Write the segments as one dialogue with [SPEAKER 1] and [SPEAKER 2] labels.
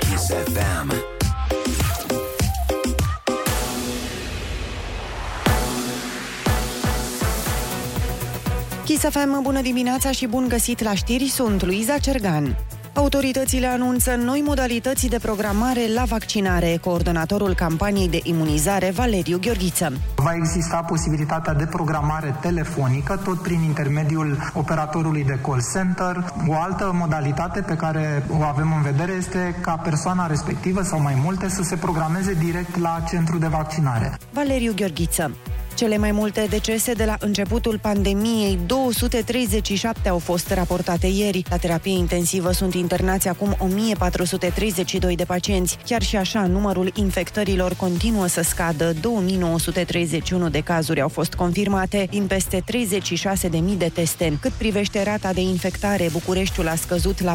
[SPEAKER 1] Kiss FM.
[SPEAKER 2] Kiss FM, bună dimineața și bun găsit la știri, sunt Luiza Cergan. Autoritățile anunță noi modalități de programare la vaccinare. Coordonatorul campaniei de imunizare, Valeriu Gheorghiță.
[SPEAKER 3] Va exista posibilitatea de programare telefonică, tot prin intermediul operatorului de call center. O altă modalitate pe care o avem în vedere este ca persoana respectivă sau mai multe să se programeze direct la centru de vaccinare.
[SPEAKER 2] Valeriu Gheorghiță. Cele mai multe decese de la începutul pandemiei, 237 au fost raportate ieri. La terapie intensivă sunt internați acum 1432 de pacienți. Chiar și așa, numărul infectărilor continuă să scadă. 2931 de cazuri au fost confirmate din peste 36.000 de teste. Cât privește rata de infectare, Bucureștiul a scăzut la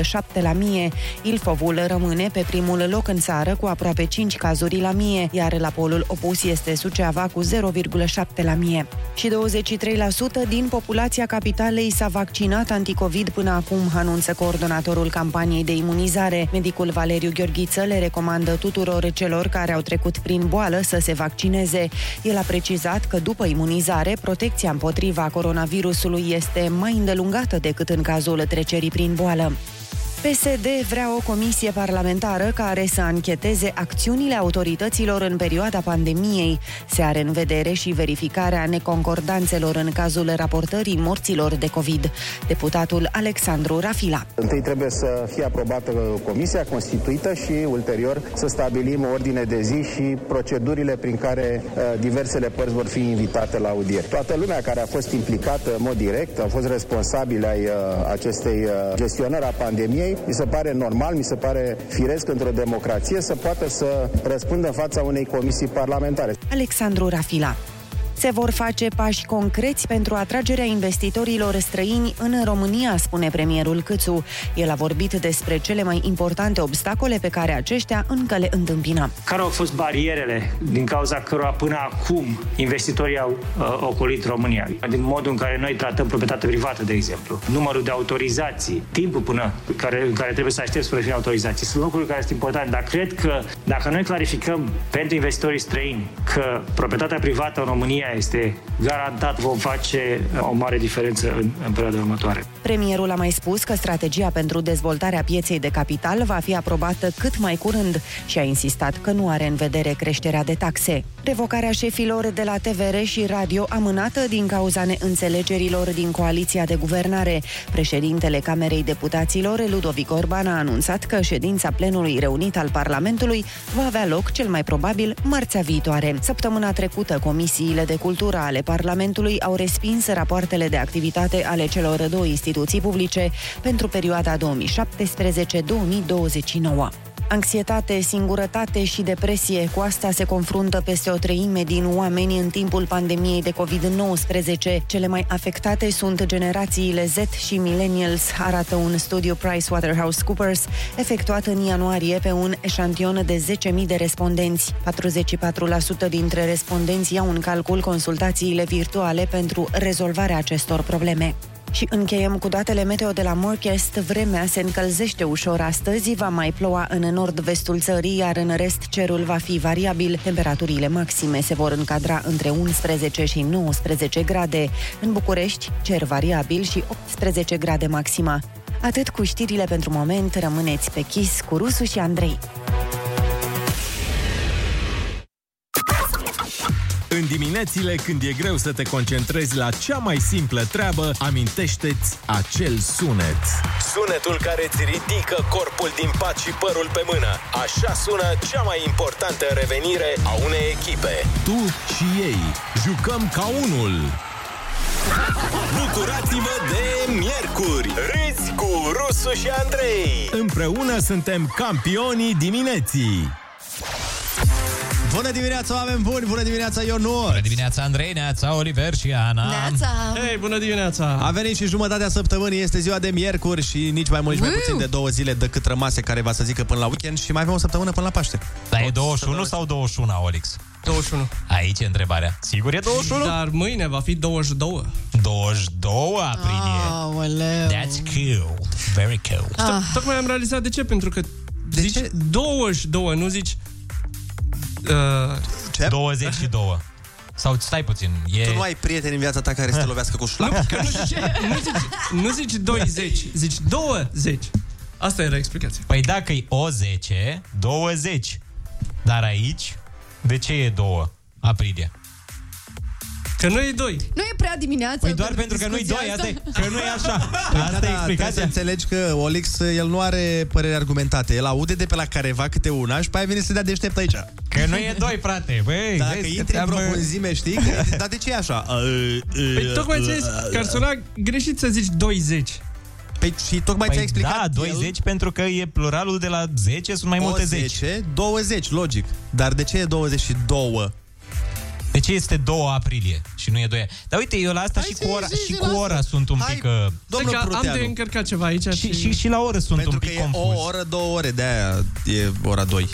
[SPEAKER 2] 4,7 la mie. Ilfovul rămâne pe primul loc în țară cu aproape 5 cazuri la mie, iar la polul opus este Suceava cu 0,7 la mie. Și 23% din populația capitalei s-a vaccinat anticovid până acum, anunță coordonatorul campaniei de imunizare. Medicul Valeriu Gheorghiță le recomandă tuturor celor care au trecut prin boală să se vaccineze. El a precizat că după imunizare, protecția împotriva coronavirusului este mai îndelungată decât în cazul trecerii prin boală. PSD vrea o comisie parlamentară care să ancheteze acțiunile autorităților în perioada pandemiei. Se are în vedere și verificarea neconcordanțelor în cazul raportării morților de COVID. Deputatul Alexandru Rafila.
[SPEAKER 4] Întâi trebuie să fie aprobată comisia constituită și ulterior să stabilim o ordine de zi și procedurile prin care uh, diversele părți vor fi invitate la audieri. Toată lumea care a fost implicată în mod direct, a fost responsabilă ai uh, acestei uh, gestionări a pandemiei, ei, mi se pare normal, mi se pare firesc într-o democrație să poată să răspundă în fața unei comisii parlamentare.
[SPEAKER 2] Alexandru Rafila se vor face pași concreți pentru atragerea investitorilor străini în România, spune premierul Câțu. El a vorbit despre cele mai importante obstacole pe care aceștia încă le întâmpină.
[SPEAKER 5] Care au fost barierele din cauza cărora până acum investitorii au uh, ocolit România? Din modul în care noi tratăm proprietatea privată, de exemplu, numărul de autorizații, timpul până care, care trebuie să aștepți spre fi autorizații. Sunt lucruri care sunt importante, dar cred că dacă noi clarificăm pentru investitorii străini că proprietatea privată în România este garantat vom face uh, o mare diferență în, în perioada următoare.
[SPEAKER 2] Premierul a mai spus că strategia pentru dezvoltarea pieței de capital va fi aprobată cât mai curând și a insistat că nu are în vedere creșterea de taxe. Revocarea șefilor de la TVR și radio amânată din cauza neînțelegerilor din coaliția de guvernare. Președintele Camerei Deputaților, Ludovic Orban, a anunțat că ședința plenului reunit al Parlamentului va avea loc cel mai probabil marțea viitoare. Săptămâna trecută, comisiile de cultură ale Parlamentului au respins rapoartele de activitate ale celor două instituții publice pentru perioada 2017-2029. Anxietate, singurătate și depresie, cu asta se confruntă peste o treime din oameni în timpul pandemiei de COVID-19. Cele mai afectate sunt generațiile Z și millennials, arată un studiu PricewaterhouseCoopers, efectuat în ianuarie pe un eșantion de 10.000 de respondenți. 44% dintre respondenți iau în calcul consultațiile virtuale pentru rezolvarea acestor probleme. Și încheiem cu datele meteo de la Morchest. Vremea se încălzește ușor astăzi, va mai ploua în nord-vestul țării, iar în rest cerul va fi variabil. Temperaturile maxime se vor încadra între 11 și 19 grade. În București, cer variabil și 18 grade maxima. Atât cu știrile pentru moment, rămâneți pe chis cu Rusu și Andrei.
[SPEAKER 6] În diminețile când e greu să te concentrezi la cea mai simplă treabă, amintește-ți acel sunet.
[SPEAKER 7] Sunetul care îți ridică corpul din pat și părul pe mână. Așa sună cea mai importantă revenire a unei echipe.
[SPEAKER 6] Tu și ei jucăm ca unul.
[SPEAKER 7] Bucurați-vă de miercuri! Râzi cu Rusu și Andrei!
[SPEAKER 6] Împreună suntem campionii dimineții.
[SPEAKER 8] Bună dimineața, oameni buni! Bună dimineața, Ionut! Bună
[SPEAKER 9] dimineața, Andrei, Neața, Oliver și Ana!
[SPEAKER 10] Neața!
[SPEAKER 11] Hei, bună dimineața!
[SPEAKER 8] A venit și jumătatea săptămânii, este ziua de miercuri și nici mai mult, nici mai puțin de două zile decât rămase care va să zică până la weekend și mai avem o săptămână până la Paște.
[SPEAKER 9] Dar e 21 sau 21, Olix?
[SPEAKER 10] 21.
[SPEAKER 12] Aici e întrebarea. Sigur e 21?
[SPEAKER 10] Dar mâine va fi 22.
[SPEAKER 12] 22 aprilie.
[SPEAKER 10] Aoleu.
[SPEAKER 12] That's cool. Very cool.
[SPEAKER 10] Ah. Tocmai am realizat de ce, pentru că de zici ce? 22, nu zici... Uh,
[SPEAKER 12] ce? 22. Sau stai puțin. E... Da,
[SPEAKER 8] Tu nu ai prieteni în viața ta care să te lovească cu șlap?
[SPEAKER 10] nu, că nu zici, nu, zici, nu zici 20, zici 20. Asta era explicația.
[SPEAKER 12] Păi dacă e o 10, 20. Dar aici, de ce e 2 aprilie?
[SPEAKER 10] Că nu e 2.
[SPEAKER 11] Nu e prea dimineață.
[SPEAKER 12] Păi doar pentru că nu-i doi,
[SPEAKER 11] discuția
[SPEAKER 12] asta e, că nu e așa. Asta e
[SPEAKER 8] Da, trebuie să
[SPEAKER 12] explicația.
[SPEAKER 8] înțelegi că Olix, el nu are părere argumentate. El aude de pe la careva câte una și pe aia vine să dea deștept aici.
[SPEAKER 12] Că nu e doi, frate. Băi,
[SPEAKER 8] Dacă
[SPEAKER 12] vezi că
[SPEAKER 8] intri în
[SPEAKER 12] ți-am,
[SPEAKER 8] profunzime, știi? Că, dar de ce e așa?
[SPEAKER 10] Păi tocmai ce ai
[SPEAKER 8] Uh,
[SPEAKER 10] zis, că ar suna greșit să zici 20.
[SPEAKER 8] Păi și tocmai
[SPEAKER 12] Păi
[SPEAKER 8] ți-a explicat
[SPEAKER 12] da,
[SPEAKER 8] el
[SPEAKER 12] 20 pentru că e pluralul de la 10, sunt mai multe
[SPEAKER 8] o
[SPEAKER 12] 10.
[SPEAKER 8] 10, 20, logic. Dar de ce e 22?
[SPEAKER 12] De ce este 2 aprilie și nu e 2? Dar uite, eu la asta și
[SPEAKER 8] zi,
[SPEAKER 12] cu ora,
[SPEAKER 8] zi,
[SPEAKER 12] și
[SPEAKER 8] zi,
[SPEAKER 12] cu
[SPEAKER 8] lasă.
[SPEAKER 12] ora sunt un
[SPEAKER 8] Hai,
[SPEAKER 12] pic... uh,
[SPEAKER 10] Stai
[SPEAKER 8] Domnul
[SPEAKER 10] că am de
[SPEAKER 8] Pruteanu.
[SPEAKER 10] încărcat ceva aici și...
[SPEAKER 12] Și, și, și la oră sunt
[SPEAKER 8] Pentru
[SPEAKER 12] un
[SPEAKER 8] că
[SPEAKER 12] pic
[SPEAKER 8] e
[SPEAKER 12] confuz.
[SPEAKER 8] o oră, două ore, de-aia e ora 2.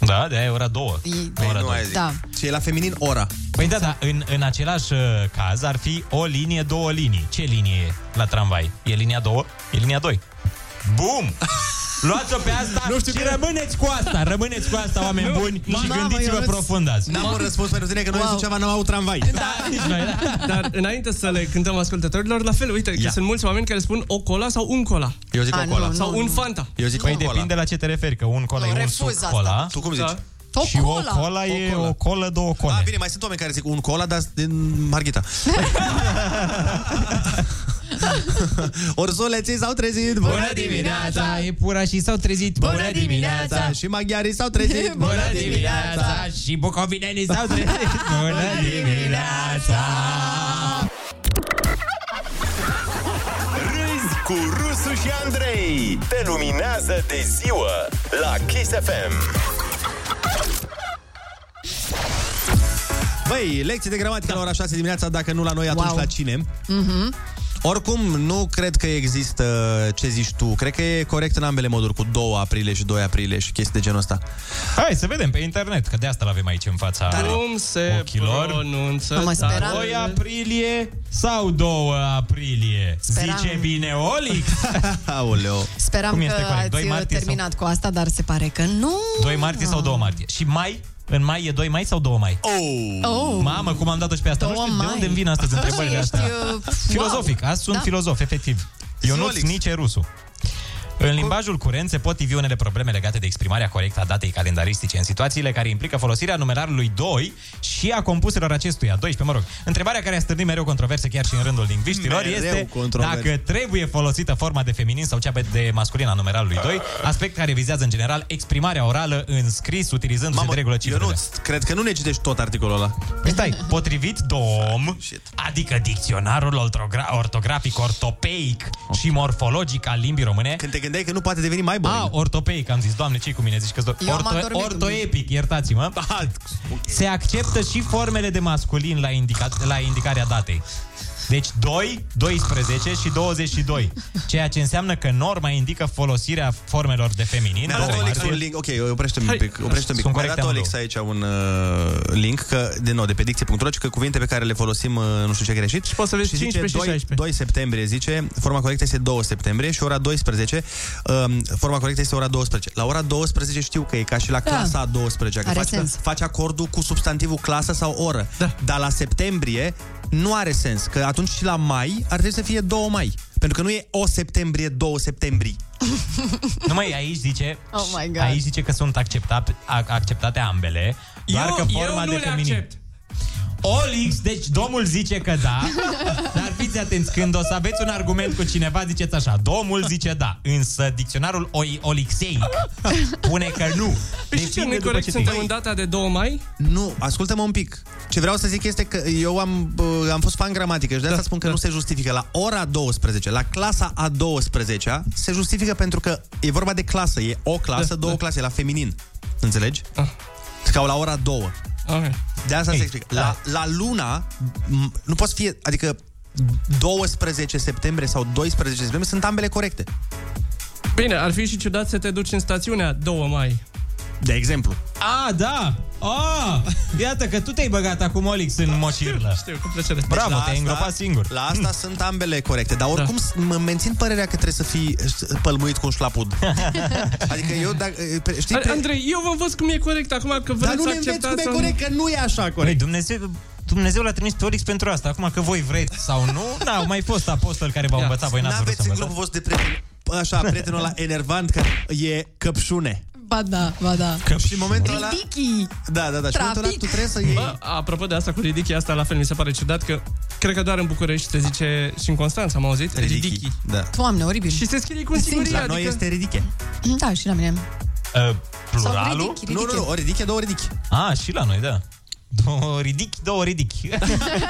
[SPEAKER 12] Da, de e ora 2.
[SPEAKER 8] Păi
[SPEAKER 12] Ora
[SPEAKER 8] nu,
[SPEAKER 12] doi.
[SPEAKER 8] aia zic.
[SPEAKER 11] Da.
[SPEAKER 8] Și e la feminin ora.
[SPEAKER 12] Păi da, da, în, în același uh, caz ar fi o linie, două linii. Ce linie e la tramvai? E linia 2? E linia 2. Bum! Luați-o pe asta nu știu și rămâneți cu asta. Rămâneți cu asta, oameni buni, și
[SPEAKER 11] Mamă,
[SPEAKER 12] gândiți-vă
[SPEAKER 11] Ionuț.
[SPEAKER 12] profund azi.
[SPEAKER 8] N-am un răspuns pentru tine, că noi
[SPEAKER 11] Wow.
[SPEAKER 8] wow. ceva n-am avut tramvai.
[SPEAKER 12] Da, nici noi, da.
[SPEAKER 10] Dar înainte să le cântăm ascultătorilor, la fel, uite, că
[SPEAKER 8] Ia.
[SPEAKER 10] sunt mulți oameni care spun o cola sau un cola.
[SPEAKER 8] Eu zic
[SPEAKER 11] A,
[SPEAKER 12] Ah,
[SPEAKER 8] o cola.
[SPEAKER 11] nu,
[SPEAKER 10] Sau un fanta.
[SPEAKER 8] Eu zic
[SPEAKER 12] Păi
[SPEAKER 8] o cola.
[SPEAKER 12] depinde la ce te referi, că un cola
[SPEAKER 11] Eu
[SPEAKER 12] e un
[SPEAKER 11] refuz
[SPEAKER 12] suc
[SPEAKER 11] asta.
[SPEAKER 12] cola.
[SPEAKER 8] Tu cum zici?
[SPEAKER 10] Da.
[SPEAKER 11] O
[SPEAKER 12] Și o
[SPEAKER 11] cola.
[SPEAKER 12] cola
[SPEAKER 8] O
[SPEAKER 12] e
[SPEAKER 8] cola.
[SPEAKER 12] o colă, două cole.
[SPEAKER 8] A, Ah, bine, mai sunt oameni care zic un cola, dar din Marghita. Orzuleții s-au trezit Bună
[SPEAKER 11] dimineața!
[SPEAKER 12] Iepurașii s-au trezit
[SPEAKER 11] Bună dimineața!
[SPEAKER 8] Și maghiarii s-au trezit
[SPEAKER 11] Bună dimineața!
[SPEAKER 12] Și bucovinenii s-au trezit Bună dimineața
[SPEAKER 13] Râzi cu Rusu și Andrei. Te luminează de ziua la Kiss FM.
[SPEAKER 8] Băi, lecții de gramatică la ora 6 dimineața Dacă nu la noi, atunci
[SPEAKER 11] Wow.
[SPEAKER 8] la cine? Mm-hmm. Oricum, nu cred că există ce zici tu. Cred că e corect în ambele moduri, cu 2 aprilie și 2 aprilie și chestii de genul ăsta.
[SPEAKER 12] Hai să vedem pe internet Că de asta l-avem aici în fața
[SPEAKER 10] Cum se
[SPEAKER 12] ochilor.
[SPEAKER 10] pronunță?
[SPEAKER 11] Am sperat.
[SPEAKER 10] dar-
[SPEAKER 12] 2 aprilie sau 2 aprilie?
[SPEAKER 11] Speram.
[SPEAKER 12] Zice bine Olix
[SPEAKER 8] Aoleo.
[SPEAKER 11] Speram
[SPEAKER 12] Cum
[SPEAKER 11] că
[SPEAKER 12] este corect? Doi
[SPEAKER 11] ați uh,
[SPEAKER 12] martie sau-
[SPEAKER 11] terminat cu asta, dar se pare că nu.
[SPEAKER 12] 2 martie sau 2 martie? Și mai? În mai e 2 mai sau 2 mai?
[SPEAKER 8] Oh!
[SPEAKER 11] Oh.
[SPEAKER 12] Mamă, cum am dat-o și pe asta. Nu
[SPEAKER 11] 2
[SPEAKER 12] știu de
[SPEAKER 11] mai.
[SPEAKER 12] unde îmi vin astăzi întrebările
[SPEAKER 11] Și ești,
[SPEAKER 12] astea.
[SPEAKER 11] uh,
[SPEAKER 12] Filozofic,
[SPEAKER 11] wow.
[SPEAKER 12] azi sunt
[SPEAKER 11] Da.
[SPEAKER 12] filozof, efectiv. Eu nu
[SPEAKER 8] Zinolix.
[SPEAKER 12] nici rusul. În limbajul curent se pot ivi unele probleme legate de exprimarea corectă a datei calendaristice în situațiile care implică folosirea numerarului 2 și a compuselor acestuia, 12, mă rog. Întrebarea care a stârnit mereu controverse chiar și în rândul lingviștilor
[SPEAKER 8] Mereu
[SPEAKER 12] este
[SPEAKER 8] controverse.
[SPEAKER 12] dacă trebuie folosită forma de feminin sau cea de masculin a numerarului 2,
[SPEAKER 8] Ah.
[SPEAKER 12] aspect care vizează în general exprimarea orală în scris utilizându-se de regulă cifrele.
[SPEAKER 8] Ionuț, cred că nu ne citești tot articolul ăla.
[SPEAKER 12] Păi Stai, potrivit DOM,
[SPEAKER 8] Shit.
[SPEAKER 12] adică dicționarul ortogra- ortografic, ortopeic și morfologic al limbii române,
[SPEAKER 8] Când te gândeai că nu poate deveni mai bun.
[SPEAKER 12] a, ortopeic, am zis, doamne, ce cu mine, zici că
[SPEAKER 11] Eu am adormit.
[SPEAKER 12] ortoepic, iertați-mă.
[SPEAKER 8] Da,
[SPEAKER 12] Se acceptă și formele de masculin la, indica- la indicarea datei. Deci 2, 12 și 22. Ceea ce înseamnă că norma indică folosirea formelor de feminin.
[SPEAKER 8] Mi-a dat
[SPEAKER 12] două
[SPEAKER 8] Olix Da, un
[SPEAKER 12] martie.
[SPEAKER 8] link. Ok, oprește-mi un
[SPEAKER 10] Hai.
[SPEAKER 8] pic. Oprește-mi un pic.
[SPEAKER 12] Sunt
[SPEAKER 8] Mi-a
[SPEAKER 12] corecte
[SPEAKER 8] dat Olix
[SPEAKER 12] amândouă.
[SPEAKER 8] aici un uh, link că, de nou, de pe dicție.ro, ci că cuvinte pe care le folosim, uh, nu știu ce greșit. Și
[SPEAKER 10] poți să vezi 15 și 16.
[SPEAKER 8] 2 septembrie, zice, forma corectă este 2 septembrie și ora 12, um, forma corectă este ora 12. La ora 12 știu că e ca și la
[SPEAKER 11] Da.
[SPEAKER 8] clasa a 12, că
[SPEAKER 11] Are
[SPEAKER 8] faci,
[SPEAKER 11] sens.
[SPEAKER 8] faci acordul cu substantivul clasă sau oră.
[SPEAKER 10] Da.
[SPEAKER 8] Dar la septembrie nu are sens, că atunci și la mai ar trebui să fie 2 mai. Pentru că nu e o septembrie, 2 septembrie.
[SPEAKER 12] Numai aici zice,
[SPEAKER 11] Oh my God.
[SPEAKER 12] aici zice că sunt acceptat, a, acceptate ambele, doar
[SPEAKER 10] eu,
[SPEAKER 12] că forma
[SPEAKER 10] eu nu
[SPEAKER 12] de
[SPEAKER 10] le
[SPEAKER 12] feminin.
[SPEAKER 10] accept.
[SPEAKER 12] Olix, deci domnul zice că da, dar fiți atenți, când o să aveți un argument cu cineva, ziceți așa, domnul zice da, însă dicționarul oi- olixeic pune că nu.
[SPEAKER 10] Păi și ce,
[SPEAKER 12] Depinde
[SPEAKER 10] nu
[SPEAKER 12] după
[SPEAKER 10] corect?
[SPEAKER 12] ce
[SPEAKER 10] Suntem
[SPEAKER 12] te-
[SPEAKER 10] în data de 2 mai?
[SPEAKER 8] Nu, ascultă-mă un pic. Ce vreau să zic este că eu am, bă, am fost fan gramatică și de asta spun că nu se justifică. La ora 12, la clasa a 12-a, se justifică pentru că e vorba de clasă. E o clasă, două clase, la feminin. Înțelegi?
[SPEAKER 10] Ah.
[SPEAKER 8] Sau la ora 2.
[SPEAKER 10] Okay.
[SPEAKER 8] De asta
[SPEAKER 12] Ei,
[SPEAKER 8] se explică.
[SPEAKER 12] da.
[SPEAKER 8] La, la luna, m- nu poți fi, adică 12 septembrie sau 12 septembrie sunt ambele corecte.
[SPEAKER 10] Bine, ar fi și ciudat să te duci în stațiunea 2 mai.
[SPEAKER 8] De exemplu.
[SPEAKER 12] A, da! A! Iată că tu te-ai băgat acum, Olix, în mocirlă. Știu, cu plăcere. Bravo,
[SPEAKER 8] Deci la
[SPEAKER 12] te-ai
[SPEAKER 8] asta-
[SPEAKER 12] îngropat singur. Mm.
[SPEAKER 8] La asta sunt ambele corecte, dar oricum da. mă mențin părerea că trebuie să fii s- pălmuit cu un șlapud. adică eu, dacă, pe- știi,
[SPEAKER 10] Știi, Andrei, eu v-am văzut cum e corect acum că vreți
[SPEAKER 8] Dar nu
[SPEAKER 10] să
[SPEAKER 8] ne înveți cum
[SPEAKER 10] acceptați
[SPEAKER 8] e
[SPEAKER 10] sau
[SPEAKER 8] corect, că nu e așa
[SPEAKER 12] Păi,
[SPEAKER 8] corect.
[SPEAKER 12] Dumnezeu, Dumnezeu l-a trimis pe Olix pentru asta. Acum că voi vreți sau nu, n-au mai fost apostoli care v-au învățat, voi n-ați vrut să
[SPEAKER 8] N-aveți în
[SPEAKER 12] învățați.
[SPEAKER 8] grupul vostru de prieteni, așa, prietenul ăla enervant, că e căpșune.
[SPEAKER 11] Ba da, ba da.
[SPEAKER 8] Și în momentul ăla...
[SPEAKER 11] Ridichii!
[SPEAKER 8] Da, da, da. Și în momentul ăla
[SPEAKER 11] Trafic.
[SPEAKER 8] tu trebuie să iei...
[SPEAKER 10] Bă, apropo de asta cu ridichii, asta la fel mi se pare ciudat că cred că doar în București se zice și în Constanța, am auzit, adică- ridichii.
[SPEAKER 8] Da.
[SPEAKER 11] Doamne, oribil.
[SPEAKER 10] Și se scrie cu
[SPEAKER 11] Sincer.
[SPEAKER 10] sigurie,
[SPEAKER 11] La
[SPEAKER 12] adică-
[SPEAKER 11] noi este
[SPEAKER 8] ridiche.
[SPEAKER 11] Da, și la mine. Sau
[SPEAKER 12] Pluralul?
[SPEAKER 11] ridichi, ridichi. Nu, nu, nu,
[SPEAKER 8] o ridiche, două ridichi.
[SPEAKER 12] A, și la noi, da. Două ridichi, două ridichi.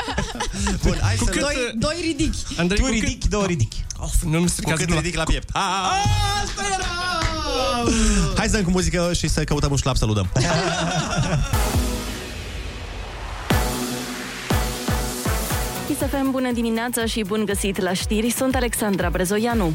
[SPEAKER 8] Bun, hai
[SPEAKER 10] Cu
[SPEAKER 8] să...
[SPEAKER 10] cât-
[SPEAKER 11] Doi, doi ridichi.
[SPEAKER 10] Andrei,
[SPEAKER 12] Tu
[SPEAKER 10] cu cât-
[SPEAKER 12] ridichi, două ridichi.
[SPEAKER 10] Of, nu-mi
[SPEAKER 8] Cu
[SPEAKER 10] stricați
[SPEAKER 8] cât
[SPEAKER 10] gura.
[SPEAKER 8] ridic la piept. A,
[SPEAKER 12] Asta era!
[SPEAKER 8] Hai să dăm cu muzică și să căutăm un șlap să ludăm.
[SPEAKER 14] Chisafem, bună dimineața și bun găsit la știri, sunt Alexandra Brezoianu.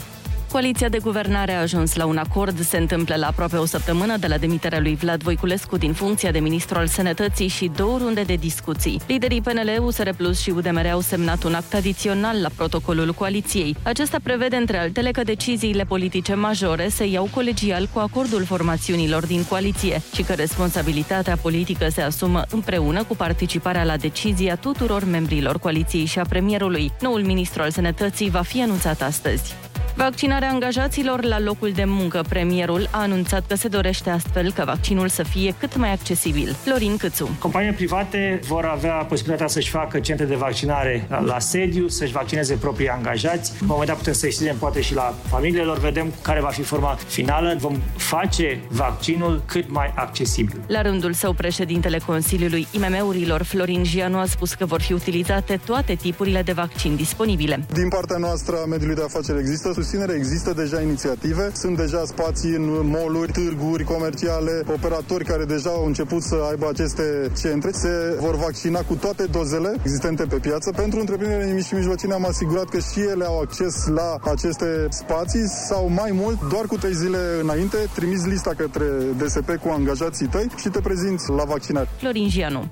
[SPEAKER 14] Coaliția de guvernare a ajuns la un acord, se întâmplă la aproape o săptămână de la demiterea lui Vlad Voiculescu din funcția de ministru al sănătății și două runde de discuții. Liderii PNL, USR Plus și UDMR au semnat un act adițional la protocolul coaliției. Acesta prevede între altele că deciziile politice majore se iau colegial cu acordul formațiunilor din coaliție și că responsabilitatea politică se asumă împreună cu participarea la decizia tuturor membrilor coaliției și a premierului. Noul ministru al sănătății va fi anunțat astăzi. Vaccinarea angajaților la locul de muncă. Premierul a anunțat că se dorește astfel ca vaccinul să fie cât mai accesibil. Florin Câțu.
[SPEAKER 5] Companiile private vor avea posibilitatea să-și facă centre de vaccinare la, la sediu, să-și vaccineze proprii angajați. Vom vedea, putem să extindem poate și la familiilor, vedem care va fi forma finală. Vom face vaccinul cât mai accesibil.
[SPEAKER 14] La rândul său, președintele Consiliului IMM-urilor, Florin Gianu, a spus că vor fi utilizate toate tipurile de vaccin disponibile.
[SPEAKER 15] Din partea noastră a mediului de afaceri există susținere, există deja inițiative, sunt deja spații în mall-uri, târguri comerciale, operatori care deja au început să aibă aceste centre, se vor vaccina cu toate dozele existente pe piață. Pentru întreprinderile mici și mijlocine am asigurat că și ele au acces la aceste spații sau mai mult, doar cu 3 zile înainte, trimiți lista către DSP cu angajații tăi și te prezinți la vaccinare.
[SPEAKER 14] Florin Gianu.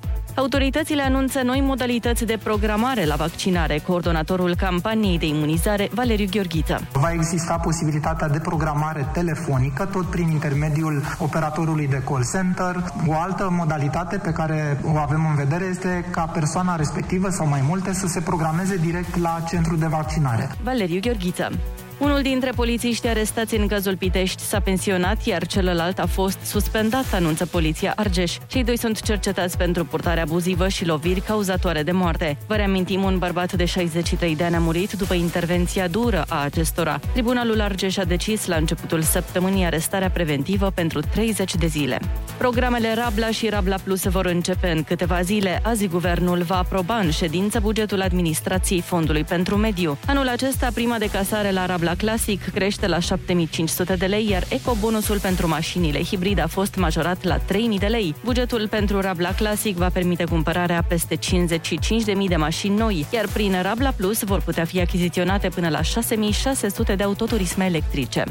[SPEAKER 14] Autoritățile anunță noi modalități de programare la vaccinare. Coordonatorul campaniei de imunizare, Valeriu Gheorghiță.
[SPEAKER 16] Va exista posibilitatea de programare telefonică, tot prin intermediul operatorului de call center. O altă modalitate pe care o avem în vedere este ca persoana respectivă sau mai multe să se programeze direct la centrul de vaccinare.
[SPEAKER 14] Valeriu Gheorghiță. Unul dintre polițiști arestați în cazul Pitești s-a pensionat, iar celălalt a fost suspendat, anunță poliția Argeș. Cei doi sunt cercetați pentru purtare abuzivă și loviri cauzatoare de moarte. Vă reamintim, un bărbat de 63 de ani a murit după intervenția dură a acestora. Tribunalul Argeș a decis la începutul săptămânii arestarea preventivă pentru 30 de zile. Programele Rabla și Rabla Plus vor începe în câteva zile. Azi, guvernul va aproba în ședință bugetul administrației Fondului pentru Mediu. Anul acesta, prima de casare la Rabla Classic crește la 7500 de lei, iar ecobonusul pentru mașinile hibride a fost majorat la 3000 de lei. Bugetul pentru Rabla Classic va permite cumpărarea a peste 55.000 de mașini noi, iar prin Rabla Plus vor putea fi achiziționate până la 6600 de autoturisme electrice.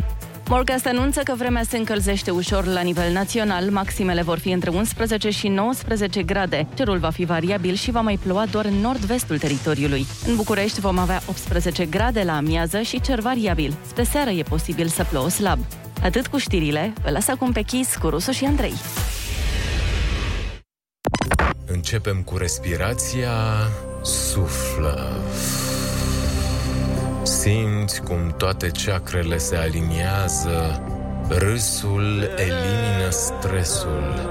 [SPEAKER 14] Morcast anunță că vremea se încălzește ușor la nivel național, maximele vor fi între 11 și 19 grade. Cerul va fi variabil și va mai ploua doar în nord-vestul teritoriului. În București vom avea 18 grade la amiază și cer variabil. Spre seară e posibil să plouă slab. Atât cu știrile, vă las acum pe Kiss cu Rusu și Andrei.
[SPEAKER 13] Începem cu respirația. Suflă. Simți cum toate ceacrele se aliniază, râsul elimină stresul.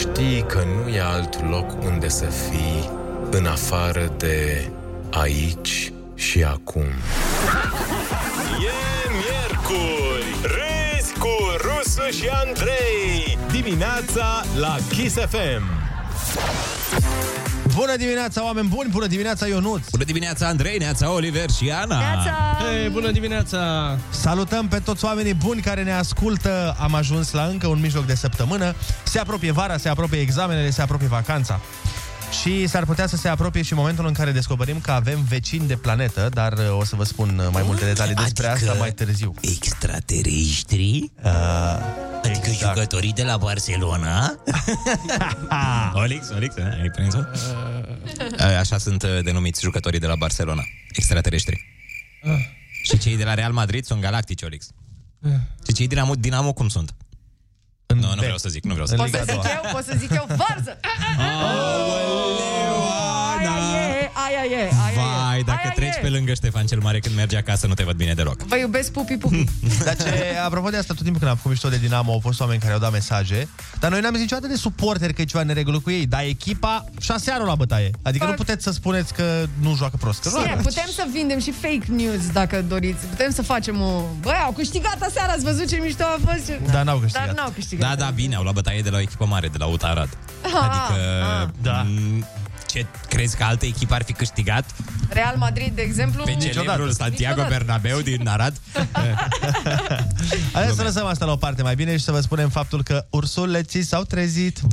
[SPEAKER 13] Știi că nu e alt loc unde să fii în afară de aici și acum.
[SPEAKER 17] E miercuri, râzi cu Rusu și Andrei.
[SPEAKER 13] Dimineața la Kiss FM.
[SPEAKER 8] Bună dimineața, oameni buni! Bună dimineața, Ionuț!
[SPEAKER 12] Bună dimineața, Andrei, neața, Oliver și Ana!
[SPEAKER 10] Hei, bună dimineața!
[SPEAKER 8] Salutăm pe toți oamenii buni care ne ascultă. Am ajuns la încă un mijloc de săptămână. Se apropie vara, se apropie examenele, se apropie vacanța. Și s-ar putea să se apropie și momentul în care descoperim că avem vecini de planetă, dar uh, o să vă spun
[SPEAKER 18] Adică
[SPEAKER 8] uh, mai multe detalii despre
[SPEAKER 19] Adică
[SPEAKER 8] asta mai târziu.
[SPEAKER 19] Extraterestri?
[SPEAKER 8] Uh,
[SPEAKER 19] Adică
[SPEAKER 12] exact.
[SPEAKER 18] jucătorii de la Barcelona.
[SPEAKER 12] Olix, Olix, a, ai prins-o? Așa sunt uh, denumiți jucătorii de la Barcelona, extraterestri. Uh. Și cei de la Real Madrid sunt galactici, Olix. Și cei din Dinamo, Dinamo cum sunt? Nu, nu vreau să zic, nu vreau să
[SPEAKER 11] Pot să zic eu, pot să zic eu, varză! Ah, Aia e, aia e, aia e.
[SPEAKER 12] Vai, dacă
[SPEAKER 11] Aia
[SPEAKER 12] treci
[SPEAKER 11] e.
[SPEAKER 12] pe lângă Ștefan cel Mare când merge acasă, nu te văd bine deloc.
[SPEAKER 11] Vă iubesc pupi, pupi.
[SPEAKER 8] Hm. Dar ce, apropo de asta, tot timpul când am făcut mișto de Dinamo, au fost oameni care au dat mesaje, dar noi n-am zis niciodată de suporteri că e ceva în neregulă cu ei, dar echipa șase ani la bătaie. Adică nu
[SPEAKER 11] Fac-
[SPEAKER 8] puteți să spuneți că nu joacă prost. Că
[SPEAKER 11] Sine,
[SPEAKER 8] joacă.
[SPEAKER 11] putem să vindem și fake news dacă doriți. Putem să facem o... Băi, au câștigat aseară, ați văzut ce mișto a fost? Ce-
[SPEAKER 12] Dar Da, n-au câștigat.
[SPEAKER 11] Dar n-au câștigat.
[SPEAKER 12] Da, da, bine, au luat bătaie de la o echipă mare, de la UTA Arad.
[SPEAKER 11] Ah,
[SPEAKER 12] Adică, da. ce, crezi că altă echipă ar fi câștigat?
[SPEAKER 11] Real Madrid, de exemplu...
[SPEAKER 12] Pe celebrul Santiago
[SPEAKER 11] Niciodată.
[SPEAKER 12] Bernabeu din Arad?
[SPEAKER 8] Haideți să lăsăm asta la o parte mai bine și să vă spunem faptul că ursuleții s-au trezit.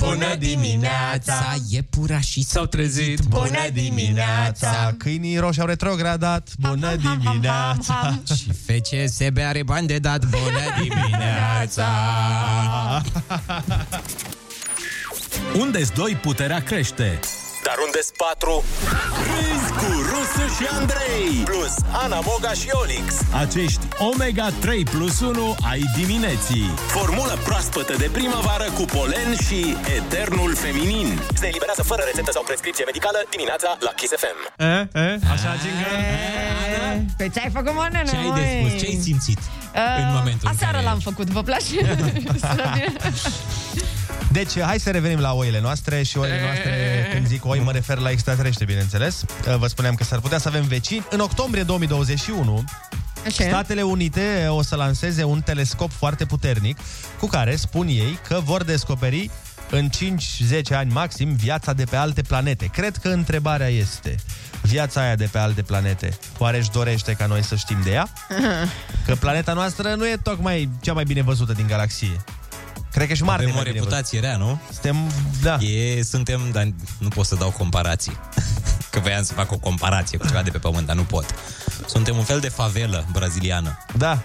[SPEAKER 12] Iepurașii s-au trezit.
[SPEAKER 8] Bună dimineața! Câinii roșii au retrogradat. Bună dimineața!
[SPEAKER 12] Și FCSB are bani de dat. Bună dimineața!
[SPEAKER 20] unde s doi puterea crește.
[SPEAKER 13] Dar unde sunt patru? Râzi cu Rusu și Andrei Plus Ana Moga și Olix
[SPEAKER 20] Acești Omega 3 plus 1 ai dimineții.
[SPEAKER 13] Formulă proaspătă de primăvară cu polen și eternul feminin Se eliberează fără rețetă sau prescripție medicală dimineața la Kiss FM
[SPEAKER 21] E, e, așa, jingle.
[SPEAKER 11] Eh, Pe ce ai făcut, mă, nene,
[SPEAKER 12] Ce ai
[SPEAKER 11] măi?
[SPEAKER 12] de spus? Ce ai simțit
[SPEAKER 11] Uh,
[SPEAKER 12] în momentul în
[SPEAKER 11] Aseară
[SPEAKER 12] care...
[SPEAKER 11] l-am făcut, vă place? Sună bine?
[SPEAKER 8] Deci, hai să revenim la oile noastre și oile noastre, când zic oi, mă refer la extraterestri, bineînțeles. Vă spuneam că s-ar putea să avem vecini. În octombrie 2021,
[SPEAKER 11] Așa.
[SPEAKER 8] Statele Unite o să lanseze un telescop foarte puternic cu care spun ei că vor descoperi în 5-10 ani maxim viața de pe alte planete. Cred că întrebarea este, viața aia de pe alte planete, oare își dorește ca noi să știm de ea? Că planeta noastră nu e tocmai cea mai bine văzută din galaxie. Cred că și Marte
[SPEAKER 12] Avem
[SPEAKER 8] e
[SPEAKER 12] o
[SPEAKER 8] mai bine văzută.
[SPEAKER 12] reputație rea, nu?
[SPEAKER 8] Suntem, da.
[SPEAKER 12] E, suntem, dar nu pot să dau comparații. Că voiam să fac o comparație cu ceva de pe pământ, dar nu pot. Suntem un fel de favelă braziliană.
[SPEAKER 8] Da.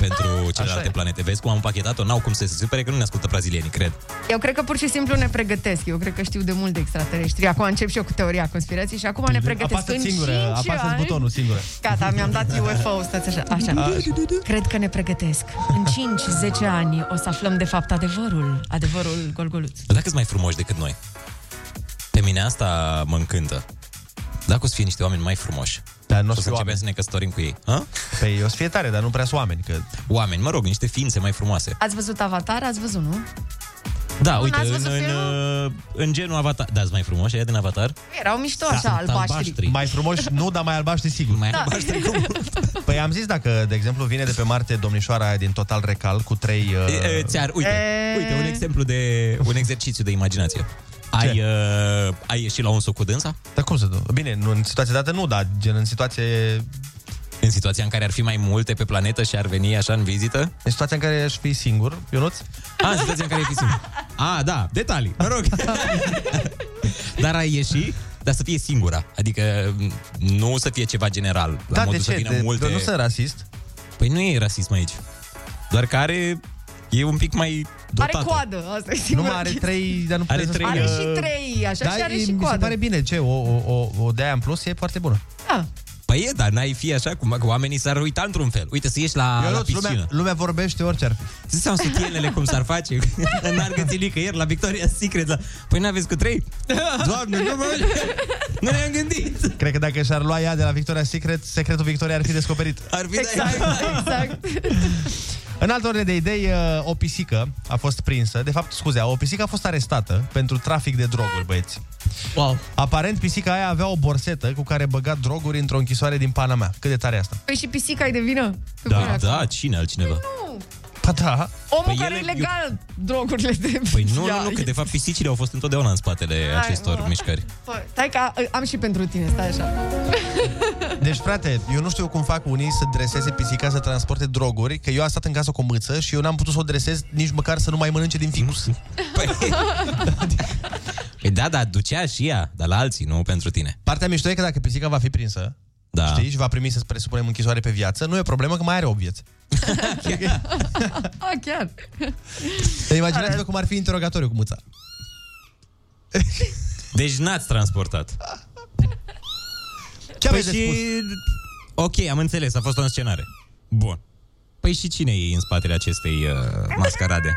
[SPEAKER 12] Pentru
[SPEAKER 11] Așa
[SPEAKER 12] celelalte
[SPEAKER 11] e.
[SPEAKER 12] planete. Vezi cum am pachetat-o? N-au cum să se supere că nu ne ascultă brazilienii, cred.
[SPEAKER 11] Eu cred că pur și simplu ne pregătesc. Eu cred că știu de mult de extraterestri. Acum încep și eu cu teoria conspirației și acum ne pregătesc.
[SPEAKER 8] Apasă-ți
[SPEAKER 11] În
[SPEAKER 8] singură,
[SPEAKER 11] cinci
[SPEAKER 8] apasă
[SPEAKER 11] ani-
[SPEAKER 8] butonul singură.
[SPEAKER 11] Gata, mi-am dat UFO, stați așa. așa.
[SPEAKER 8] Așa.
[SPEAKER 11] Cred că ne pregătesc. În 5-10 ani o să aflăm de fapt adevărul. Adevărul Golgoluț.
[SPEAKER 12] Dar dacă sunt mai frumoși decât noi? Pe mine asta mă încântă. Dacă o să fie niște oameni mai frumoși.
[SPEAKER 8] Dar nu
[SPEAKER 12] o să începem să ne căsătorim cu ei. Ha?
[SPEAKER 8] Păi o să fie tare, dar nu prea sunt oameni. Că...
[SPEAKER 12] Oameni, mă rog, niște ființe mai frumoase.
[SPEAKER 11] Ați văzut Avatar? Ați văzut, nu?
[SPEAKER 12] Da,
[SPEAKER 11] Bun,
[SPEAKER 12] uite,
[SPEAKER 11] ați
[SPEAKER 12] în,
[SPEAKER 11] văzut
[SPEAKER 12] în, uh, în genul Avatar. Da, sunt mai frumoși, aia din Avatar. Da,
[SPEAKER 11] Erau mișto
[SPEAKER 8] Da,
[SPEAKER 11] așa,
[SPEAKER 12] Sunt
[SPEAKER 11] albaștri.
[SPEAKER 8] Mai frumoși, nu, dar mai albaștri sigur. Mai
[SPEAKER 11] Da. albaștri,
[SPEAKER 8] Păi am zis dacă, de exemplu, vine de pe Marte domnișoara aia din Total Recal cu trei...
[SPEAKER 12] E, e, ți-ar, uite,
[SPEAKER 8] E.
[SPEAKER 12] uite, un exemplu de un exercițiu de imaginație. Ai, uh, ai ieșit la un soc cu dânsa?
[SPEAKER 8] Dar cum să duc? Bine, nu, în situația dată nu, dar gen în situație...
[SPEAKER 12] În situația în care ar fi mai multe pe planetă și ar veni așa în vizită?
[SPEAKER 8] În situația în care aș fi singur, Ionuț?
[SPEAKER 12] A, în situația în care ai fi singur. A, da, detalii, mă rog. dar ai ieși, dar să fie singura. Adică m, nu să fie ceva general. La
[SPEAKER 8] Da, de
[SPEAKER 12] modul să
[SPEAKER 8] ce?
[SPEAKER 12] vină
[SPEAKER 8] De-
[SPEAKER 12] multe...
[SPEAKER 8] de- nu sunt rasist?
[SPEAKER 12] Păi nu e rasism aici. Doar că are... E un pic mai
[SPEAKER 11] Are
[SPEAKER 12] dotată.
[SPEAKER 11] coadă, asta e singura
[SPEAKER 8] Nu, are
[SPEAKER 11] chestie.
[SPEAKER 8] trei, dar nu
[SPEAKER 12] Are
[SPEAKER 8] putem să
[SPEAKER 12] trei, uh,
[SPEAKER 11] Are
[SPEAKER 8] spunem.
[SPEAKER 11] și trei, așa, și are
[SPEAKER 8] e-
[SPEAKER 11] și
[SPEAKER 8] mi se
[SPEAKER 11] coadă.
[SPEAKER 8] pare bine, ce, o, o, o, o de aia în plus e foarte bună.
[SPEAKER 11] Da.
[SPEAKER 12] Păi e, dar n-ai fi așa cum că oamenii s-ar uita într-un fel. Uite, să ieși la, la
[SPEAKER 8] Ionuț,
[SPEAKER 12] piscină.
[SPEAKER 8] lumea, lumea vorbește orice ar fi.
[SPEAKER 12] Ziceam sutienele cum s-ar face N-ar găsi nicăieri la Victoria's Secret la... Păi n-aveți cu trei? Doamne, nu mă... Nu ne-am gândit
[SPEAKER 8] Cred că dacă și-ar lua ea de la Victoria Secret, secretul Victoria ar fi descoperit.
[SPEAKER 12] Ar fi
[SPEAKER 11] Exact, exact.
[SPEAKER 8] În altă ordine de idei, uh, o pisică a fost prinsă. De fapt, scuze, o pisică a fost arestată pentru trafic de droguri, băieți.
[SPEAKER 12] Wow.
[SPEAKER 8] Aparent, pisica aia avea o borsetă cu care băga droguri într-o închisoare din Panama. Cât de tare e asta?
[SPEAKER 11] Păi și pisica e de vină? Pe bune
[SPEAKER 12] Da,
[SPEAKER 11] acum.
[SPEAKER 12] da, cine altcineva?
[SPEAKER 11] Nu.
[SPEAKER 8] Pa da.
[SPEAKER 11] Omul
[SPEAKER 12] Păi
[SPEAKER 11] care
[SPEAKER 12] ele-
[SPEAKER 11] e legal drogurile de...
[SPEAKER 12] Păi nu,
[SPEAKER 11] Ia,
[SPEAKER 12] nu, nu, că de fapt pisicile au fost întotdeauna în spatele
[SPEAKER 11] Hai,
[SPEAKER 12] acestor
[SPEAKER 11] mă.
[SPEAKER 12] mișcări
[SPEAKER 11] Păi, Stai că am și pentru tine, stai așa.
[SPEAKER 8] Deci, frate, eu nu știu cum fac unii să dreseze pisica să transporte droguri, că eu am stat în casă cu o mâță și eu n-am putut să o dresez nici măcar să nu mai mănânce din ficus.
[SPEAKER 12] Păi Mm. da, da, ducea și ea, dar la alții, nu pentru tine
[SPEAKER 8] Partea mișto e că dacă pisica va fi prinsă, Da. Știi? Și va primi, să presupunem, închisoare pe viață. Nu e o problemă că mai are 8 vieți.
[SPEAKER 22] A,
[SPEAKER 11] Ah,
[SPEAKER 22] chiar.
[SPEAKER 8] Imaginați-vă cum ar fi interogatoriu cu muța.
[SPEAKER 12] Deci n-ați transportat.
[SPEAKER 8] Ce aveți
[SPEAKER 12] păi și... Ok, am înțeles, a fost o înscenare. Bun. Păi și cine e în spatele acestei uh, mascarade?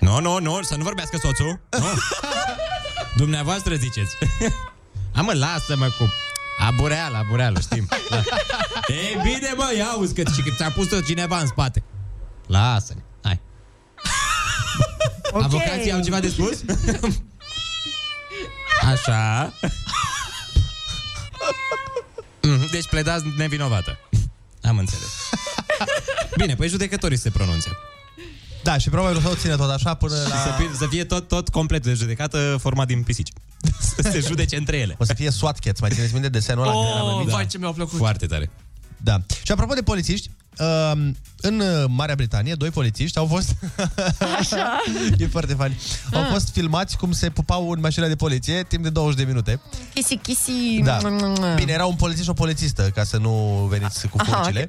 [SPEAKER 12] Nu, nu, nu, să nu vorbească soțul. Nu. Dumneavoastră ziceți. Ha, mă, lasă-mă cu... Abureală, abureală, știm. Da. E bine, mă, ia uzi că și că ți-a pus cineva în spate. Lasă-ne, hai. Okay. Avocații au ceva de spus? Așa. Mhm, Deci pledați nevinovată. Am înțeles. Bine, păi judecătorii se pronunță.
[SPEAKER 8] Da, și probabil o să o ține tot așa până la...
[SPEAKER 12] Să fie, să fie tot, tot complet de judecată format din pisici. Să se judece între ele.
[SPEAKER 8] O să fie SWAT Cats, mai țineți minte desenul ăla? când eram
[SPEAKER 10] Oh,
[SPEAKER 8] mici?
[SPEAKER 10] vai, ce mi-au plăcut.
[SPEAKER 12] Foarte tare.
[SPEAKER 8] Da. Și apropo de polițiști, um, în uh, Marea Britanie, doi polițiști au fost...
[SPEAKER 1] Așa.
[SPEAKER 8] e foarte fain. Au fost filmați cum se pupau în mașina de poliție timp de 20 de minute.
[SPEAKER 22] Kissy, kissy.
[SPEAKER 8] Da.
[SPEAKER 11] Ah.
[SPEAKER 8] Bine, era un polițist și o polițistă, ca să nu veniți cu
[SPEAKER 22] Aha,
[SPEAKER 8] furcile.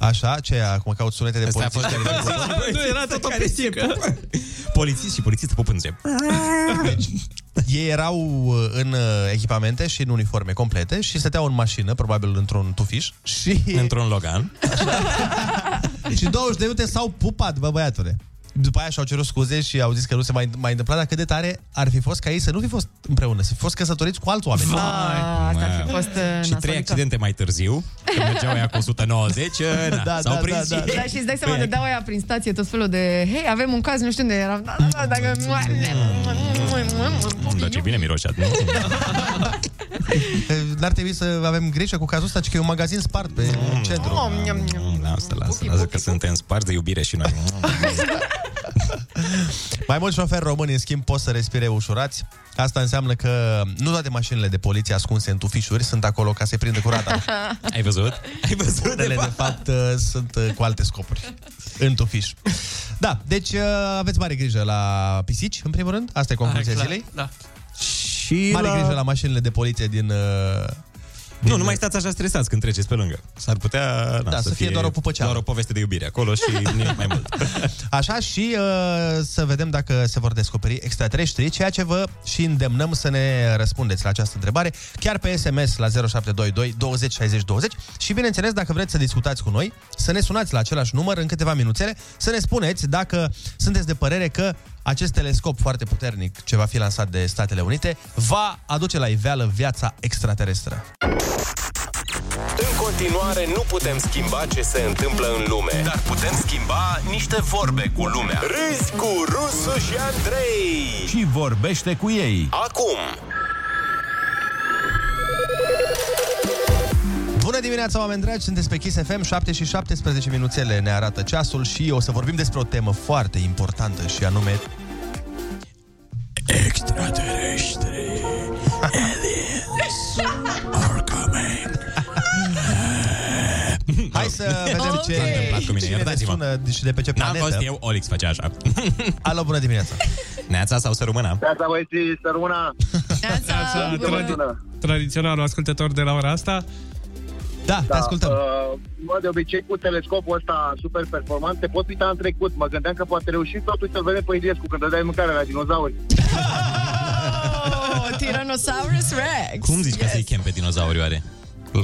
[SPEAKER 8] Așa, ce e acum caut sunete de
[SPEAKER 12] Asta a
[SPEAKER 8] polițiști.
[SPEAKER 12] fost
[SPEAKER 8] care se pupă?
[SPEAKER 10] Nu, era tot o pisică.
[SPEAKER 12] Polițist și polițist pup în gem.
[SPEAKER 8] Ei erau uh, în uh, echipamente și în uniforme complete și stăteau în mașină, probabil într-un tufiș și...
[SPEAKER 12] Într-un Logan.
[SPEAKER 8] și 20 de minute s-au pupat, bă, băiatule. După aia și-au cerut scuze și au zis că nu se mai, mai întâmpla, dar cât de tare ar fi fost ca ei să nu fi fost împreună, să fi fost căsătoriți cu alți oameni.
[SPEAKER 22] Vai, asta ar fi fost uh,
[SPEAKER 12] Și
[SPEAKER 22] nasol.
[SPEAKER 12] trei accidente mai târziu, când mergeau aia cu 190, uh, na,
[SPEAKER 8] Da,
[SPEAKER 12] s-au
[SPEAKER 8] da,
[SPEAKER 12] prins
[SPEAKER 8] da,
[SPEAKER 12] și ei.
[SPEAKER 22] Da, și îți dai seama,
[SPEAKER 12] Păi,
[SPEAKER 22] dădeau aia prin stație tot felul de Hei, avem un caz, nu știu unde eram Da, da, da, dacă...
[SPEAKER 12] mm, Dar ce bine miroșat, nu?
[SPEAKER 8] N-ar trebui să avem grijă cu cazul ăsta, ci că e un magazin spart pe centru.
[SPEAKER 12] Mm, Lasă, lasă, lasă, că suntem sparți de iubire și noi.
[SPEAKER 8] Mai mulți șoferi români, în schimb, pot să respire ușurați. Asta înseamnă că nu toate mașinile de poliție ascunse în tufișuri sunt acolo ca să-i prindă curata.
[SPEAKER 12] Ai văzut? Ai văzut?
[SPEAKER 8] Unele, de fapt, uh, sunt uh, cu alte scopuri. În tufiș. Da, deci uh, aveți mare grijă la pisici, în primul rând. Asta e concluzia
[SPEAKER 10] clar,
[SPEAKER 8] zilei.
[SPEAKER 10] Da.
[SPEAKER 12] Și
[SPEAKER 8] Mare
[SPEAKER 12] la-
[SPEAKER 8] grijă Ah, la mașinile de poliție din... uh,
[SPEAKER 12] Nu, nu mai stați așa stresați când treceți pe lângă. S-ar putea na,
[SPEAKER 8] Da, să fie doar o pupăceală.
[SPEAKER 12] Doar o poveste de iubire acolo și nimic mai mult.
[SPEAKER 8] Așa și uh, să vedem dacă se vor descoperi extraterestri, ceea ce vă și îndemnăm să ne răspundeți la această întrebare, chiar pe SMS la 0722 20 60 20 și bineînțeles dacă vreți să discutați cu noi, să ne sunați la același număr în câteva minuțele, să ne spuneți dacă sunteți de părere că acest telescop foarte puternic ce va fi lansat de Statele Unite va aduce la iveală viața extraterestră.
[SPEAKER 13] În continuare nu putem schimba ce se întâmplă în lume, dar putem schimba niște vorbe cu lumea. Râzi cu Rusu și Andrei.
[SPEAKER 23] Și vorbește cu ei.
[SPEAKER 13] Acum,
[SPEAKER 8] Bună dimineața, oameni dragi! Sunteți pe Kiss FM, 7 și 17 minuțele ne arată ceasul și o să vorbim despre o temă foarte importantă și anume...
[SPEAKER 23] Extraterestri. Aliens are coming.
[SPEAKER 8] Hai să vedem
[SPEAKER 23] Ok.
[SPEAKER 8] ce...
[SPEAKER 23] S-a întâmplat cu mine,
[SPEAKER 8] cine
[SPEAKER 12] iertați-mă.
[SPEAKER 8] ne sună și de pe ce
[SPEAKER 12] N-am
[SPEAKER 8] planetă.
[SPEAKER 12] fost eu, Olix face așa.
[SPEAKER 8] Alo, bună dimineața!
[SPEAKER 12] Neața sau să rămână?
[SPEAKER 24] Neața, băieții, să rămână!
[SPEAKER 10] Neața,
[SPEAKER 24] bună.
[SPEAKER 10] tradi- tradiționalul ascultător de la ora asta.
[SPEAKER 8] Da,
[SPEAKER 24] Da, Uh, mă, de obicei, cu telescopul ăsta super performant, te pot uita în trecut. Mă gândeam că poate reuși totuși să-l vedem pe Iliescu când dădeai mâncare la dinozauri.
[SPEAKER 22] Oh, Tyrannosaurus Rex.
[SPEAKER 12] Cum zici ca să-i chem pe dinozauri oare?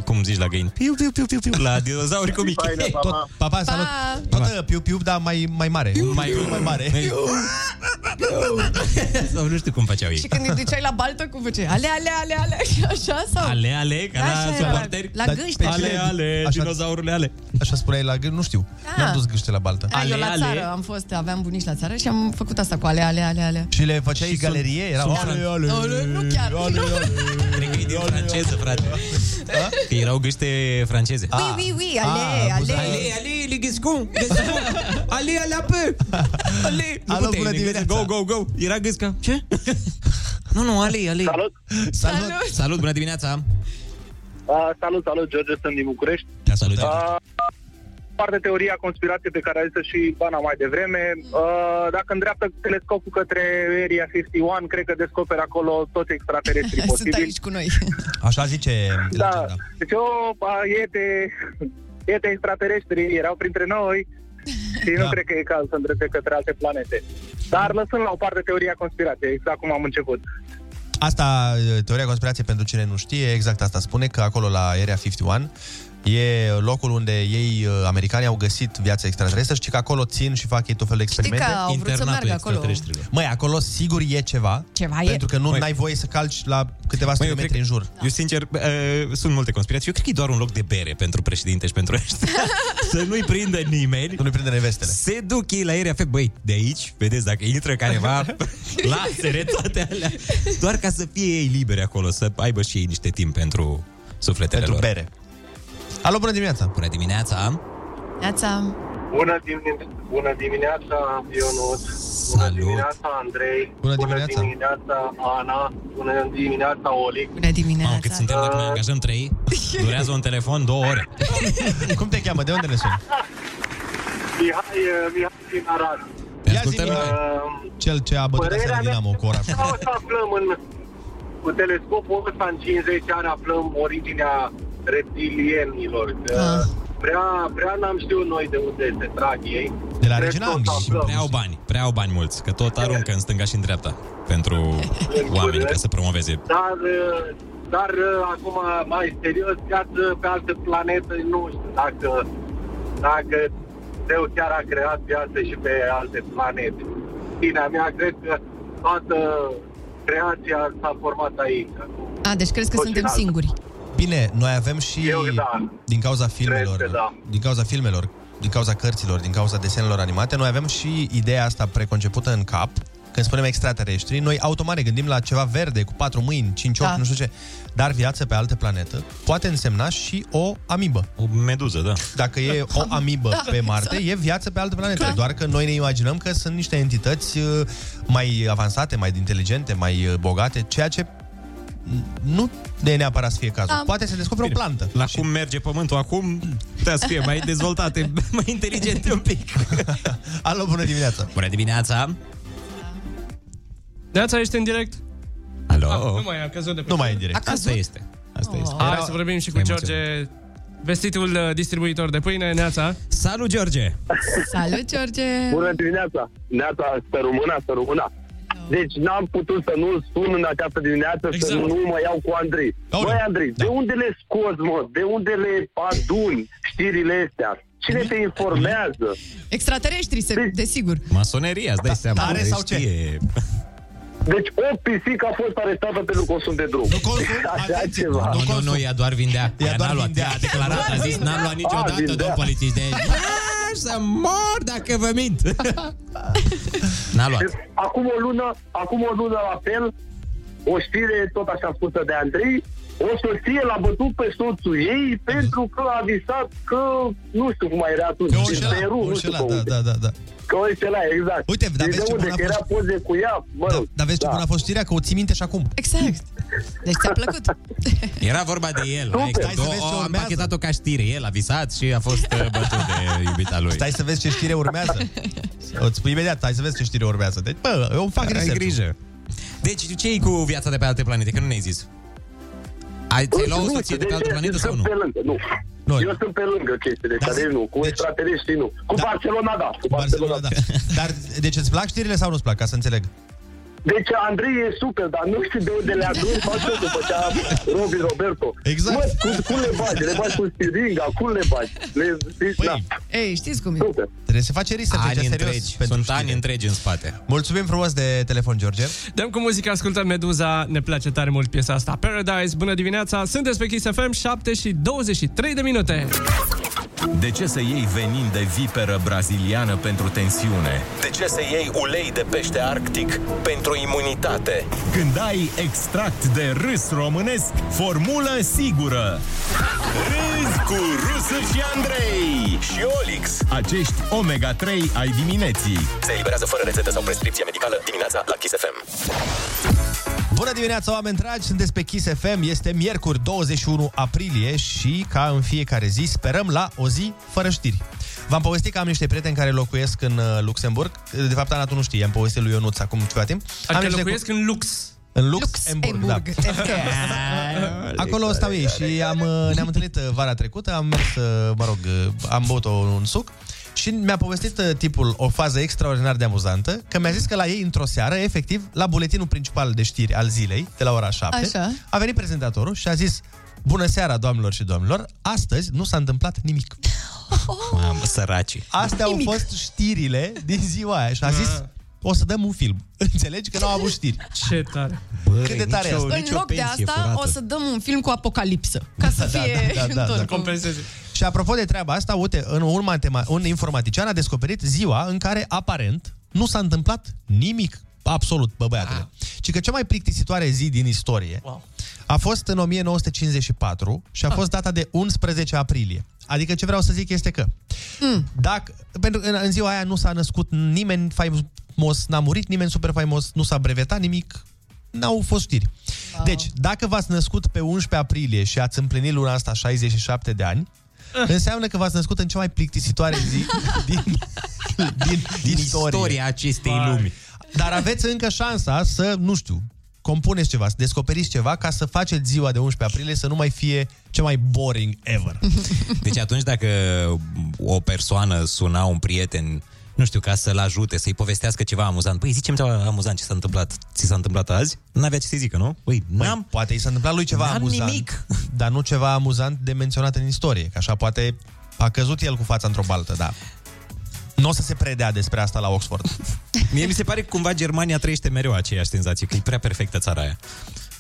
[SPEAKER 12] Cum zici la găini? Piu, piu, piu, piu, piu, la dinozauri cu mici.
[SPEAKER 13] Păi, da,
[SPEAKER 8] Tot, papa, salut! Toată piu-piu, dar mai, mai mare. Mai, mai mare.
[SPEAKER 12] sau nu știu cum făceau
[SPEAKER 22] Și
[SPEAKER 12] ei.
[SPEAKER 22] când îi duceai la baltă, cum făceai? Ale, ale, ale, ale, așa sau?
[SPEAKER 12] Ale, ale, ca
[SPEAKER 22] Da, Așa
[SPEAKER 12] la
[SPEAKER 22] era,
[SPEAKER 12] suporteri.
[SPEAKER 22] la Dar gâște. pe
[SPEAKER 12] Ale,
[SPEAKER 22] cine-
[SPEAKER 12] ale,
[SPEAKER 8] Așa-
[SPEAKER 12] dinozaurule ale.
[SPEAKER 8] Așa spuneai la gând, nu știu.
[SPEAKER 22] Ah.
[SPEAKER 8] N-am dus gâște la baltă.
[SPEAKER 22] Da, eu la țară am fost, aveam bunici la țară și am făcut asta cu ale, ale, ale, ale.
[SPEAKER 8] Și le făceai
[SPEAKER 12] Și sunt-
[SPEAKER 8] galerie? Era
[SPEAKER 12] sunt fran-
[SPEAKER 22] Ale, nu chiar.
[SPEAKER 12] Cred că e din franceză, frate. Că erau gâște franceze.
[SPEAKER 22] Ah. Oui,
[SPEAKER 8] Ah.
[SPEAKER 22] oui, oui, ale, ale.
[SPEAKER 12] ale, le ghiscon, ale, ale, apă. Ale, nu
[SPEAKER 8] Alo,
[SPEAKER 12] puteai,
[SPEAKER 8] bună
[SPEAKER 12] ne
[SPEAKER 8] dimineața.
[SPEAKER 12] gândeam, Go, go, go. Era gâsca. Ce? Nu, nu, ale, ale. Salut.
[SPEAKER 8] Salut.
[SPEAKER 12] Salut, bună dimineața.
[SPEAKER 24] Uh, salut, salut, George, sunt din București.
[SPEAKER 12] Te salut,
[SPEAKER 24] Uh, parte teoria conspirației pe care a zis și Bana mai devreme. Uh, dacă îndreaptă telescopul către Area 51, cred că descoperă acolo toți extraterestrii
[SPEAKER 22] Sunt
[SPEAKER 24] posibili.
[SPEAKER 22] aici cu noi.
[SPEAKER 8] Așa zice
[SPEAKER 24] Da, deci eu, a, e de, e de extraterestri, erau printre noi și
[SPEAKER 22] Da.
[SPEAKER 24] nu cred că e caz să îndrepte către alte planete. Dar lăsând la o parte teoria conspirației, exact cum am început.
[SPEAKER 8] Asta, teoria conspirației pentru cine nu știe, exact asta spune, că acolo la Area 51 e locul unde ei, uh, americanii, au găsit viața extraterestră și că acolo țin și fac ei tot felul de experimente.
[SPEAKER 22] au vrut să Internatul meargă acolo. extraterestrilor.
[SPEAKER 8] Măi, acolo sigur e ceva,
[SPEAKER 22] Ceva e.
[SPEAKER 8] pentru că nu
[SPEAKER 12] Măi.
[SPEAKER 8] ai voie să calci la câteva sute de metri în jur.
[SPEAKER 12] Eu, sincer, bă, uh, sunt multe conspirații. Eu cred că e doar un loc de bere pentru președinte și pentru ăștia. să nu-i prindă nimeni. Să
[SPEAKER 8] nu-i prindă nevestele.
[SPEAKER 12] Se duc ei la aerea fe, băi, de aici, vedeți, dacă intră careva, lasere toate alea. Doar ca să fie ei liberi acolo, să aibă și ei niște timp pentru sufletele
[SPEAKER 8] Pentru
[SPEAKER 12] lor.
[SPEAKER 8] bere. Alo, bună dimineața!
[SPEAKER 12] Bună dimineața!
[SPEAKER 22] Neața.
[SPEAKER 24] Bună, dimine- bună dimineața, Ionut! Bună dimineața, Andrei! Bună dimineața, bună dimineața Ana! Bună dimineața, Olic!
[SPEAKER 22] Bună dimineața!
[SPEAKER 12] Mamă, cât suntem dacă mai angajăm trei, durează un telefon două ore.
[SPEAKER 8] Cum te cheamă? De unde ne suni?
[SPEAKER 24] Mihai, uh, Mihai din Arad. uh,
[SPEAKER 8] Ia zi, Cel ce a bătut aseară Dinamo cu ora.
[SPEAKER 24] Sau o să aflăm în, cu telescopul ăsta în 50 ani aflăm originea reptilienilor. Că prea, prea n-am știut noi de unde se trag ei.
[SPEAKER 12] De la
[SPEAKER 24] Cred că o să
[SPEAKER 12] Și
[SPEAKER 24] aflăm.
[SPEAKER 12] prea au bani, prea au bani mulți, că tot aruncă în stânga și în dreapta pentru oameni ca să promoveze.
[SPEAKER 24] Dar, uh, dar uh, acum mai serios, viață pe altă planetă, nu știu dacă, dacă Dumnezeu chiar a creat viață și pe alte planete. Bine, mea cred că toată creația s-a format aici.
[SPEAKER 22] A, deci crezi că suntem singuri.
[SPEAKER 8] Bine, noi avem și Eu, da. din cauza filmelor, da. din cauza filmelor, din cauza cărților, din cauza desenelor animate, noi avem și ideea asta preconcepută în cap. Când spunem extraterestri, noi automat ne gândim la ceva verde cu patru mâini, cinci ochi, da. nu știu ce. Dar viață pe altă planetă poate însemna și o amibă.
[SPEAKER 12] O meduză, da.
[SPEAKER 8] Dacă e o amibă
[SPEAKER 12] Da,
[SPEAKER 8] pe Marte,
[SPEAKER 12] exact.
[SPEAKER 8] e viață pe altă planetă. Doar că noi ne imaginăm că sunt niște entități uh, mai avansate, mai inteligente, mai uh, bogate, ceea ce nu de neapărat să fie cazul.
[SPEAKER 12] Da.
[SPEAKER 8] Poate se descoperă o plantă.
[SPEAKER 12] La cum merge pământul acum, putea să fie mai dezvoltate, mai inteligente un pic.
[SPEAKER 8] Alo, bună dimineața!
[SPEAKER 12] Bună dimineața!
[SPEAKER 10] Neața, ești în direct?
[SPEAKER 12] Alo?
[SPEAKER 10] Ah, nu mai e, a căzut de pe
[SPEAKER 12] Nu
[SPEAKER 10] cer.
[SPEAKER 12] mai e în direct. A căzut? Asta este.
[SPEAKER 8] Oh.
[SPEAKER 12] Asta este.
[SPEAKER 10] Hai
[SPEAKER 12] Era-
[SPEAKER 10] să vorbim și cu
[SPEAKER 12] Ai
[SPEAKER 10] George, vestitul uh, distribuitor de pâine, Neața.
[SPEAKER 12] Salut, George!
[SPEAKER 22] Salut, George!
[SPEAKER 25] Bună dimineața! Neața, să rămână, să rămână. Deci n-am putut să nu-l sun în această dimineață, exact. să nu mă iau cu Andrei. Băi, Andrei, da. de unde le scoți, mă? De unde le aduni știrile astea? Cine te informează?
[SPEAKER 22] Extraterestri, se, desigur.
[SPEAKER 12] Masoneria, îți dai seama.
[SPEAKER 25] Tare
[SPEAKER 12] bă,
[SPEAKER 25] sau
[SPEAKER 12] știe.
[SPEAKER 25] Deci o pisică a fost arestată pentru consum de drog. Nu consum? Așa ceva.
[SPEAKER 12] Nu, nu, nu, ea doar vindea. Ea, ea doar n-a luat, vindea. a declarat, a zis, n-am luat
[SPEAKER 25] Ah,
[SPEAKER 12] niciodată,
[SPEAKER 25] vindea.
[SPEAKER 12] domn polițist. Deci, "Ah, să mor dacă vă mint. n-a luat.
[SPEAKER 25] Deci, Acum o lună, acum o lună la fel, o știre tot așa spusă de Andrei, o soție l-a bătut pe soțul ei pentru că a visat că, nu știu cum mai era atunci,
[SPEAKER 8] Că o
[SPEAKER 25] din
[SPEAKER 8] înșela,
[SPEAKER 25] Peru,
[SPEAKER 8] o
[SPEAKER 25] nu știu
[SPEAKER 8] înșela,
[SPEAKER 25] pe
[SPEAKER 8] da,
[SPEAKER 25] unde.
[SPEAKER 8] da, da, da.
[SPEAKER 25] Că o înșela, exact.
[SPEAKER 8] Uite, dar
[SPEAKER 25] Deci
[SPEAKER 8] vezi
[SPEAKER 25] de
[SPEAKER 8] ce
[SPEAKER 25] unde,
[SPEAKER 8] bună a
[SPEAKER 25] că era poze cu ea, mă rog.
[SPEAKER 8] Dar vezi ce
[SPEAKER 25] da.
[SPEAKER 8] bună a fost știrea? Că o ții minte și acum.
[SPEAKER 22] Exact. Deci ți-a plăcut.
[SPEAKER 12] Era vorba de el.
[SPEAKER 8] Super.
[SPEAKER 12] Exact.
[SPEAKER 8] Hai să
[SPEAKER 12] O-
[SPEAKER 8] vezi ce
[SPEAKER 12] o- am
[SPEAKER 8] urmează.
[SPEAKER 12] pachetat-o ca știre. El a visat și a fost uh, bătut de iubita lui.
[SPEAKER 8] Stai să vezi ce știre urmează. Îți spui imediat, hai să vezi ce știre urmează. Deci, bă, eu fac
[SPEAKER 12] Ai
[SPEAKER 8] research-ul.
[SPEAKER 12] grijă. Deci, ce e cu viața de pe alte planete? Că nu ne-ai zis. Ai, ți-ai luat o soție de pe altă planetă sau nu?
[SPEAKER 25] deci Pe lângă, nu.
[SPEAKER 8] nu.
[SPEAKER 25] Eu sunt pe lângă chestiile astea, deci nu. Cu deci, extraterestrii nu. Cu Barcelona, da. Cu Barcelona, da.
[SPEAKER 8] Dar, deci îți plac știrile sau nu-ți plac, ca să înțeleg?
[SPEAKER 25] Deci Andrei e super, dar nu știu de unde le adun, mă știu după ce a Robi Roberto.
[SPEAKER 8] Exact.
[SPEAKER 25] Mă, cum, cum le bagi? Le bagi cu stiringa, cum le bagi? Le zici, păi,
[SPEAKER 22] Ei, știți cum e.
[SPEAKER 25] Super.
[SPEAKER 8] Trebuie să faci research
[SPEAKER 12] Ani
[SPEAKER 8] aici, serios.
[SPEAKER 12] întregi. Sunt ani întregi în spate.
[SPEAKER 8] Mulțumim frumos de telefon, George.
[SPEAKER 10] Dăm cu muzica, ascultăm Meduza, ne place tare mult piesa asta. Paradise, bună dimineața, sunteți pe Kiss FM, 7 și 23 de minute.
[SPEAKER 6] De ce să iei venin de viperă braziliană pentru tensiune?
[SPEAKER 13] De ce să iei ulei de pește arctic pentru imunitate?
[SPEAKER 6] Când ai extract de râs românesc, formulă sigură.
[SPEAKER 13] Râzi cu Rusu și Andrei și Olix.
[SPEAKER 6] Acești omega-3 ai dimineții.
[SPEAKER 13] Se eliberează fără rețetă sau prescripție medicală dimineața la Kiss FM.
[SPEAKER 8] Bună dimineața, oameni dragi! Sunteți pe Kiss FM, este miercuri 21 aprilie și, ca în fiecare zi, sperăm la o zi fără știri. V-am povestit că am niște prieteni care locuiesc în uh, Luxemburg. De fapt, Ana, tu nu știi, am povestit lui Ionuț acum ceva timp.
[SPEAKER 10] Adică
[SPEAKER 8] niște
[SPEAKER 10] locuiesc în lux.
[SPEAKER 8] În Luxemburg, da. Acolo stau ei și am, uh, ne-am întâlnit uh, vara trecută, am mers, uh, mă rog, uh, am băut un suc și mi-a povestit uh, tipul o fază extraordinar de amuzantă, că mi-a zis că la ei într-o seară, efectiv, la buletinul principal de știri al zilei, de la ora 7,
[SPEAKER 11] Așa.
[SPEAKER 8] a venit prezentatorul și a zis Bună seara, doamnelor și domnilor, astăzi nu s-a întâmplat nimic.
[SPEAKER 12] Mamă, săraci.
[SPEAKER 8] Astea au fost știrile din ziua aia și a zis o să dăm un film. Înțelegi că nu au avut știri.
[SPEAKER 10] Ah. Ce tare.
[SPEAKER 8] Bă, Cât de tare
[SPEAKER 22] în loc de asta, o să dăm un film cu apocalipsă. Ca să
[SPEAKER 8] Da,
[SPEAKER 10] Da,
[SPEAKER 22] fie întors.
[SPEAKER 8] Și apropo de treaba asta, uite, în urma tema, un informatician a descoperit ziua în care, aparent, nu s-a întâmplat nimic absolut, bă băiatule.
[SPEAKER 22] Ah.
[SPEAKER 8] Ci că cea mai plictisitoare zi din istorie a fost în 1954 și a
[SPEAKER 22] Ah.
[SPEAKER 8] fost data de 11 aprilie. Adică ce vreau să zic este că
[SPEAKER 22] Hmm.
[SPEAKER 8] dacă, pentru că în, în ziua aia nu s-a născut nimeni faimos, n-a murit nimeni super faimos, nu s-a brevetat nimic, n-au fost știri. Deci, dacă v-ați născut pe 11 aprilie și ați împlinit luna asta 67 de ani, înseamnă că v-ați născut în cea mai plictisitoare zi din, din, din istoria. acestei lumi. Dar aveți încă șansa să, nu știu, compuneți ceva, să descoperiți ceva ca să faceți ziua de 11 aprilie să nu mai fie cea mai boring ever.
[SPEAKER 12] Deci atunci dacă o persoană suna un prieten nu știu, ca să-l ajute, să-i povestească ceva amuzant. Păi, zicem ceva amuzant ce s-a întâmplat. Ți s-a întâmplat azi? N-avea ce să-i zică, nu? Păi, n-am... Păi,
[SPEAKER 8] poate i s-a întâmplat lui ceva
[SPEAKER 12] n-am
[SPEAKER 8] amuzant,
[SPEAKER 12] nimic.
[SPEAKER 8] dar nu ceva amuzant de menționat în istorie, că așa poate a căzut el cu fața într-o baltă, da. Nu o să se predea despre asta la Oxford.
[SPEAKER 12] Mie mi se pare că cumva Germania trăiește mereu aceeași senzație, că e prea perfectă țara aia.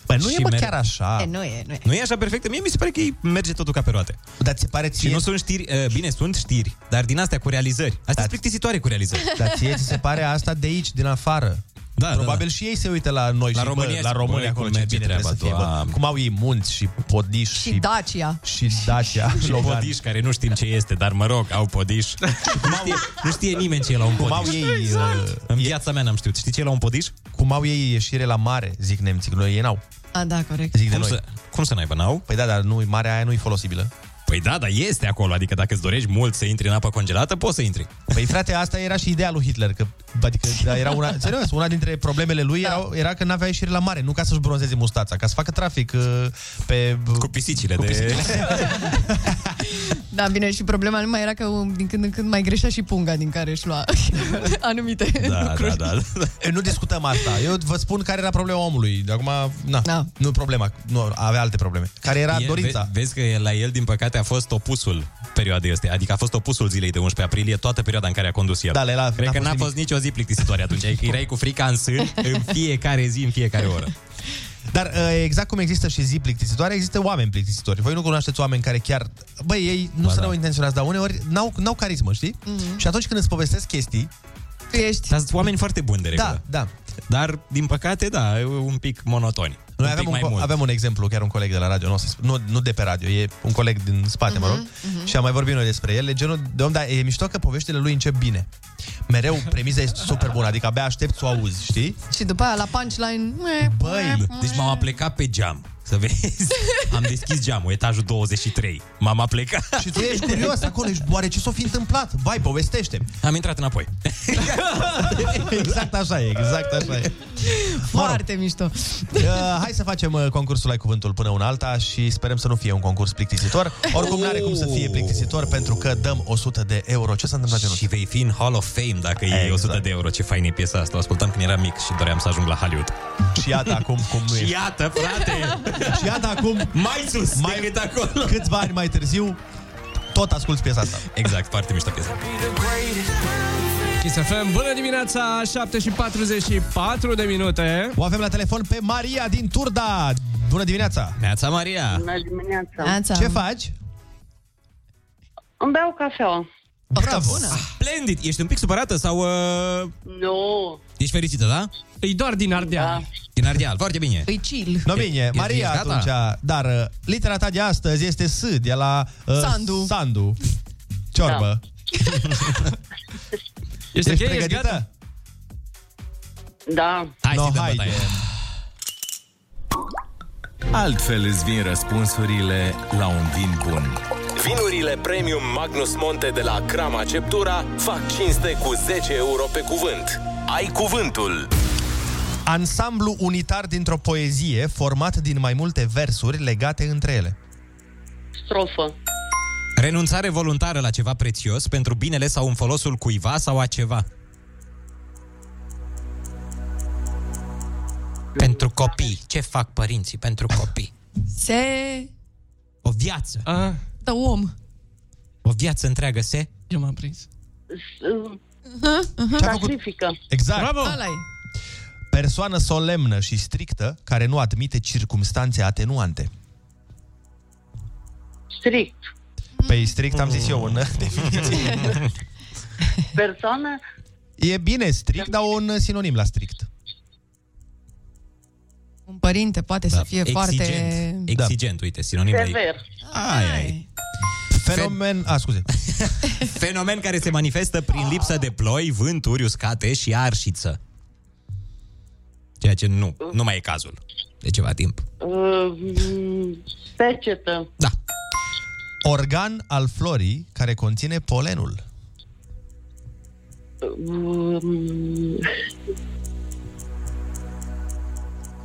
[SPEAKER 8] Bă, nu e, bă, chiar așa.
[SPEAKER 22] E, nu e, nu e.
[SPEAKER 12] Nu e așa perfectă? Mie mi se pare că ei merge totul ca pe roate.
[SPEAKER 8] Dar ți pare
[SPEAKER 12] Și nu sunt știri, uh, bine, sunt știri, dar din astea cu realizări. Astea sunt plictisitoare cu realizări.
[SPEAKER 8] Dar ție ți se pare asta de aici, din afară? Da, Probabil
[SPEAKER 12] da, da.
[SPEAKER 8] și ei se uită la noi
[SPEAKER 12] La
[SPEAKER 8] Păi și,
[SPEAKER 12] România
[SPEAKER 8] bă, la
[SPEAKER 12] și,
[SPEAKER 8] România
[SPEAKER 12] bă,
[SPEAKER 8] acolo
[SPEAKER 12] cum
[SPEAKER 8] ce
[SPEAKER 12] merge
[SPEAKER 8] bine trebuie să
[SPEAKER 12] treaba,
[SPEAKER 8] fie, bă.
[SPEAKER 12] Doamne.
[SPEAKER 8] Cum au ei munți și podiș și, da.
[SPEAKER 22] Și Dacia.
[SPEAKER 8] și Dacia.
[SPEAKER 12] Și
[SPEAKER 8] Logan.
[SPEAKER 12] Da, podiș, care nu știm ce este, dar mă rog, au podiș. nu, știe, nu știe nimeni ce e la un
[SPEAKER 8] Cum
[SPEAKER 12] podiș.
[SPEAKER 8] au ei, uh,
[SPEAKER 12] În viața mea n-am știut. Știi ce e la un podiș?
[SPEAKER 8] Cum au ei ieșire la mare, zic nemții, că noi ei n-au.
[SPEAKER 22] A, da, corect.
[SPEAKER 8] Zic de
[SPEAKER 12] Cum
[SPEAKER 8] noi.
[SPEAKER 12] să- cum să n-aibă, n-au?
[SPEAKER 8] Păi da, dar nu, marea aia nu e folosibilă.
[SPEAKER 12] Păi da, dar este acolo. Adică dacă îți dorești mult să intri în apă congelată, poți să intri.
[SPEAKER 8] Păi frate, asta era și ideea lui Hitler, că adică da, era una, serios, una dintre problemele lui era, era că n-avea ieșire la mare, nu ca să-și bronzeze mustața, ca să facă trafic uh, pe cu
[SPEAKER 12] pisicile,
[SPEAKER 8] cu
[SPEAKER 12] de-
[SPEAKER 8] pisicile.
[SPEAKER 22] Da, bine, și problema nu mai era că um, din când în când mai greșea și punga din care își lua anumite lucruri.
[SPEAKER 12] da, da.
[SPEAKER 8] Nu discutăm asta. Eu vă spun care era problema omului. Acum, na, da. nu problema, nu, avea alte probleme. Care era
[SPEAKER 12] El-
[SPEAKER 8] dorința.
[SPEAKER 12] Ve- vezi că el- la el, din păcate, a fost opusul perioadei ăstea. Adică a fost opusul zilei de 11 aprilie, toată perioada în care a condus el.
[SPEAKER 8] Da, le- la-
[SPEAKER 12] Cred
[SPEAKER 8] n-a
[SPEAKER 12] că
[SPEAKER 8] fost
[SPEAKER 12] n-a
[SPEAKER 8] nimic.
[SPEAKER 12] fost nicio zi plictisitoare atunci. Adică erai cu frica în sân, în fiecare zi, în fiecare oră.
[SPEAKER 8] Dar uh, exact cum există și zi plictisitoare, există oameni plictisitori. Voi nu cunoașteți oameni care chiar... Băi, ei nu
[SPEAKER 12] Ba
[SPEAKER 8] sunt
[SPEAKER 12] da.
[SPEAKER 8] rău intenționați, dar uneori n-au, n-au carismă, știi?
[SPEAKER 22] Mhm.
[SPEAKER 8] Și atunci când îți povestesc chestii...
[SPEAKER 22] Tu ești...
[SPEAKER 12] Dar sunt oameni foarte buni, de regulă.
[SPEAKER 8] Da, da.
[SPEAKER 12] Dar, din păcate, da, e un pic monotoni.
[SPEAKER 8] Noi
[SPEAKER 12] un
[SPEAKER 8] aveam
[SPEAKER 12] pic
[SPEAKER 8] un,
[SPEAKER 12] mai
[SPEAKER 8] co-
[SPEAKER 12] mult.
[SPEAKER 8] aveam un exemplu, chiar un coleg de la radio, nu, o să sp- nu, nu de pe radio, e un coleg din spate, uh-huh, mă rog, uh-huh. și am mai vorbit noi despre el, e genul de om, dar e mișto că poveștile lui încep bine. Mereu premiza este super bună, adică abia aștept să o auzi, știi?
[SPEAKER 22] Și după aia la punchline...
[SPEAKER 12] Băi, deci m-am aplecat pe geam. Să vezi, am deschis geamul, etajul 23. M-am aplecat.
[SPEAKER 8] Și tu ești curios acolo, ești, oare ce s-o fi întâmplat? Vai, povestește
[SPEAKER 12] Am intrat înapoi.
[SPEAKER 8] Exact așa e, exact așa e.
[SPEAKER 22] Foarte mișto.
[SPEAKER 8] Uh, hai să facem uh, concursul Ai Cuvântul până una alta și sperăm să nu fie un concurs plictisitor. Oricum n-are cum să fie plictisitor pentru că dăm 100 de euro. Ce s-a întâmplat, Ionuț?
[SPEAKER 12] Și vei fi în Hall of Fame dacă iei
[SPEAKER 8] Exact.
[SPEAKER 12] 100 de euro. Ce faină e piesa asta. O ascultam când eram mic și doream să ajung la Hollywood.
[SPEAKER 8] Și iată acum cum nu
[SPEAKER 12] Și
[SPEAKER 8] ești.
[SPEAKER 12] iată, frate!
[SPEAKER 8] Și iată acum
[SPEAKER 12] Mai sus mai... decât acolo.
[SPEAKER 8] Câțiva ani mai târziu tot asculti piesa asta.
[SPEAKER 12] Exact, foarte mișto piesa.
[SPEAKER 10] Kiss FM, bună dimineața, 7 și 44 de minute.
[SPEAKER 8] O avem la telefon pe Maria din Turda. Bună dimineața!
[SPEAKER 12] Neața, Maria!
[SPEAKER 26] Bună dimineața!
[SPEAKER 8] Ce faci?
[SPEAKER 26] Îmi beau cafeaua.
[SPEAKER 8] Bravo!
[SPEAKER 12] Ah, Splendid! Ești un pic supărată sau... Uh...
[SPEAKER 26] Nu,
[SPEAKER 12] Ești fericită, da?
[SPEAKER 10] E doar din Ardeal. Da.
[SPEAKER 12] Din Ardeal, foarte bine.
[SPEAKER 22] Păi chill.
[SPEAKER 8] No, bine,
[SPEAKER 12] Ești-
[SPEAKER 8] Maria
[SPEAKER 12] ești gata?
[SPEAKER 8] atunci, dar uh, litera ta de astăzi este S, de la uh,
[SPEAKER 22] Sandu.
[SPEAKER 8] Sandu. Ciorbă.
[SPEAKER 10] Ești,
[SPEAKER 8] Ești
[SPEAKER 10] ok? Ești
[SPEAKER 8] pregătită?
[SPEAKER 10] gata?
[SPEAKER 26] da.
[SPEAKER 12] Hai
[SPEAKER 8] No,
[SPEAKER 12] să-i dăm
[SPEAKER 8] haide.
[SPEAKER 12] bătaie.
[SPEAKER 23] Altfel îți vin răspunsurile la un vin bun.
[SPEAKER 13] Vinurile Premium Magnus Monte de la Crama Ceptura fac cinste cu 10 euro pe cuvânt. Ai cuvântul!
[SPEAKER 8] Ansamblu unitar dintr-o poezie format din mai multe versuri legate între ele.
[SPEAKER 26] Strofă.
[SPEAKER 12] Renunțare voluntară la ceva prețios pentru binele sau în folosul cuiva sau a ceva. Pentru copii. Ce fac părinții pentru copii?
[SPEAKER 11] Se
[SPEAKER 12] O viață.
[SPEAKER 10] Ah.
[SPEAKER 12] A?
[SPEAKER 11] dă om.
[SPEAKER 12] O viață întreagă se?
[SPEAKER 10] Eu m-am prins.
[SPEAKER 11] Uh-huh.
[SPEAKER 25] Pacifică.
[SPEAKER 8] Exact.
[SPEAKER 11] Ăla-i.
[SPEAKER 8] Persoană solemnă și strictă care nu admite circumstanțe atenuante.
[SPEAKER 26] Strict.
[SPEAKER 8] Pe Păi strict am zis eu în definiție.
[SPEAKER 26] Mm. Persoană
[SPEAKER 8] E bine strict, dar un sinonim la strict.
[SPEAKER 11] Un părinte poate
[SPEAKER 8] Da,
[SPEAKER 11] să fie foarte...
[SPEAKER 12] Exigent. Exigent, uite, sinonim de... Ai, ai.
[SPEAKER 8] Fenomen... A, scuze.
[SPEAKER 12] Fenomen care se manifestă prin lipsa de ploi, vânturi uscate și arșiță. Ceea ce nu, nu mai e cazul de ceva timp.
[SPEAKER 26] uh, secetă.
[SPEAKER 8] Organ al florii care conține polenul.
[SPEAKER 26] Uh,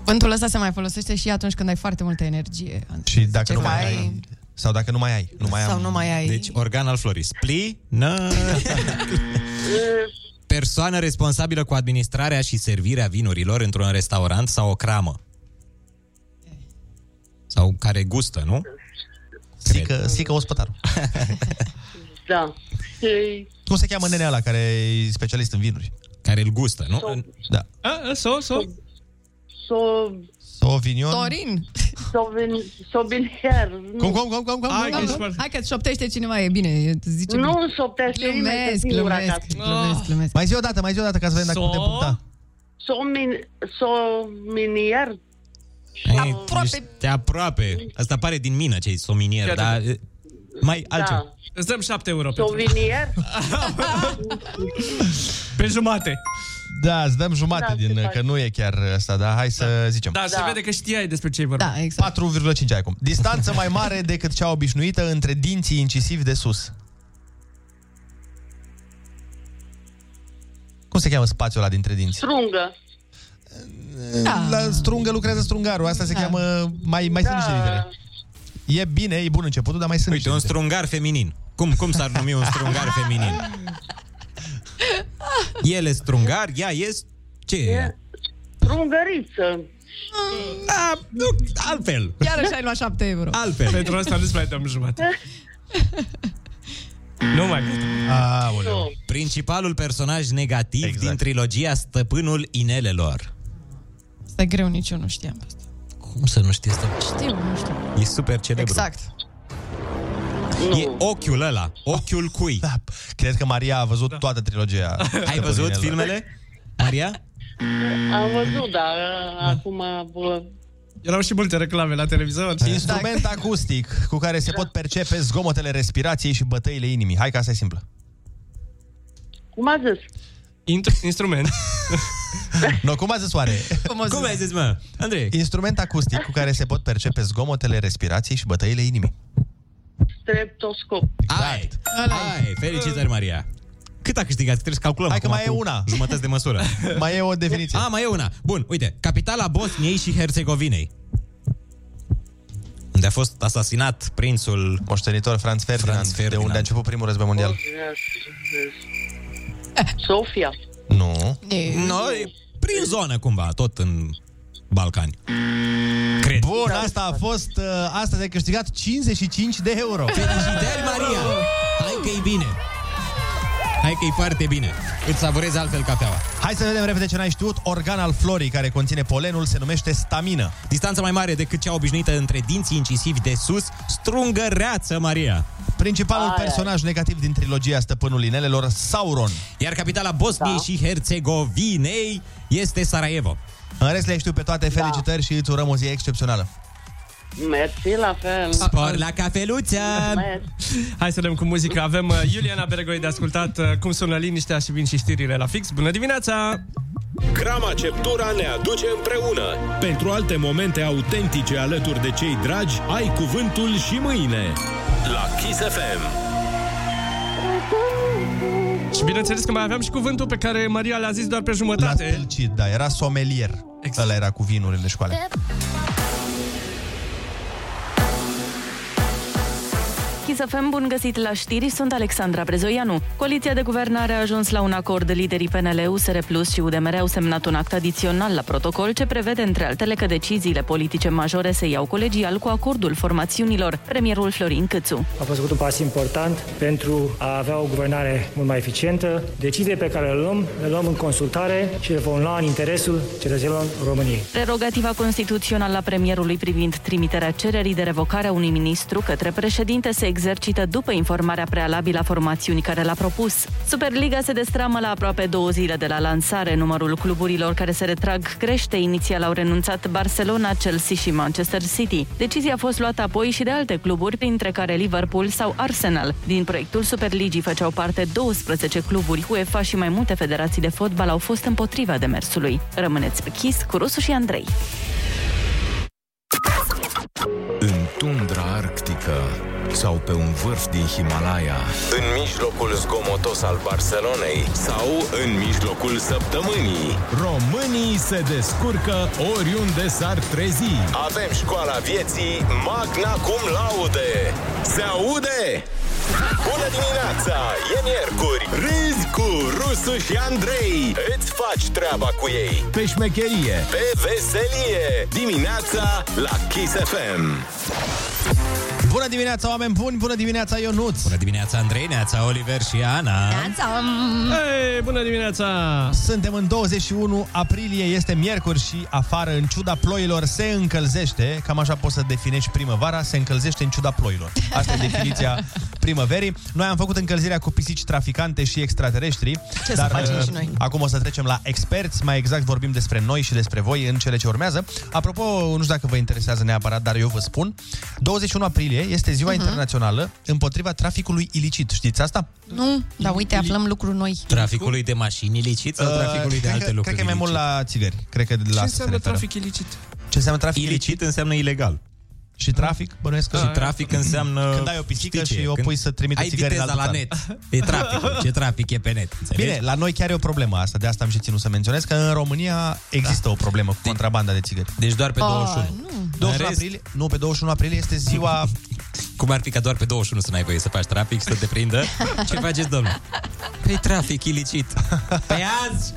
[SPEAKER 11] Vântul ăsta se mai folosește și atunci când ai foarte multă energie.
[SPEAKER 8] Și dacă
[SPEAKER 11] Ce
[SPEAKER 8] nu mai
[SPEAKER 11] mai-
[SPEAKER 8] ai... Sau dacă nu mai ai. Nu mai
[SPEAKER 11] Sau
[SPEAKER 8] am.
[SPEAKER 11] nu mai ai.
[SPEAKER 12] Deci, organ al florii. Spli, nă... Persoană responsabilă cu administrarea și servirea vinurilor într-un restaurant sau o cramă. Sau care gustă, nu?
[SPEAKER 8] Sică, sică ospătarul.
[SPEAKER 26] Da. Și
[SPEAKER 8] Cum se cheamă nenea ăla care e specialist în vinuri?
[SPEAKER 12] Care îl gustă, nu?
[SPEAKER 8] Da.
[SPEAKER 10] A, so, so.
[SPEAKER 26] so,
[SPEAKER 8] Sauvignon.
[SPEAKER 26] Sovin, sobilier.
[SPEAKER 8] Cum, cum, cum, cum, cum?
[SPEAKER 11] Hai,
[SPEAKER 8] cum,
[SPEAKER 11] că
[SPEAKER 8] cum?
[SPEAKER 11] Hai că șoptește cineva, e bine. Zice
[SPEAKER 26] Nu îmi șoptește nimeni,
[SPEAKER 11] glumesc,
[SPEAKER 26] că singura
[SPEAKER 11] glumesc,
[SPEAKER 26] acasă.
[SPEAKER 11] glumesc, glumesc.
[SPEAKER 8] Mai zi o dată, mai zi o dată ca să vedem dacă
[SPEAKER 26] So-
[SPEAKER 8] putem puncta.
[SPEAKER 26] Somin, sominier.
[SPEAKER 12] Aproape. Te aproape. Asta pare din mină cei sominier,
[SPEAKER 10] Chiar
[SPEAKER 12] dar... eh,
[SPEAKER 10] dacă-
[SPEAKER 12] Mai altceva.
[SPEAKER 10] Îți dăm 7 euro pentru.
[SPEAKER 26] Sovinier.
[SPEAKER 10] Pe jumate.
[SPEAKER 8] Da, îți dăm jumate
[SPEAKER 10] Da,
[SPEAKER 8] din,
[SPEAKER 10] se face.
[SPEAKER 8] că nu e chiar asta, dar hai să zicem.
[SPEAKER 10] Da, da, se vede că știai despre ce e vorba.
[SPEAKER 11] Da, exact.
[SPEAKER 8] 4,5 ai acum. Distanță mai mare decât cea obișnuită între dinții incisivi de sus. Cum se cheamă spațiul ăla dintre dinți?
[SPEAKER 26] Strungă.
[SPEAKER 8] Da. La strungă lucrează strungarul, asta se cheamă... Mai, mai da. sunt niște litere. E bine, e bun începutul, dar mai sunt
[SPEAKER 12] Uite, un strungar feminin. Cum, cum s-ar numi un strungar feminin? El e strungar, ea e... s- Ce e? ea?
[SPEAKER 26] Strungăriță.
[SPEAKER 12] Da, nu, altfel.
[SPEAKER 11] Iarăși ai luat 7 euro.
[SPEAKER 12] Altfel.
[SPEAKER 10] Pentru asta nu-ți mai dăm jumate.
[SPEAKER 12] Nu mai
[SPEAKER 26] Nu.
[SPEAKER 12] Principalul personaj negativ exact. din trilogia Stăpânul Inelelor.
[SPEAKER 11] Asta e greu, nici eu nu știam. pe asta.
[SPEAKER 12] Cum să nu știi asta?
[SPEAKER 11] Știu, nu știu.
[SPEAKER 12] E super celebru.
[SPEAKER 11] Exact.
[SPEAKER 12] E ochiul ăla. Ochiul cui? Da.
[SPEAKER 8] Cred că Maria a văzut da. toată trilogia. Stăpânii
[SPEAKER 12] văzut
[SPEAKER 8] Nelor.
[SPEAKER 12] filmele? Maria?
[SPEAKER 26] Am văzut, dar uh, acum... uh, Bă,
[SPEAKER 10] Erau și multe reclame la televizor.
[SPEAKER 8] Da. Instrument acustic cu care se pot percepe zgomotele respirației și bătăile inimii. Hai că asta e simplă.
[SPEAKER 26] cum a zis?
[SPEAKER 10] Int- instrument.
[SPEAKER 8] No, cum a zis oare?
[SPEAKER 11] Cum, a
[SPEAKER 12] Cum ai zis, mă? Andrei?
[SPEAKER 8] Instrument acustic cu care se pot percepe zgomotele respirației și bătăile inimii.
[SPEAKER 26] Streptoscop.
[SPEAKER 12] Ai, ai, Exact. felicitări, Maria. Cât a câștigat? Trebuie să calculăm
[SPEAKER 8] Hai că
[SPEAKER 12] acum
[SPEAKER 8] mai e
[SPEAKER 12] cu
[SPEAKER 8] una.
[SPEAKER 12] Jumătăți de măsură.
[SPEAKER 8] Mai e o definiție.
[SPEAKER 12] A, mai e una. Bun, uite. Capitala Bosniei și Herțegovinei. Unde a fost asasinat prințul...
[SPEAKER 8] Moștenitor Franz Ferdinand, Franz Ferdinand. de unde a început primul război mondial.
[SPEAKER 26] Sofia.
[SPEAKER 8] Nu.
[SPEAKER 12] No, e prin zonă cumva, tot în Balcani. Cred.
[SPEAKER 8] Bun, asta a fost, uh, asta ai câștigat 55 de euro.
[SPEAKER 12] Felicitări, Maria! Hai că e bine! Hai că e foarte bine. Îți savurezi altfel cafeaua.
[SPEAKER 8] Hai să vedem repede ce n-ai știut. Organ al florii care conține polenul se numește stamină.
[SPEAKER 12] Distanța mai mare decât cea obișnuită între dinții incisivi de sus, strungăreață, Maria.
[SPEAKER 8] Principalul personaj negativ din trilogia Stăpânul Inelelor, Sauron.
[SPEAKER 12] Iar capitala Bosniei da. și Herțegovinei este Sarajevo. Da.
[SPEAKER 8] În rest le știu pe toate, felicitări și îți urăm o zi excepțională.
[SPEAKER 26] Mersi la fel.
[SPEAKER 12] Spor la cafeluță!
[SPEAKER 10] Hai să dăm cu muzică. Avem uh, Iuliana Bergoi de ascultat uh, cum sună liniștea și vin și știrile la fix. Bună dimineața!
[SPEAKER 13] Grama Ceptura ne aduce împreună.
[SPEAKER 6] Pentru alte momente autentice alături de cei dragi, ai cuvântul și mâine.
[SPEAKER 13] La Kiss FM.
[SPEAKER 10] Și bineînțeles că mai aveam și cuvântul pe care Maria l-a zis doar pe jumătate.
[SPEAKER 8] La stâlcit, da, era somelier. Exact. Ăla era cu vinurile și cu alea.
[SPEAKER 14] Chisafem, bun găsit la știri, sunt Alexandra Brezoianu. Coaliția de guvernare a ajuns la un acord. Liderii PNL, USR Plus și UDMR au semnat un act adițional la protocol ce prevede, între altele, că deciziile politice majore se iau colegial cu acordul formațiunilor. Premierul Florin Câțu.
[SPEAKER 4] A fost făcut un pas important pentru a avea o guvernare mult mai eficientă. Deciziile pe care le luăm, le luăm în consultare și le vom lua în interesul cetățenilor României.
[SPEAKER 14] Prerogativa constituțională a premierului privind trimiterea cererii de revocare a unui ministru către președinte se exercită după informarea prealabilă a formațiunii care l-a propus. Superliga se destramă la aproape două zile de la lansare. Numărul cluburilor care se retrag crește. Inițial au renunțat Barcelona, Chelsea și Manchester City. Decizia a fost luată apoi și de alte cluburi, printre care Liverpool sau Arsenal. Din proiectul Superligii făceau parte 12 cluburi. UEFA și mai multe federații de fotbal au fost împotriva demersului. Rămâneți pe Kiss cu Rusu și Andrei.
[SPEAKER 7] În tundra arctică sau pe un vârf din Himalaya.
[SPEAKER 13] În mijlocul zgomotos al Barcelonei sau în mijlocul săptămânii.
[SPEAKER 6] Românii se descurcă oriunde s-ar trezi.
[SPEAKER 13] Avem școala vieții Magna Cum Laude. Se aude? Bună dimineața! E miercuri! Râzi cu Rusu și Andrei. Îți faci treaba cu ei.
[SPEAKER 6] Pe șmecherie.
[SPEAKER 13] Pe veselie. Dimineața la Kiss FM.
[SPEAKER 8] Bună dimineața, oameni buni! Bună dimineața, Ionuț! Bună
[SPEAKER 12] dimineața, Andrei, neața, Oliver și Ana.
[SPEAKER 11] Da,
[SPEAKER 10] Hey, bună dimineața!
[SPEAKER 8] Suntem în 21 aprilie, este miercuri și afară, în ciuda ploilor, se încălzește. Cam așa poți să definești primăvara, se încălzește în ciuda ploilor. Asta e definiția primăverii. Noi am făcut încălzirea cu pisici traficante și extraterestri.
[SPEAKER 11] Ce să facem
[SPEAKER 8] uh,
[SPEAKER 11] și noi?
[SPEAKER 8] Acum o să trecem la experți, mai exact vorbim despre noi și despre voi în cele ce urmează. Apropo, nu știu dacă vă interesează neapărat, dar eu vă spun. 21 aprilie este ziua uh-huh.
[SPEAKER 11] Mhm.
[SPEAKER 8] internațională împotriva traficului ilicit. Știți asta?
[SPEAKER 11] Nu, dar uite, aflăm lucruri noi.
[SPEAKER 12] Traficului de mașini ilicit sau traficului de
[SPEAKER 8] Uh, cred
[SPEAKER 12] alte
[SPEAKER 8] că, Cred
[SPEAKER 12] lucruri
[SPEAKER 8] că e mai mult
[SPEAKER 12] ilicite?
[SPEAKER 8] la țigări. Cred că de la
[SPEAKER 12] Ce
[SPEAKER 8] asta se
[SPEAKER 12] înseamnă
[SPEAKER 8] referă.
[SPEAKER 12] trafic
[SPEAKER 10] ilicit?
[SPEAKER 8] Ce înseamnă trafic ilicit?
[SPEAKER 12] Ilicit înseamnă ilegal.
[SPEAKER 8] Și trafic, bănuiesc că...
[SPEAKER 12] Și trafic înseamnă...
[SPEAKER 8] Când ai o pisică
[SPEAKER 12] știi ce
[SPEAKER 8] și
[SPEAKER 12] e,
[SPEAKER 8] o
[SPEAKER 12] când
[SPEAKER 8] pui să trimite
[SPEAKER 12] ai
[SPEAKER 8] țigări în
[SPEAKER 12] viteza
[SPEAKER 8] altă
[SPEAKER 12] la
[SPEAKER 8] țară.
[SPEAKER 12] net. E trafic. Ce trafic e pe net. Înțelegi?
[SPEAKER 8] Bine, la noi chiar e o problemă asta, de asta am și ținut să menționez că în România există o problemă cu contrabanda de țigări.
[SPEAKER 12] Deci doar Da. pe
[SPEAKER 8] Ah, nu.
[SPEAKER 12] 21.
[SPEAKER 8] 21 aprilie? Nu, pe 21 aprilie este ziua...
[SPEAKER 12] Cum ar fi ca doar pe 21 să n-ai voie să faci trafic și să te prindă? Ce faceți, domnule? Păi trafic ilicit. Păi azi!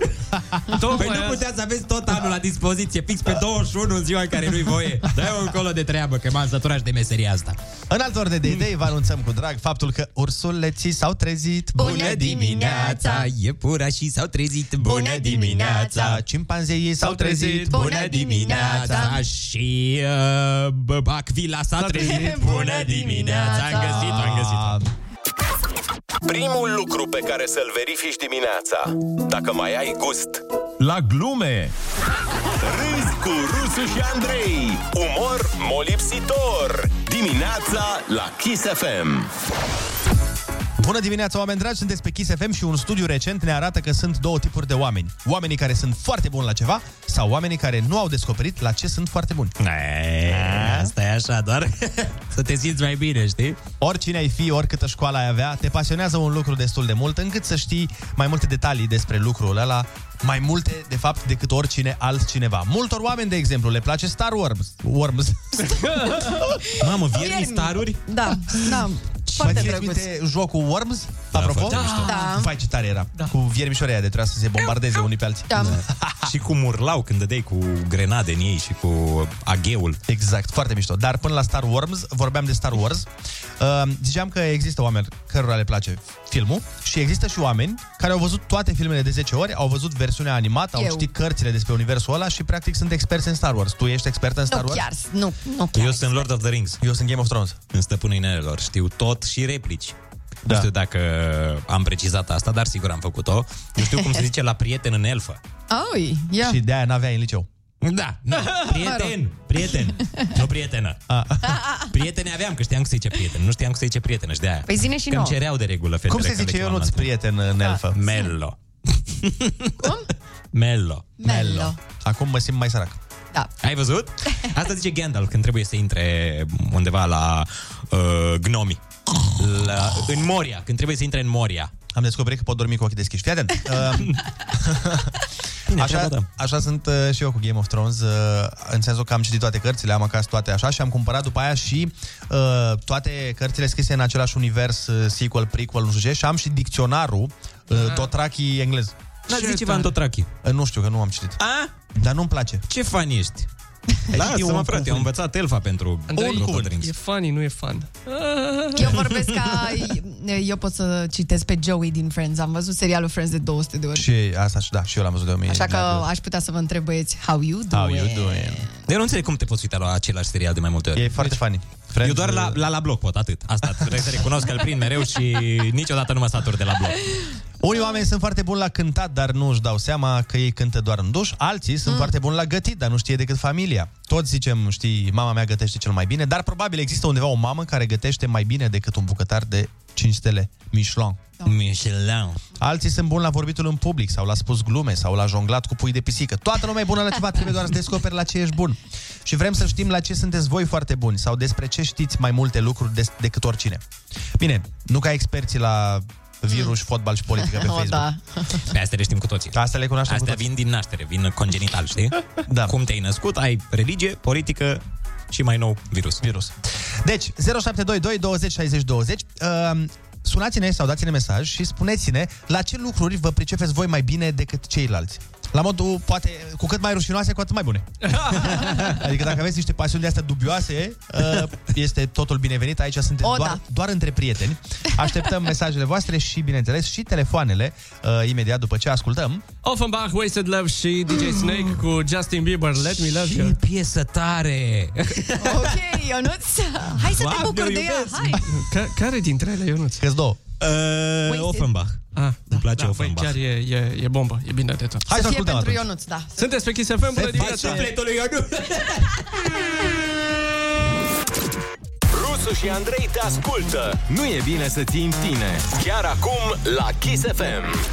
[SPEAKER 10] Tocmai
[SPEAKER 12] păi nu
[SPEAKER 10] azi.
[SPEAKER 12] puteți să aveți tot anul la dispoziție, fix pe 21 în ziua în care nu-i voie. Dă-o încolo de treabă, că m-am săturat și de meseria asta.
[SPEAKER 8] În altă ordine de idei, vă anunțăm cu drag faptul că ursuleții s-au trezit.
[SPEAKER 12] Bună dimineața, iepurașii s-au trezit Bună dimineața,
[SPEAKER 8] cimpanzeii s-au trezit
[SPEAKER 12] Bună dimineața Și uh, bă, acvila s-a trezit Bună dimineața, am găsit, am găsit
[SPEAKER 13] Primul lucru pe care să-l verifici dimineața, dacă mai ai gust.
[SPEAKER 6] La glume!
[SPEAKER 13] Râzi cu Rusu și Andrei. Umor molipsitor. Dimineața la Kiss FM.
[SPEAKER 8] Bună dimineața, oameni dragi! Sunteți pe Kiss FM și un studiu recent ne arată că sunt două tipuri de oameni. Oamenii care sunt foarte buni la ceva sau oamenii care nu au descoperit la ce sunt foarte buni.
[SPEAKER 12] E, Asta e așa, doar să te simți mai bine, știi?
[SPEAKER 8] Oricine ai fi, oricâtă școală ai avea, te pasionează un lucru destul de mult încât să știi mai multe detalii despre lucrul ăla, mai multe, de fapt, decât oricine altcineva. Multor oameni, de exemplu, le place Star Worms. Worms.
[SPEAKER 12] Mamă, vierni staruri?
[SPEAKER 22] Da, da.
[SPEAKER 8] Foarte
[SPEAKER 22] Foarte
[SPEAKER 8] Mai țineți
[SPEAKER 22] drăguț.
[SPEAKER 8] minte jocul Worms? Da, Apropo?
[SPEAKER 22] foarte mișto. Da.
[SPEAKER 8] Vai ce tare era. Da. Cu viermișoarea de trebuia să se bombardeze unii pe alții.
[SPEAKER 22] Da.
[SPEAKER 12] și cum urlau când dădeai cu grenade în ei și cu agheul.
[SPEAKER 8] Exact, foarte mișto. Dar până la Star Wars, vorbeam de Star Wars, uh, ziceam că există oameni cărora le place filmul și există și oameni care au văzut toate filmele de 10 ori, au văzut versiunea animată, au
[SPEAKER 11] Eu.
[SPEAKER 8] citit cărțile despre universul ăla și practic sunt experți în Star Wars. Tu ești expert în Star
[SPEAKER 11] Nu
[SPEAKER 8] Wars?
[SPEAKER 11] chiar, nu, nu chiar.
[SPEAKER 12] Eu sunt Lord of the Rings.
[SPEAKER 8] Eu sunt Game of Thrones.
[SPEAKER 12] În stăpânul inelelor. Știu tot și replici. Da. Nu știu dacă am precizat asta, dar sigur am făcut-o. Nu știu cum se zice la prieten în elfă.
[SPEAKER 11] Aui, ia.
[SPEAKER 8] Și de aia n-aveai în liceu.
[SPEAKER 12] Da, da. Prieten, prieten, nu prietenă.
[SPEAKER 26] Ah,
[SPEAKER 12] Prietene aveam, că știam că se zice prieten. Nu știam că se zice prietenă și de aia.
[SPEAKER 11] Păi zine și
[SPEAKER 12] că îmi
[SPEAKER 11] nouă. Ah.
[SPEAKER 12] cereau de regulă
[SPEAKER 8] Cum
[SPEAKER 12] fetele
[SPEAKER 8] se
[SPEAKER 12] când
[SPEAKER 8] zice
[SPEAKER 12] le
[SPEAKER 8] eu
[SPEAKER 12] chemam
[SPEAKER 8] nu-ți
[SPEAKER 12] la-
[SPEAKER 8] prieten în elfă?
[SPEAKER 12] Mello. Mello.
[SPEAKER 11] Mello.
[SPEAKER 12] Acum mă simt mai sărac.
[SPEAKER 11] Da.
[SPEAKER 12] Ai văzut? Asta zice Gandalf când trebuie să intre undeva la uh, gnomi. La, în Moria, când trebuie să intre în Moria.
[SPEAKER 8] Am descoperit că pot dormi cu ochii deschiși. Fii atent. Uh, așa, așa sunt uh, și eu cu Game of Thrones, uh, în sensul că am citit toate cărțile, am acasă toate așa și am cumpărat după aia și uh, toate cărțile scrise în același univers, uh, sequel, prequel, nu știu ce, și am și dicționarul uh,
[SPEAKER 12] Ah.
[SPEAKER 8] Dothraki englez. Uh,
[SPEAKER 12] Da, zi ceva în Dothraki. Ah,
[SPEAKER 8] Nu știu, că nu am citit.
[SPEAKER 12] A?
[SPEAKER 8] Dar nu-mi place.
[SPEAKER 12] Ce fan ești?
[SPEAKER 8] știu,
[SPEAKER 12] Lasă-mă,
[SPEAKER 8] un
[SPEAKER 12] frate, am
[SPEAKER 8] cuvânt.
[SPEAKER 12] învățat elfa pentru
[SPEAKER 10] Andrei,
[SPEAKER 12] pentru
[SPEAKER 10] un.
[SPEAKER 12] drinks.
[SPEAKER 10] E funny, nu e fan.
[SPEAKER 11] Eu vorbesc ca... Eu pot să citesc pe Joey din Friends. Am văzut serialul Friends de 200 de ori.
[SPEAKER 8] Și asta, și da, și eu l-am văzut de 1000.
[SPEAKER 11] Așa că aș putea să vă întreb, băieți, how you do
[SPEAKER 12] How
[SPEAKER 11] it?
[SPEAKER 12] you doing? Eu nu înțeleg cum te poți uita la același serial de mai multe ori.
[SPEAKER 8] E foarte funny.
[SPEAKER 12] Friends, eu doar la, la, la bloc pot, atât. Asta trebuie să recunosc că îl prind mereu și niciodată nu mă satur de la bloc.
[SPEAKER 8] Unii oameni sunt foarte buni la cântat, dar nu își dau seama că ei cântă doar în duș. Alții sunt foarte buni la gătit, dar nu știe decât familia. Toți zicem, știi, mama mea gătește cel mai bine, dar probabil există undeva o mamă care gătește mai bine decât un bucătar de 5 stele. Michelin.
[SPEAKER 12] Michelin.
[SPEAKER 8] Alții sunt buni la vorbitul în public sau la spus glume sau la jonglat cu pui de pisică. Toată lumea e bună la ceva, trebuie doar să descoperi la ce ești bun. Și vrem să știm la ce sunteți voi foarte buni sau despre ce știți mai multe lucruri des- decât oricine. Bine, nu ca experții la virus, fotbal și politică pe Facebook.
[SPEAKER 12] Pe astea le știm cu toții.
[SPEAKER 8] Astea le cunoaștem
[SPEAKER 12] Astea vin din naștere, vin congenital, știi?
[SPEAKER 8] Da.
[SPEAKER 12] Cum te-ai născut, ai religie, politică și mai nou virus.
[SPEAKER 8] Virus. Deci, 0722 20 60 20. Uh, sunați-ne sau dați-ne mesaj și spuneți-ne la ce lucruri vă pricepeți voi mai bine decât ceilalți. La modul, poate, cu cât mai rușinoase, cu atât mai bune. adică dacă aveți niște pasiuni de astea dubioase, uh, este totul binevenit. Aici suntem
[SPEAKER 11] O,
[SPEAKER 8] doar,
[SPEAKER 11] da.
[SPEAKER 8] doar între prieteni. Așteptăm mesajele voastre și, bineînțeles, și telefoanele uh, imediat după ce ascultăm.
[SPEAKER 10] Offenbach, Wasted Love și DJ Snake cu Justin Bieber, Let Me Love You.
[SPEAKER 12] piesă tare!
[SPEAKER 11] Ok, Ionuț, hai să te
[SPEAKER 10] Doamne,
[SPEAKER 11] bucur de ea,
[SPEAKER 10] iubesc!
[SPEAKER 11] hai!
[SPEAKER 10] Ca- care dintre ele, Ionuț?
[SPEAKER 8] Că-s două.
[SPEAKER 12] Uh, Offenbach.
[SPEAKER 10] Ah, Îmi
[SPEAKER 12] place
[SPEAKER 10] da, Offenbach. Chiar e, e, e bombă, e bine de tot.
[SPEAKER 11] Hai să fie pentru Ionuț, da.
[SPEAKER 10] Sunteți pe Kiss FM, bună dimineața!
[SPEAKER 12] lui Ionuț!
[SPEAKER 13] Rusu și Andrei te ascultă.
[SPEAKER 27] Nu e bine să ții în tine.
[SPEAKER 13] Chiar acum la Kiss FM.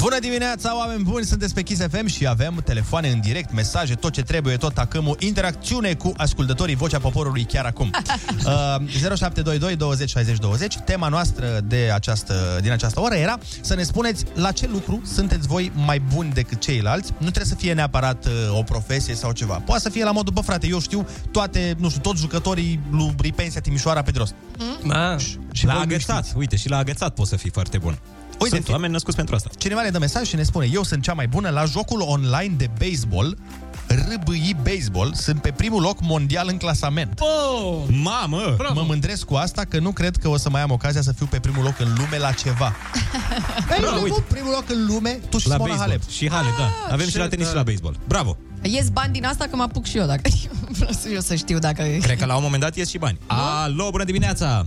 [SPEAKER 8] Bună dimineața, oameni buni! Sunteți pe Kiss FM și avem telefoane în direct, mesaje, tot ce trebuie, tot acâmul, interacțiune cu ascultătorii Vocea Poporului chiar acum. Uh, 0722 20 60 20. Tema noastră de această, din această oră era să ne spuneți la ce lucru sunteți voi mai buni decât ceilalți. Nu trebuie să fie neapărat uh, o profesie sau ceva. Poate să fie la modul, bă frate, eu știu toate, nu știu, toți jucătorii lui Ripensia Timișoara pe de rost.
[SPEAKER 10] Da.
[SPEAKER 12] Și la agățat, uite, și la agățat poți să fii foarte bun. Uite, Sunt oameni născuți pentru asta.
[SPEAKER 8] Cineva ne dă mesaj și ne spune Eu sunt cea mai bună la jocul online de baseball RBI Baseball Sunt pe primul loc mondial în clasament
[SPEAKER 10] oh!
[SPEAKER 12] Mamă!
[SPEAKER 8] Mă mândresc cu asta că nu cred că o să mai am ocazia să fiu pe primul loc în lume la ceva Ei,
[SPEAKER 12] Bravo,
[SPEAKER 8] nu,
[SPEAKER 12] uite.
[SPEAKER 8] primul loc în lume Tu și
[SPEAKER 12] la
[SPEAKER 8] Simona
[SPEAKER 12] baseball.
[SPEAKER 8] Halep
[SPEAKER 12] Și Halep,
[SPEAKER 11] Ah,
[SPEAKER 12] da. Avem și la tenis și la baseball. Bravo!
[SPEAKER 11] Ies bani din asta că mă apuc și eu, dacă vreau să, eu să știu dacă...
[SPEAKER 12] Cred că la un moment dat ies și bani. Alo, bună dimineața!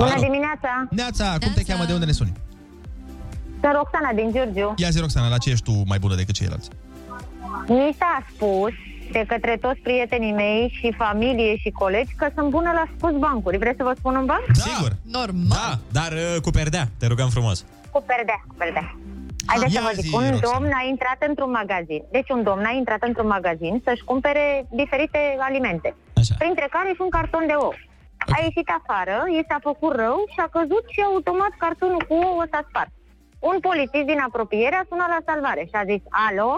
[SPEAKER 22] Bună
[SPEAKER 8] Alo.
[SPEAKER 22] dimineața!
[SPEAKER 8] Neața, cum te cheamă, de unde ne suni?
[SPEAKER 22] Sunt Roxana din Giurgiu.
[SPEAKER 8] Ia zi, Roxana, la ce ești tu mai bună decât ceilalți?
[SPEAKER 22] Mi s-a spus de către toți prietenii mei și familie și colegi că sunt bună la scos bancuri. Vreți să vă spun un banc?
[SPEAKER 12] Sigur!
[SPEAKER 11] Normal!
[SPEAKER 12] Da, dar uh, cu perdea, te rugăm frumos.
[SPEAKER 22] Cu perdea, cu perdea. Haideți
[SPEAKER 12] Ia
[SPEAKER 22] să vă
[SPEAKER 12] zi,
[SPEAKER 22] zic, un
[SPEAKER 12] Roxana.
[SPEAKER 22] domn a intrat într-un magazin. Deci un domn a intrat într-un magazin să-și cumpere diferite alimente.
[SPEAKER 12] Așa.
[SPEAKER 22] Printre care și un carton de ou. A ieșit afară, i s-a făcut rău și a căzut și automat cartonul cu ouă s-a spart. Un polițist din apropiere a sunat la salvare și a zis, alo,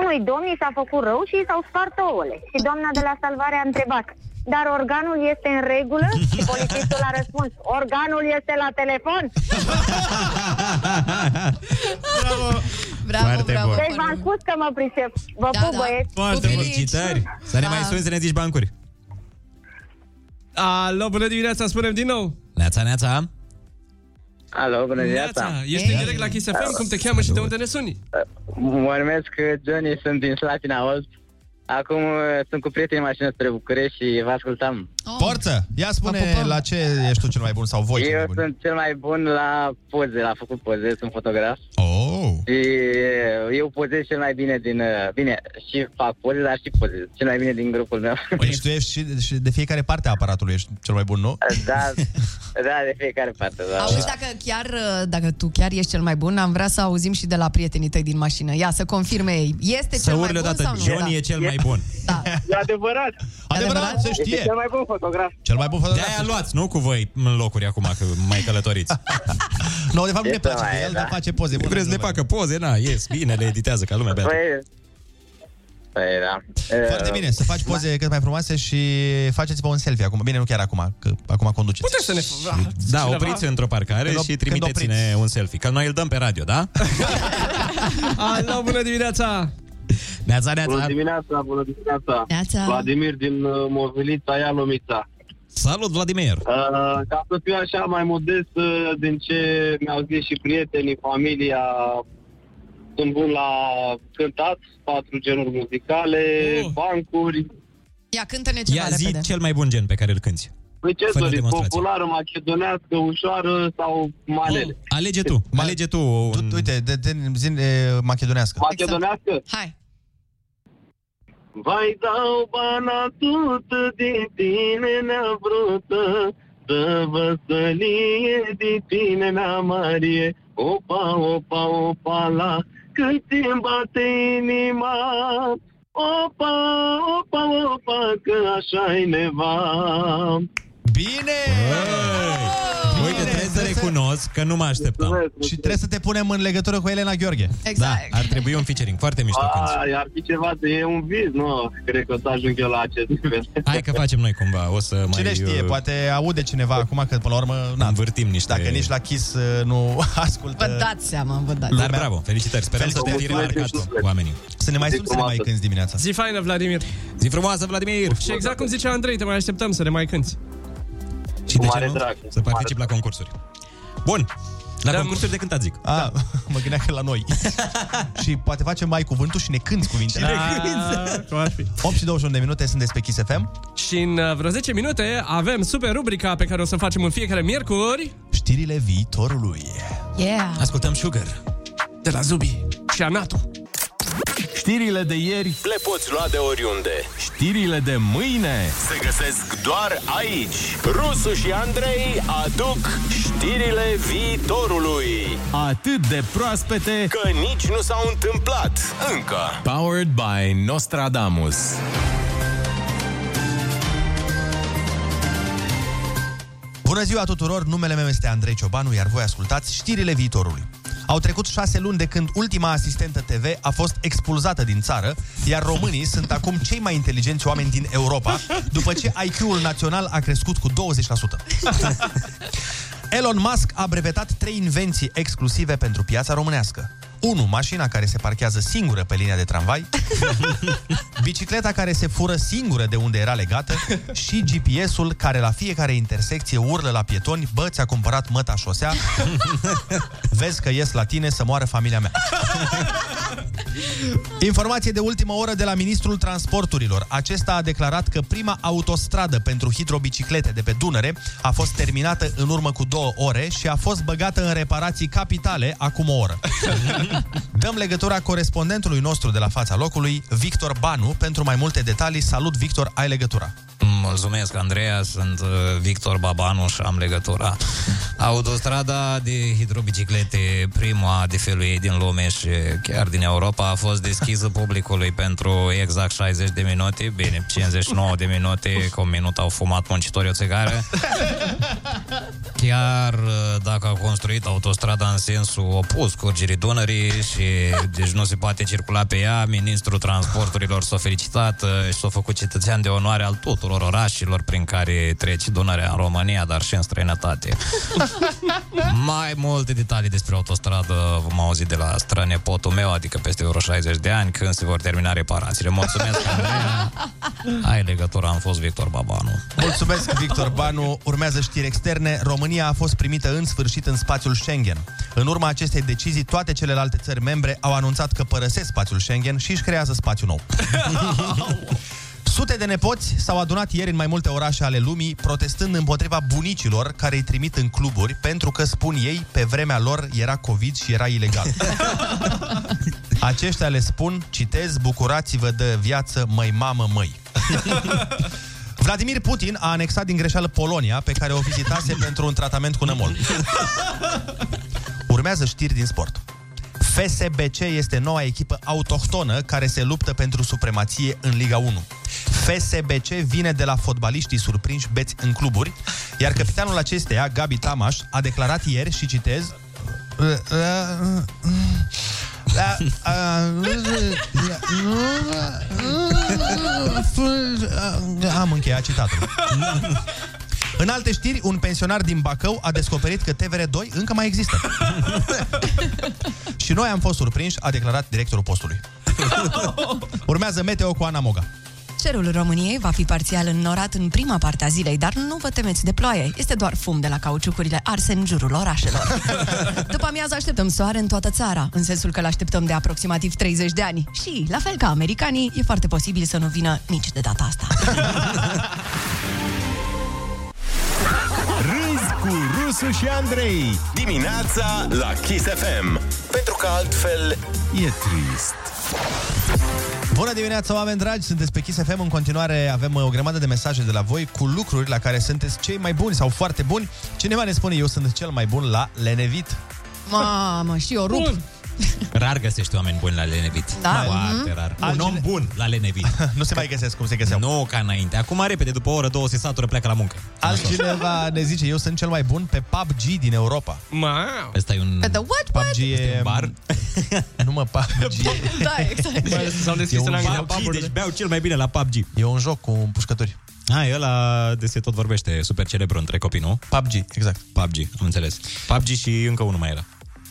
[SPEAKER 22] unui domn i s-a făcut rău și i s-au spart ouăle. Și doamna de la salvare a întrebat, dar organul este în regulă? Și polițistul a răspuns, organul este la telefon.
[SPEAKER 11] Bravo! Bravo,
[SPEAKER 12] Foarte
[SPEAKER 11] bravo!
[SPEAKER 12] bun.
[SPEAKER 22] Deci v-am spus că mă pricep. Vă
[SPEAKER 11] Da,
[SPEAKER 22] pup,
[SPEAKER 11] da.
[SPEAKER 22] băieți.
[SPEAKER 12] Foarte bun. Felicitări! Să ne
[SPEAKER 22] Da.
[SPEAKER 12] mai suni să ne zici bancuri.
[SPEAKER 10] Alo, bună dimineața, spunem din nou!
[SPEAKER 12] Neața, neața!
[SPEAKER 24] Alo, bună dimineața!
[SPEAKER 10] Ești în direct la Kiss FM, cum te cheamă și de unde ne suni?
[SPEAKER 24] Mă numesc uh, Johnny, sunt din Slatina Olt. Acum uh, sunt cu prietenii în mașină spre București și vă ascultam.
[SPEAKER 8] Porță, ia spune la ce ești tu cel mai bun sau voi cel mai
[SPEAKER 24] Eu
[SPEAKER 8] bun
[SPEAKER 24] sunt cel mai bun la poze, la făcut poze, sunt fotograf.
[SPEAKER 8] Oh.
[SPEAKER 24] Și uh, eu pozez cel mai bine din... uh, Bine, și fac poze, dar și pozez.
[SPEAKER 8] Păi
[SPEAKER 24] Cel mai bine din grupul meu.
[SPEAKER 8] Deci tu ești și, și de fiecare parte a aparatului ești cel mai bun, nu?
[SPEAKER 24] Da, Da, de fiecare parte, da.
[SPEAKER 11] Auzi, dacă chiar, uh, dacă tu chiar ești cel mai bun, am vrea să auzim și de la prietenii tăi din mașină. Ia să confirme ei. Este
[SPEAKER 12] Să
[SPEAKER 11] cel mai
[SPEAKER 12] urle
[SPEAKER 11] bun
[SPEAKER 12] odată,
[SPEAKER 11] sau nu?
[SPEAKER 12] Johnny e cel mai bun.
[SPEAKER 24] E adevărat.
[SPEAKER 12] Adevărat, se știe.
[SPEAKER 24] Este cel mai bun fotograf.
[SPEAKER 12] Cel mai bun fotograf. De-aia luați, nu cu voi în locuri acum, că mai călătoriți.
[SPEAKER 8] Nu, no, de fapt nu ne place de el,
[SPEAKER 24] da.
[SPEAKER 8] dar face poze.
[SPEAKER 12] Vreți să ne facă poze? Na, ies, bine, le editează ca lumea, beată.
[SPEAKER 24] Păi, păi da.
[SPEAKER 8] Foarte
[SPEAKER 12] Uh,
[SPEAKER 8] bine, să faci poze cât mai frumoase și faceți-vă un selfie acum. Bine, nu chiar acum, că acum conduceți.
[SPEAKER 10] Puteți să ne...
[SPEAKER 12] Da,
[SPEAKER 10] Cineva?
[SPEAKER 12] opriți într-o parcare
[SPEAKER 8] Când op-
[SPEAKER 12] și
[SPEAKER 8] când
[SPEAKER 12] trimiteți-ne un selfie. Că noi îl dăm pe radio, da?
[SPEAKER 10] Alo, bună dimineața!
[SPEAKER 12] Neața,
[SPEAKER 24] Bună
[SPEAKER 12] neața!
[SPEAKER 24] dimineața, bună dimineața.
[SPEAKER 11] Neața.
[SPEAKER 24] Vladimir din uh, Movilița, Ialomița.
[SPEAKER 12] Salut, Vladimir!
[SPEAKER 24] Uh, ca să fiu așa mai modest uh, din ce mi-au zis și prietenii, familia, sunt bun la cântat, patru genuri muzicale,
[SPEAKER 12] Oh.
[SPEAKER 24] uh. bancuri.
[SPEAKER 11] Ia cântă-ne ceva
[SPEAKER 12] Ia
[SPEAKER 11] repede.
[SPEAKER 12] zi cel mai bun gen pe care îl cânti.
[SPEAKER 24] Păi ce
[SPEAKER 12] Fă-ne
[SPEAKER 24] doriți,
[SPEAKER 12] demonstrație.
[SPEAKER 24] populară, macedonească, ușoară sau
[SPEAKER 12] Oh.
[SPEAKER 24] manele?
[SPEAKER 12] Alege tu, alege tu un...
[SPEAKER 8] Uite, de, de, zi de macedonească.
[SPEAKER 24] Macedonească?
[SPEAKER 11] Hai!
[SPEAKER 24] Vai dau bana tută din tine neavrută, Să vă sălie din tine nea Marie, Opa, opa, opa la, când ți bate inima, Opa, opa, opa, că așa-i neva.
[SPEAKER 8] Bine!
[SPEAKER 12] Uite, trebuie să recunosc că nu mă așteptam.
[SPEAKER 8] Și trebuie să te punem în legătură cu Elena Gheorghe.
[SPEAKER 12] Exact. Da, ar trebui un featuring foarte mișto cânti.
[SPEAKER 24] Ai, ar fi ceva, de e un vis, nu? Cred că o să ajung eu la acest nivel.
[SPEAKER 12] Hai că facem noi cumva, o să mai...
[SPEAKER 8] Cine știe,
[SPEAKER 12] uh,
[SPEAKER 8] poate aude cineva acum că până la urmă na,
[SPEAKER 12] învârtim niște...
[SPEAKER 8] Dacă nici la Kiss uh, nu ascultă.
[SPEAKER 11] Vă dați seama, vă dați
[SPEAKER 12] uh, Dar bravo, felicitări, sperăm să te fi
[SPEAKER 8] Felicitări.
[SPEAKER 12] remarcat oamenii.
[SPEAKER 8] Să ne mai sun să ne mai cânti dimineața.
[SPEAKER 10] Zi faină, Vladimir!
[SPEAKER 12] Zi frumoasă, Vladimir!
[SPEAKER 10] Și exact cum zicea Andrei, te mai așteptăm să ne mai cânti.
[SPEAKER 12] Și de ce nu? Să particip la concursuri. Bun, la concursuri de cântat zic.
[SPEAKER 8] A, mă gândeam că la noi. și poate facem mai cuvântul și ne cânti cuvintele.
[SPEAKER 10] Și ne cânti. Cum ar fi?
[SPEAKER 8] 8 și 21 de minute sunt despre Kiss FM.
[SPEAKER 10] Și în uh, vreo 10 minute avem super rubrica pe care o să o facem în fiecare miercuri.
[SPEAKER 8] Știrile viitorului.
[SPEAKER 11] Yeah!
[SPEAKER 12] Ascultăm Sugar.
[SPEAKER 10] De la Zubi. Și Anatu.
[SPEAKER 28] Știrile de ieri
[SPEAKER 13] Le poți lua de oriunde.
[SPEAKER 28] Știrile de mâine
[SPEAKER 13] Se găsesc doar aici. Rusu și Andrei aduc știrile viitorului.
[SPEAKER 28] Atât de proaspete
[SPEAKER 13] Că nici nu s-au întâmplat încă.
[SPEAKER 28] Powered by Nostradamus
[SPEAKER 8] Bună ziua tuturor, numele meu este Andrei Ciobanu, iar voi ascultați știrile viitorului. Au trecut șase luni de când ultima asistentă TV a fost expulzată din țară, iar românii sunt acum cei mai inteligenți oameni din Europa, după ce IQ-ul național a crescut cu 20%. Elon Musk a brevetat trei invenții exclusive pentru piața românească. 1. Mașina care se parchează singură pe linia de tramvai, bicicleta care se fură singură de unde era legată și GPS-ul care la fiecare intersecție urlă la pietoni, bă, ți-a cumpărat măta șosea, vezi că ies la tine să moară familia mea. Informație de ultimă oră de la Ministrul Transporturilor. Acesta a declarat că prima autostradă pentru hidrobiciclete de pe Dunăre a fost terminată în urmă cu două ore și a fost băgată în reparații capitale acum o oră. Dăm legătura corespondentului nostru de la fața locului, Victor Banu, pentru mai multe detalii. Salut, Victor, ai legătura.
[SPEAKER 12] Mulțumesc, Andreea, sunt uh, Victor Babanu și am legătura. Autostrada de hidrobiciclete, prima de felul ei din lume și chiar din Europa, a fost deschisă publicului pentru exact 60 de minute, bine, 59 de minute, cu un minut au fumat muncitorii o țigară. Chiar uh, dacă a construit autostrada în sensul opus curgerii Dunării și deci nu se poate circula pe ea, ministrul transporturilor s-a felicitat uh, și s-a făcut cetățean de onoare al tuturor orașelor prin care trece Dunărea în România, dar și în străinătate. Mai multe detalii despre autostradă vom auzi de la strănepotul meu, adică peste vreo 60 de ani, când se vor termina reparațiile. Mulțumesc, Andreea. Ai legătura, am fost Victor Babanu.
[SPEAKER 8] Mulțumesc, Victor Banu. Urmează știri externe. România a fost primită în sfârșit în spațiul Schengen. În urma acestei decizii, toate celelalte țări membre au anunțat că părăsesc spațiul Schengen și își creează spațiu nou. Sute de nepoți s-au adunat ieri în mai multe orașe ale lumii, protestând împotriva bunicilor care îi trimit în cluburi, pentru că, spun ei, pe vremea lor era COVID și era ilegal. Aceștia le spun, citez, bucurați-vă de viață, măi mamă, măi. Vladimir Putin a anexat din greșeală Polonia, pe care o vizitase pentru un tratament cu nămol. Urmează știri din sport. FSBC este noua echipă autohtonă care se luptă pentru supremație în Liga 1. FSBC vine de la fotbaliștii surprinși beți în cluburi, iar capitanul acesteia, Gabi Tamaș, a declarat ieri și citez Am încheiat citatul. În alte știri, un pensionar din Bacău a descoperit că TVR2 încă mai există. Și noi am fost surprinși, a declarat directorul postului. Urmează Meteo cu Ana Moga.
[SPEAKER 5] Cerul României va fi parțial înnorat în prima parte a zilei, dar nu vă temeți de ploaie. Este doar fum de la cauciucurile arse în jurul orașelor. După amiază așteptăm soare în toată țara, în sensul că l-așteptăm de aproximativ 30 de ani. Și, la fel ca americanii, e foarte posibil să nu vină nici de data asta.
[SPEAKER 13] Râzi cu Rusu și Andrei Dimineața la Kiss FM Pentru că altfel e trist
[SPEAKER 8] Bună dimineața, oameni dragi! Sunteți pe Kiss FM. În continuare avem o grămadă de mesaje de la voi cu lucruri la care sunteți cei mai buni sau foarte buni. Cineva ne spune, eu sunt cel mai bun la lenevit.
[SPEAKER 11] Mamă, și eu rup.
[SPEAKER 12] Rar găsești oameni buni la lenevit.
[SPEAKER 11] Da.
[SPEAKER 12] Foarte
[SPEAKER 11] Mhm.
[SPEAKER 12] rar. Un
[SPEAKER 11] Altcine-
[SPEAKER 12] om bun la lenevit.
[SPEAKER 8] nu se mai găsesc cum se găseau.
[SPEAKER 12] Nu ca înainte. Acum, repede, după o oră, două, se satură, pleacă la muncă.
[SPEAKER 8] Altcineva ne zice, eu sunt cel mai bun pe PUBG din Europa.
[SPEAKER 10] Ma.
[SPEAKER 12] Ăsta e un...
[SPEAKER 11] Pe the what, what?
[SPEAKER 8] PUBG e... Bar? nu mă, PUBG.
[SPEAKER 11] Da, exact.
[SPEAKER 10] Mai ales s-au deschis
[SPEAKER 12] E un
[SPEAKER 10] în Anglia
[SPEAKER 12] PUBG,
[SPEAKER 10] puburile.
[SPEAKER 12] deci beau cel mai bine la PUBG.
[SPEAKER 8] E un joc cu pușcături.
[SPEAKER 12] Ah, e ăla de se tot vorbește, super celebru între copii, nu?
[SPEAKER 8] PUBG, exact.
[SPEAKER 12] PUBG, am înțeles. PUBG și încă unul mai era.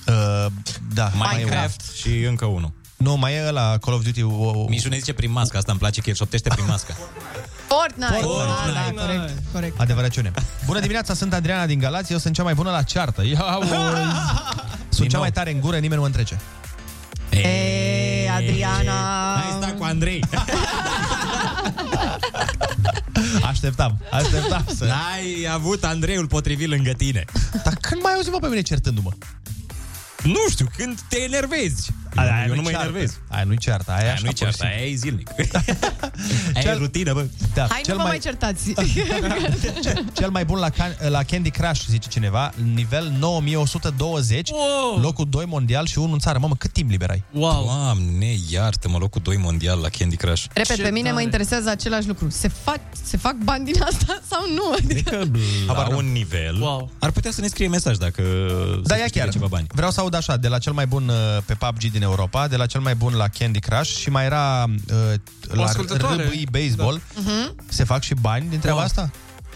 [SPEAKER 8] Uh, da,
[SPEAKER 12] Minecraft, și încă unul.
[SPEAKER 8] Nu, mai e la Call of Duty. O...
[SPEAKER 12] Mișu ne zice prin masca, asta îmi place că el șoptește prin masca.
[SPEAKER 11] Fortnite.
[SPEAKER 8] Fortnite.
[SPEAKER 11] Da, da, corect, corect.
[SPEAKER 8] Adevăraciune. Bună dimineața, sunt Adriana din Galați, eu sunt cea mai bună la ceartă. Ia uzi. Sunt cea mai tare în gură, nimeni nu mă întrece.
[SPEAKER 11] E, Adriana.
[SPEAKER 12] Hai
[SPEAKER 10] Exact,
[SPEAKER 12] sta cu Andrei.
[SPEAKER 8] Așteptam, așteptam să...
[SPEAKER 12] N-ai avut Andreiul potrivit lângă tine.
[SPEAKER 8] Dar când mai auzi mă pe mine certându-mă?
[SPEAKER 12] Nu știu, când te enervezi.
[SPEAKER 8] Aia
[SPEAKER 12] eu nu
[SPEAKER 8] nu-i
[SPEAKER 12] mă
[SPEAKER 8] ceartă.
[SPEAKER 12] enervez.
[SPEAKER 8] Aia nu-i ceartă, aia,
[SPEAKER 12] Aia
[SPEAKER 8] așa
[SPEAKER 12] nu-i
[SPEAKER 8] pur și
[SPEAKER 12] ceartă, aia e zilnic. aia e rutină, bă.
[SPEAKER 8] Da,
[SPEAKER 11] Hai, nu vă mai, certați.
[SPEAKER 8] Ce- Cel mai bun la, can- la Candy Crush, zice cineva, nivel 9120,
[SPEAKER 10] wow.
[SPEAKER 8] locul 2 mondial și 1 în țară. Mamă, cât timp liber ai?
[SPEAKER 10] Wow.
[SPEAKER 12] Doamne, iartă-mă, locul 2 mondial la Candy Crush.
[SPEAKER 11] Repet, pe mine mă interesează același lucru. Se fac, se fac bani din asta sau nu? Adică,
[SPEAKER 12] Că la un nivel wow. Ar putea să ne scrie mesaj dacă
[SPEAKER 8] Da,
[SPEAKER 12] să
[SPEAKER 8] ia
[SPEAKER 12] câștige
[SPEAKER 8] chiar.
[SPEAKER 12] ceva bani
[SPEAKER 8] Vreau să aud așa, de la cel mai bun uh, pe PUBG din Europa, de la cel mai bun la Candy Crush și mai era uh,
[SPEAKER 10] O
[SPEAKER 8] la
[SPEAKER 10] ascultătoare.
[SPEAKER 8] RBI Baseball.
[SPEAKER 11] Mhm.
[SPEAKER 8] Se fac și bani din treaba asta?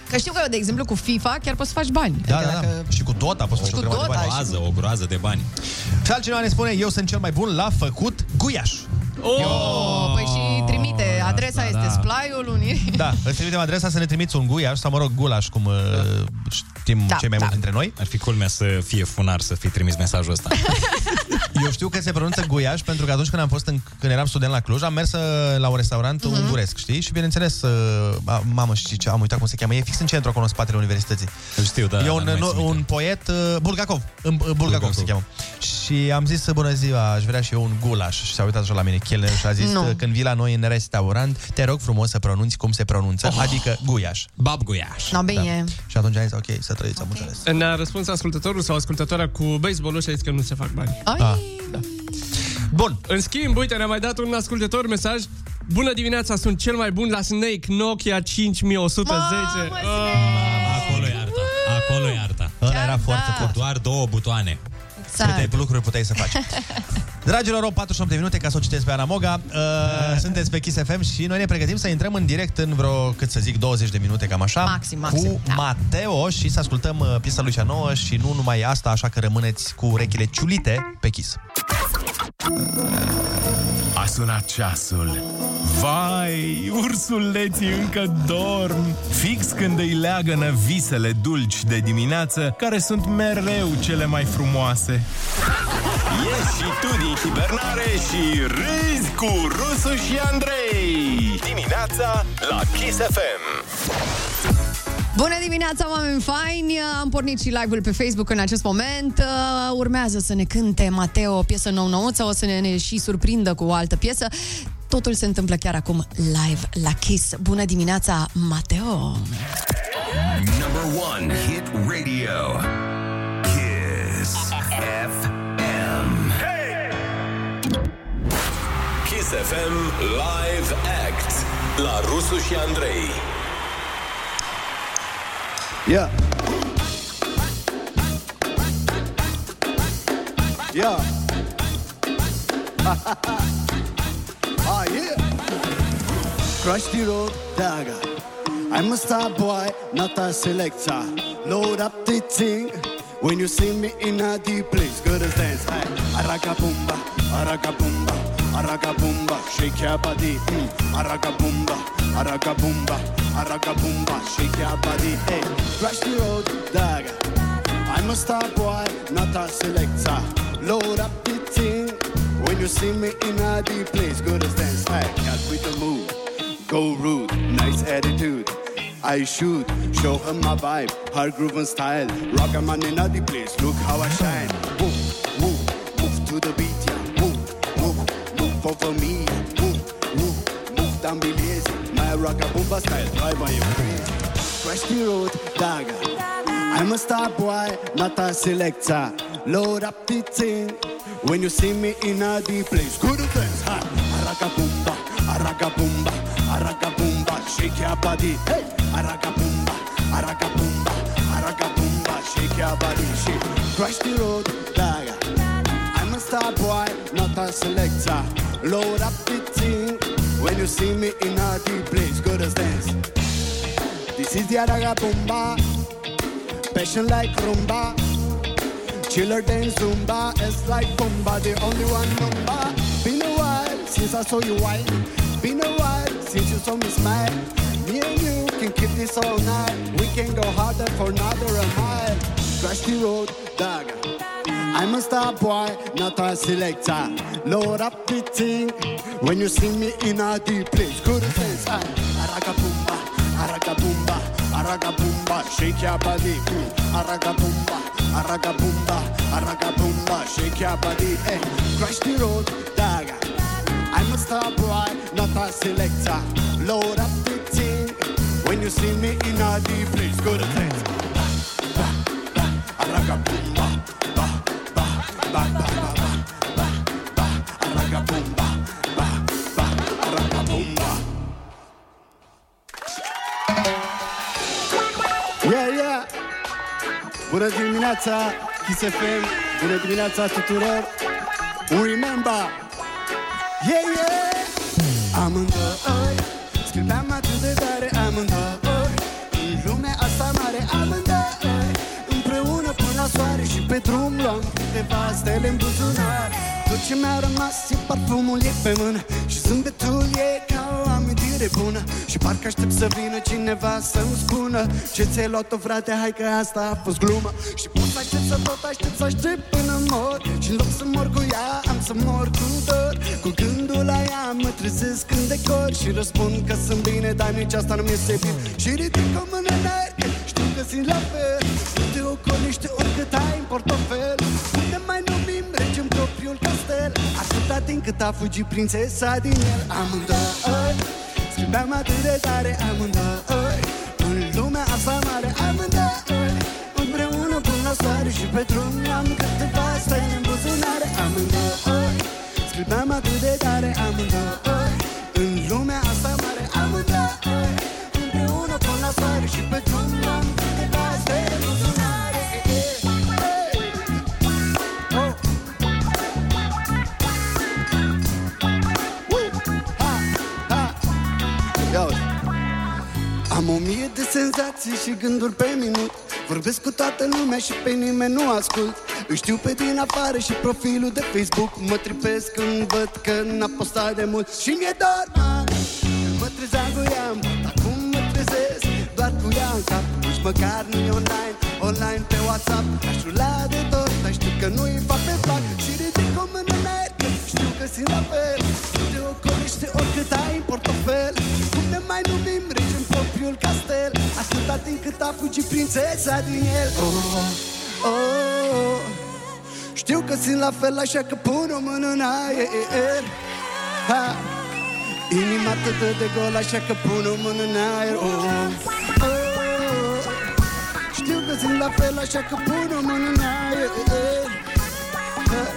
[SPEAKER 11] Că știu că, de exemplu, cu FIFA chiar poți să faci bani.
[SPEAKER 8] Da,
[SPEAKER 11] adică
[SPEAKER 8] da,
[SPEAKER 11] dacă...
[SPEAKER 8] da. Și cu Dota poți să
[SPEAKER 11] Și
[SPEAKER 8] faci
[SPEAKER 11] cu
[SPEAKER 8] o grămadă de
[SPEAKER 11] Dota
[SPEAKER 8] bani.
[SPEAKER 11] și
[SPEAKER 12] Groază, o groază de bani
[SPEAKER 8] Și altcineva ne spune, eu sunt cel mai bun la făcut guiaș.
[SPEAKER 11] Oh, păi și trimite. Adresa
[SPEAKER 8] da,
[SPEAKER 11] este
[SPEAKER 8] da.
[SPEAKER 11] splaiul Unirii.
[SPEAKER 8] Da, îți trimitem adresa să ne trimiți un guiaș sau, mă rog, gulaș, cum uh, știm
[SPEAKER 11] Da,
[SPEAKER 8] cei mai
[SPEAKER 11] da.
[SPEAKER 8] mulți dintre noi.
[SPEAKER 12] Ar fi culmea să fie funar să fi trimis mesajul ăsta
[SPEAKER 8] Eu știu că se pronunță guiaș pentru că atunci când am fost în, când eram student la Cluj, am mers uh, la un restaurant
[SPEAKER 11] Mhm.
[SPEAKER 8] uh-huh. unguresc, știi? Și bineînțeles, uh, a- mamă, și ce, am uitat cum se cheamă, e fix în centru acolo în spatele universității.
[SPEAKER 12] Îl știu, da
[SPEAKER 8] e
[SPEAKER 12] dar
[SPEAKER 8] un,
[SPEAKER 12] nu mai
[SPEAKER 8] nu,
[SPEAKER 12] țin
[SPEAKER 8] un
[SPEAKER 12] minte.
[SPEAKER 8] poet uh, Bulgakov, în, uh, Bulgakov, Bulgakov se cheamă. Și am zis, bună ziua, aș vrea și eu un gulaș. Și s-a uitat așa la mine chelner și a zis,
[SPEAKER 11] Nu.
[SPEAKER 8] no. când vii la noi în restaurant, te rog frumos să pronunți cum se pronunță, oh. adică guiaș. Da.
[SPEAKER 12] Bab Guiaș
[SPEAKER 11] No, bine.
[SPEAKER 8] Și atunci am zis, ok, să trăiți, okay. am înțeles.
[SPEAKER 10] Ne-a răspuns ascultătorul sau ascultătoarea cu baseballul și a zis că nu se fac bani.
[SPEAKER 11] Ai.
[SPEAKER 8] Ah. Bun.
[SPEAKER 10] În schimb, uite, ne-a mai dat un ascultător mesaj. Bună dimineața, sunt cel mai bun la Snake Nokia 5110.
[SPEAKER 11] Mamă,
[SPEAKER 12] Acolo e arta, acolo e arta
[SPEAKER 8] Ăla era foarte
[SPEAKER 11] da.
[SPEAKER 8] fort.
[SPEAKER 12] Doar două butoane
[SPEAKER 8] Câte lucruri puteai să faci. Dragilor, au 48 de minute ca să o citesc pe Ana Moga. Uh, sunteți pe Kiss FM și noi ne pregătim să intrăm în direct în vreo, cât să zic, 20 de minute, cam așa,
[SPEAKER 11] Maxim,
[SPEAKER 8] cu
[SPEAKER 11] maxim, da.
[SPEAKER 8] Mateo și să ascultăm uh, piesa lui cea nouă și nu numai asta, așa că rămâneți cu urechile ciulite pe Kiss.
[SPEAKER 13] A sunat ceasul Vai, ursuleții încă dorm Fix când îi leagănă visele dulci de dimineață Care sunt mereu cele mai frumoase Ieși și tu din hibernare și râzi cu Rusu și Andrei Dimineața la Kiss FM
[SPEAKER 11] Bună dimineața, oameni faini! Am pornit și live-ul pe Facebook în acest moment. Uh, Urmează să ne cânte Mateo o piesă nou-nouță, o să ne, ne și surprindă cu o altă piesă.
[SPEAKER 5] Totul se întâmplă chiar acum live la Kiss. Bună dimineața, Mateo!
[SPEAKER 1] Number one hit radio. Kiss FM.
[SPEAKER 13] Kiss FM Live Act la Rusu și Andrei.
[SPEAKER 3] Yeah. Yeah. ah, yeah. Crush the road, dagger. I'm a star boy, not a selector. Load up the thing. When you see me in a deep place, good as dance. Hey, araga boomba, araga boomba, araga boomba, shake your body. Mm. Araga boomba, araga boomba, araga boomba, shake your body. Hey, crush the road, dagger. I'm a star boy, not a selector. Load up the thing. When you see me in a deep place, good as dance. Hey, cat with the move, go rude, nice attitude. I shoot, show her my vibe, her groove and style. Rock a man in a deep place, look how I shine. Move, move, move to the beat, yeah. Move, move, move over me. Move, move, move, don't be lazy. My rock a boomba style, drive I am crazy. Crash the road, dagger. I'm a star boy, not a selector. Load up the thing. When you see me in a deep place, good things. Ha, araga boomba, araga boomba, araga boomba, shake your body. Hey, araga boomba, araga boomba, araga boomba, shake your body. Shake, crash the road, dagger. I'm a star boy, not a selector. Load up the thing. When you see me in a deep place, good as dance. This is the araga boomba, passion like rumba. Chiller than Zumba, it's like Bumba, the only one Mumba. Been a while since I saw you white. Been a while since you saw me smile. Me and you can keep this all night. We can go harder for another mile. Crash the road, dog. I'm a star boy, not a selector. Load up the thing. When you see me in a deep place, good sense. I araga boomba, araga boomba, araga boomba. Shake your body, mm, araga boomba. Araga boomba, araga boomba, shake your body, eh. Crash the road, dagger. I'm a star boy, not a selector. Load up the thing. When you see me in a deep place, go to Ba, things. Araga boomba, ba, ba, ba, ba, ba, ba, ba, ba, araga boomba, ba, ba, araga boomba. Yeah, yeah. Bună dimineața, Kiss FM. Bună dimineața tuturor. Remember. Yeah, yeah. Amândoi, scârbeam atât de tare amândoi. În lumea asta mare amândoi. Împreună până la soare și pe drum luam câteva stele în buzunar. Tot ce mi-a rămas e parfumul ei pe mână Și zâmbetul ei ca o amintire bună Și parcă aștept să vină cineva să-mi spună Ce ți-ai luat-o, frate, hai că asta a fost glumă Și pot să aștept să tot aștept să aștept până mor Și în loc să mor cu ea, am să mor cu dor Cu gândul la ea mă trezesc în decor Și răspund că sunt bine, dar nici asta nu mi-e sebit Și ridic o mână în aer, știu că simt la fel Nu te ocolește oricât ai în portofel Nu te mai numim rege în propriul castel Atâta din cât a fugit prințesa din el Amândoi Schimbeam atât de tare amândoi În lumea asta mare amândoi Împreună până la soare și pe drum Am câteva stele în buzunare amândoi Schimbeam atât de tare amândoi În lumea asta mare amândoi Împreună până la soare și pe drum Am câteva stele în buzunare Oh. Woo! Ha, ha. Ia uite. Am o mie de senzații și gânduri pe minut Vorbesc cu toată lumea și pe nimeni nu ascult Îi știu pe din afară și profilul de Facebook Mă tripesc când văd că n-a postat de mult Și mi-e dor, mă, mă trezeam Acum mă trezesc, doar cu ea în cap Nici măcar nu e online, online pe WhatsApp Aș rula de tot, dar știu că nu-i fac pe plac Și ridic o mână în aer, că știu că simt la fel Nu te ocolește oricât ai în portofel Cum ne mai numim regi în propriul castel Atâta timp cât a fugit prințesa din el oh, oh, oh. Știu că simt la fel, așa că pun o mână în aer Ha! Inima atât de gol așa că pun o mână în aer oh, oh, oh. Știu că sunt la fel așa că pun o mână în aer eh, eh.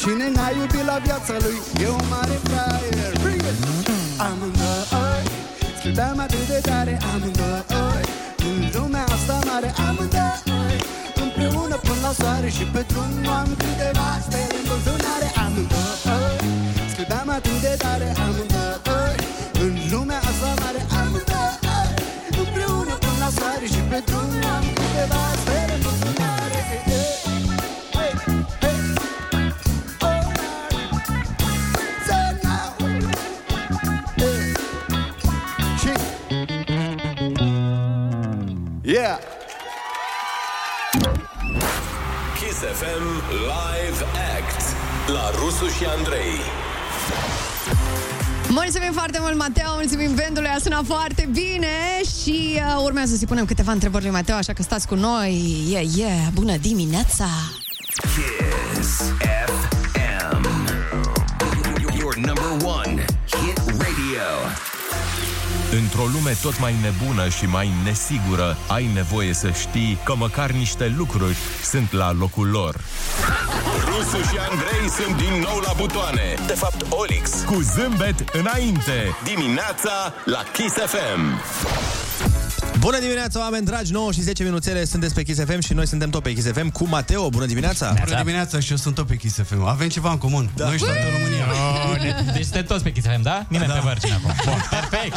[SPEAKER 3] Cine n-a iubit la viața lui e un mare fraier Bring it! Amândoi Scribeam atât de tare amândoi În lumea asta mare amândoi Împreună până la soare și pe drum nu am câteva stele în buzunare amândoi Scribeam atât de tare amândoi În lumea asta mare amândoi Împreună până la soare și pe drum nu am câteva stele în buzunare Hey, hey, oh, so now, hey, shit. Yeah!
[SPEAKER 13] Kiss FM Live Act la Rusu și Andrei.
[SPEAKER 11] Mulțumim foarte mult, Mateo, mulțumim vendului, a sunat foarte bine și uh, urmează să-i punem câteva întrebări lui Mateo, așa că stați cu noi. Yeah, yeah, bună dimineața!
[SPEAKER 1] Kiss FM. Your number one hit radio.
[SPEAKER 6] Într-o lume tot mai nebună și mai nesigură, ai nevoie să știi că măcar niște lucruri sunt la locul lor.
[SPEAKER 13] Rusu și Andrei sunt din nou la butoane. De fapt, Olix.
[SPEAKER 6] Cu zâmbet înainte.
[SPEAKER 13] Dimineața la Kiss FM.
[SPEAKER 8] Bună dimineața, oameni dragi! 9 și 10 minuțele sunteți pe Kiss FM și noi suntem tot pe Kiss FM cu Mateo. Bună dimineața!
[SPEAKER 9] Bună dimineața și eu sunt tot pe Kiss FM. Avem ceva în comun. Da. Noi și toată România.
[SPEAKER 12] Deci suntem toți pe Kiss FM, da? Nimeni pe margine acum. Bun, perfect.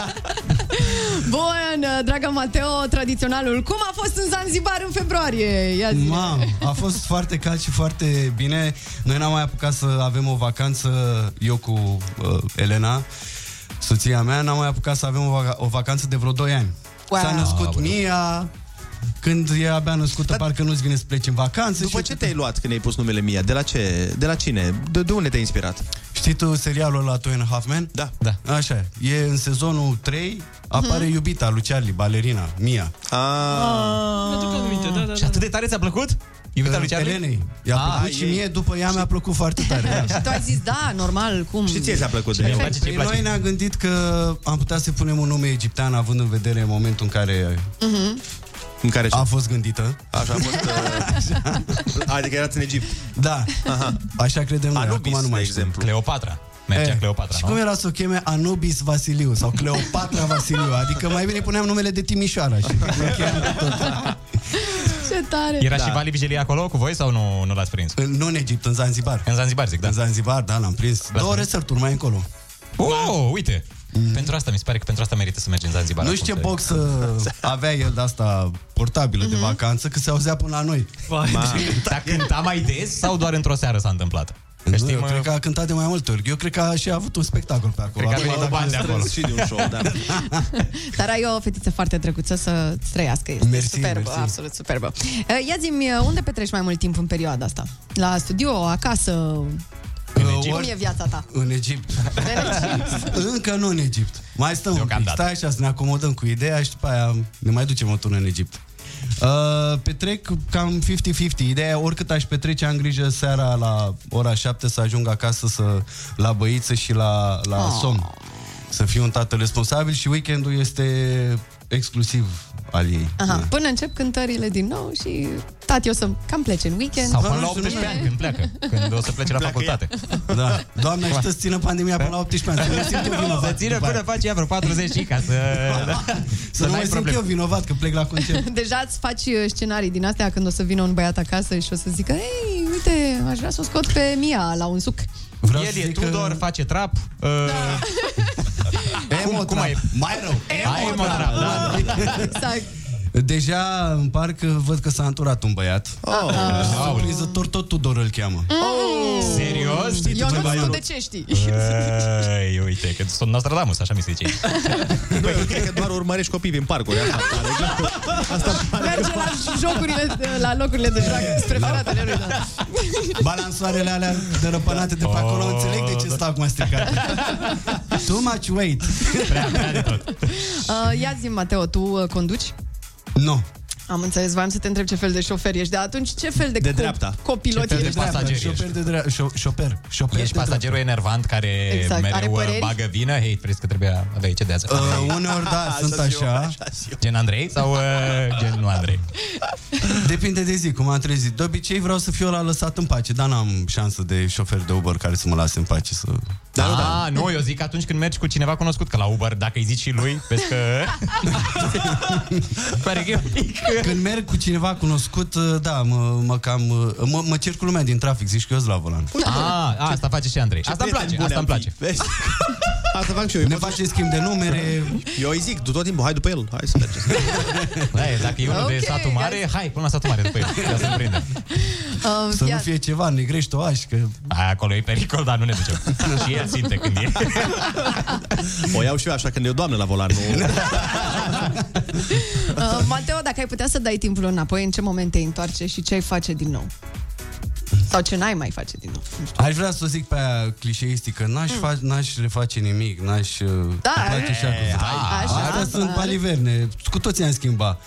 [SPEAKER 11] Bun, uh, dragă Mateo, tradiționalul, cum a fost în Zanzibar în februarie? Ia zi.
[SPEAKER 9] Mam, a fost foarte cald și foarte bine. Noi n-am mai apucat să avem o vacanță, eu cu uh, Elena, soția mea, n-am mai apucat să avem o, vaca- o vacanță de vreo 2 ani. Wow. S-a născut
[SPEAKER 8] Aoleu.
[SPEAKER 9] Mia, când e abia născută, parcă nu-ți vine să pleci în vacanță.
[SPEAKER 8] După ce te-ai luat când ai pus numele Mia? De la ce? De la cine? De, de unde te-ai inspirat?
[SPEAKER 9] Știi tu serialul la Two and a Half Men?
[SPEAKER 8] Da.
[SPEAKER 9] da. Așa, e. e în sezonul 3, apare
[SPEAKER 8] Mhm.
[SPEAKER 9] iubita lui Charlie, balerina, Oh. Mia.
[SPEAKER 8] Ah.
[SPEAKER 9] da, da,
[SPEAKER 12] Și atât de tare ți-a plăcut? Iubita lui Charlie?
[SPEAKER 9] Elenei. I-a
[SPEAKER 12] Ah,
[SPEAKER 9] plăcut și
[SPEAKER 12] ei.
[SPEAKER 9] mie, după ea mi-a plăcut foarte tare.
[SPEAKER 11] Și tu ai zis, da, normal, cum?
[SPEAKER 9] de
[SPEAKER 11] Perfect.
[SPEAKER 9] deci? Păi Noi ne-am gândit că am putea să punem un nume egiptean având în vedere momentul în care
[SPEAKER 11] Mhm.
[SPEAKER 8] în care
[SPEAKER 9] a fost gândită.
[SPEAKER 8] Așa a fost. Uh, adică erați în Egipt.
[SPEAKER 9] Da. Aha. Așa credem noi.
[SPEAKER 8] Anubis,
[SPEAKER 9] Acum nu mai
[SPEAKER 8] de
[SPEAKER 9] știu.
[SPEAKER 8] exemplu.
[SPEAKER 12] Cleopatra. Mergea
[SPEAKER 9] Eh,
[SPEAKER 12] Cleopatra,
[SPEAKER 9] Și
[SPEAKER 12] nu?
[SPEAKER 9] cum era să o cheme Anubis Vasiliu sau Cleopatra Vasiliu? Adică mai bine puneam numele de Timișoara și
[SPEAKER 11] Ce tare!
[SPEAKER 12] Era și Vali Vigelie acolo cu voi sau nu, nu l-ați prins?
[SPEAKER 9] nu Da. în Egipt, în Zanzibar.
[SPEAKER 12] În Zanzibar, zic, da. În
[SPEAKER 9] Zanzibar, da, l-am prins. două resorturi mai încolo.
[SPEAKER 12] Oh, uite! Pentru asta mi se pare că pentru asta merită să mergi în Zanzibar.
[SPEAKER 9] Nu
[SPEAKER 12] acum,
[SPEAKER 9] știu ce
[SPEAKER 12] să-
[SPEAKER 9] box uh, avea el de asta portabilă
[SPEAKER 11] Mhm.
[SPEAKER 9] de vacanță, că se auzea până la noi.
[SPEAKER 12] Ma, Da. Dar cânta mai des sau doar într-o seară s-a întâmplat?
[SPEAKER 9] Da. Nu,
[SPEAKER 12] știi,
[SPEAKER 9] eu
[SPEAKER 12] mă-
[SPEAKER 9] cred că a cântat de mai multe ori. Eu cred că a și avut un spectacol pe acolo.
[SPEAKER 12] Cred că a venit
[SPEAKER 9] Acum, dacă
[SPEAKER 12] bani de
[SPEAKER 9] strâns
[SPEAKER 12] acolo.
[SPEAKER 9] și de un show, da.
[SPEAKER 11] Dar ai o fetiță foarte drăguță să trăiască. Este
[SPEAKER 9] Mersi,
[SPEAKER 11] superbă,
[SPEAKER 9] mersi.
[SPEAKER 11] absolut superbă. Eh, Ia zi-mi, eh, unde petreci mai mult timp în perioada asta? La studio, acasă? Cum e viața ta?
[SPEAKER 9] În Egipt. Încă nu în Egipt. Mai stăm un pic. Stai așa să ne acomodăm cu ideea și după aia ne mai ducem o turnă în Egipt. Uh, petrec cam 50-50. Ideea e, oricât aș petrece, am grijă seara la ora 7 să ajung acasă să, la băiță și la, la
[SPEAKER 23] Oh.
[SPEAKER 9] oh. somn. Să fiu un tată responsabil și weekendul este exclusiv al ei.
[SPEAKER 11] Aha, până încep cântările din nou și tati o să cam plece în weekend.
[SPEAKER 9] Sau până la 18 ani
[SPEAKER 12] când pleacă, când o să plece la facultate.
[SPEAKER 9] Da. Doamne, ajută să țină pandemia până la 18 ani. Să nu simt eu vinovat
[SPEAKER 12] Să țină
[SPEAKER 9] după aia.
[SPEAKER 12] până faci ea vreo 40 și ca să... da.
[SPEAKER 9] Să nu
[SPEAKER 12] n-ai
[SPEAKER 9] mă simt
[SPEAKER 12] probleme.
[SPEAKER 9] eu vinovat că plec la concert.
[SPEAKER 11] Deja îți faci eh, scenarii din astea când o să vină un băiat acasă și o să zică Ei, uite, aș vrea să o scot pe Mia la un suc.
[SPEAKER 12] Vreau El e Tudor, face trap. Da.
[SPEAKER 9] Cum, cum mai, Da. mai rău.
[SPEAKER 12] Ai mă, da, da.
[SPEAKER 11] Exact.
[SPEAKER 9] Deja în parc văd că s-a înturat un băiat. Ah,
[SPEAKER 11] Oh.
[SPEAKER 9] Surprizător, tot Tudor îl cheamă.
[SPEAKER 11] Mm.
[SPEAKER 12] Serios? Știi
[SPEAKER 11] Eu
[SPEAKER 12] tu
[SPEAKER 11] nu
[SPEAKER 12] ceva,
[SPEAKER 11] știu
[SPEAKER 12] Ionuț?
[SPEAKER 11] de ce știi.
[SPEAKER 12] Ei, uite, că sunt Nostradamus, așa mi se zice.
[SPEAKER 8] Băi, eu cred că doar urmărești copii prin parcuri. Asta, asta
[SPEAKER 11] Merge la jocurile, la locurile de joacă, spre feratele lui, da.
[SPEAKER 9] Balansoarele alea dărăpănate de pe acolo,
[SPEAKER 12] Oh.
[SPEAKER 9] înțeleg de ce stau acum stricat. Too much weight.
[SPEAKER 11] Eh, Uh, ia zi Mateo, tu uh, eh, conduci?
[SPEAKER 9] Nu.
[SPEAKER 11] Am înțeles, voiam să te întreb ce fel de șofer ești, dar atunci ce fel de,
[SPEAKER 8] De
[SPEAKER 11] co-
[SPEAKER 8] dreapta.
[SPEAKER 11] copilot
[SPEAKER 12] Ce fel de
[SPEAKER 11] ești?
[SPEAKER 12] pasager ești?
[SPEAKER 9] Șofer de dra- șo- șofer, șofer
[SPEAKER 12] Ești
[SPEAKER 9] de
[SPEAKER 12] pasagerul enervant care
[SPEAKER 11] Exact, are
[SPEAKER 12] mereu uh,
[SPEAKER 11] păreri?
[SPEAKER 12] bagă vină? Hei, crezi că trebuia aveai ce de azi?
[SPEAKER 9] Uh, uneori da, sunt așa.
[SPEAKER 12] Gen Andrei sau uh, gen nu Andrei?
[SPEAKER 9] Depinde de zi, cum am trezit. De obicei vreau să fiu la lăsat în pace, dar n-am șansă de șofer de Uber care să mă lase în pace să...
[SPEAKER 12] Da, da. nu, eu zic că atunci când mergi cu cineva cunoscut, că la Uber, dacă îi zici și lui, vezi că... Pare că e un pic...
[SPEAKER 9] Când merg cu cineva cunoscut, da, mă, mă cam... Mă, mă cer cu lumea din trafic, zici că eu sunt la volan.
[SPEAKER 12] Ah, asta face și Andrei. Asta îmi place, asta îmi place.
[SPEAKER 8] Asta fac și eu. Ne
[SPEAKER 9] face schimb de numere.
[SPEAKER 8] Eu îi zic, du tot timpul, hai după el, hai să mergeți.
[SPEAKER 12] Da, e, dacă e unul de
[SPEAKER 11] Ok,
[SPEAKER 12] satul mare, hai până la satul mare după el. Ca să prindem.
[SPEAKER 11] Um,
[SPEAKER 9] Să nu
[SPEAKER 11] ia-
[SPEAKER 9] fie ceva, negrești o aș, că...
[SPEAKER 12] Aia acolo e pericol, dar nu ne ducem. și el simte când e.
[SPEAKER 8] O iau și eu așa când e o doamnă la volan. Nu...
[SPEAKER 11] Uh, Mateo, dacă ai putea să dai timpul înapoi, în ce moment te întoarce și ce ai face din nou? Sau ce n-ai mai face din nou? Nu știu.
[SPEAKER 9] Aș vrea să o zic pe aia clișeistică, n-aș, fa- n-aș reface nimic, n-aș... uh,
[SPEAKER 11] Hmm. Da,
[SPEAKER 9] îmi place așa,
[SPEAKER 11] e,
[SPEAKER 9] cuvântul.
[SPEAKER 11] hai, așa,
[SPEAKER 9] Astea
[SPEAKER 11] asta
[SPEAKER 9] sunt
[SPEAKER 11] are.
[SPEAKER 9] paliverne, cu toți am schimbat.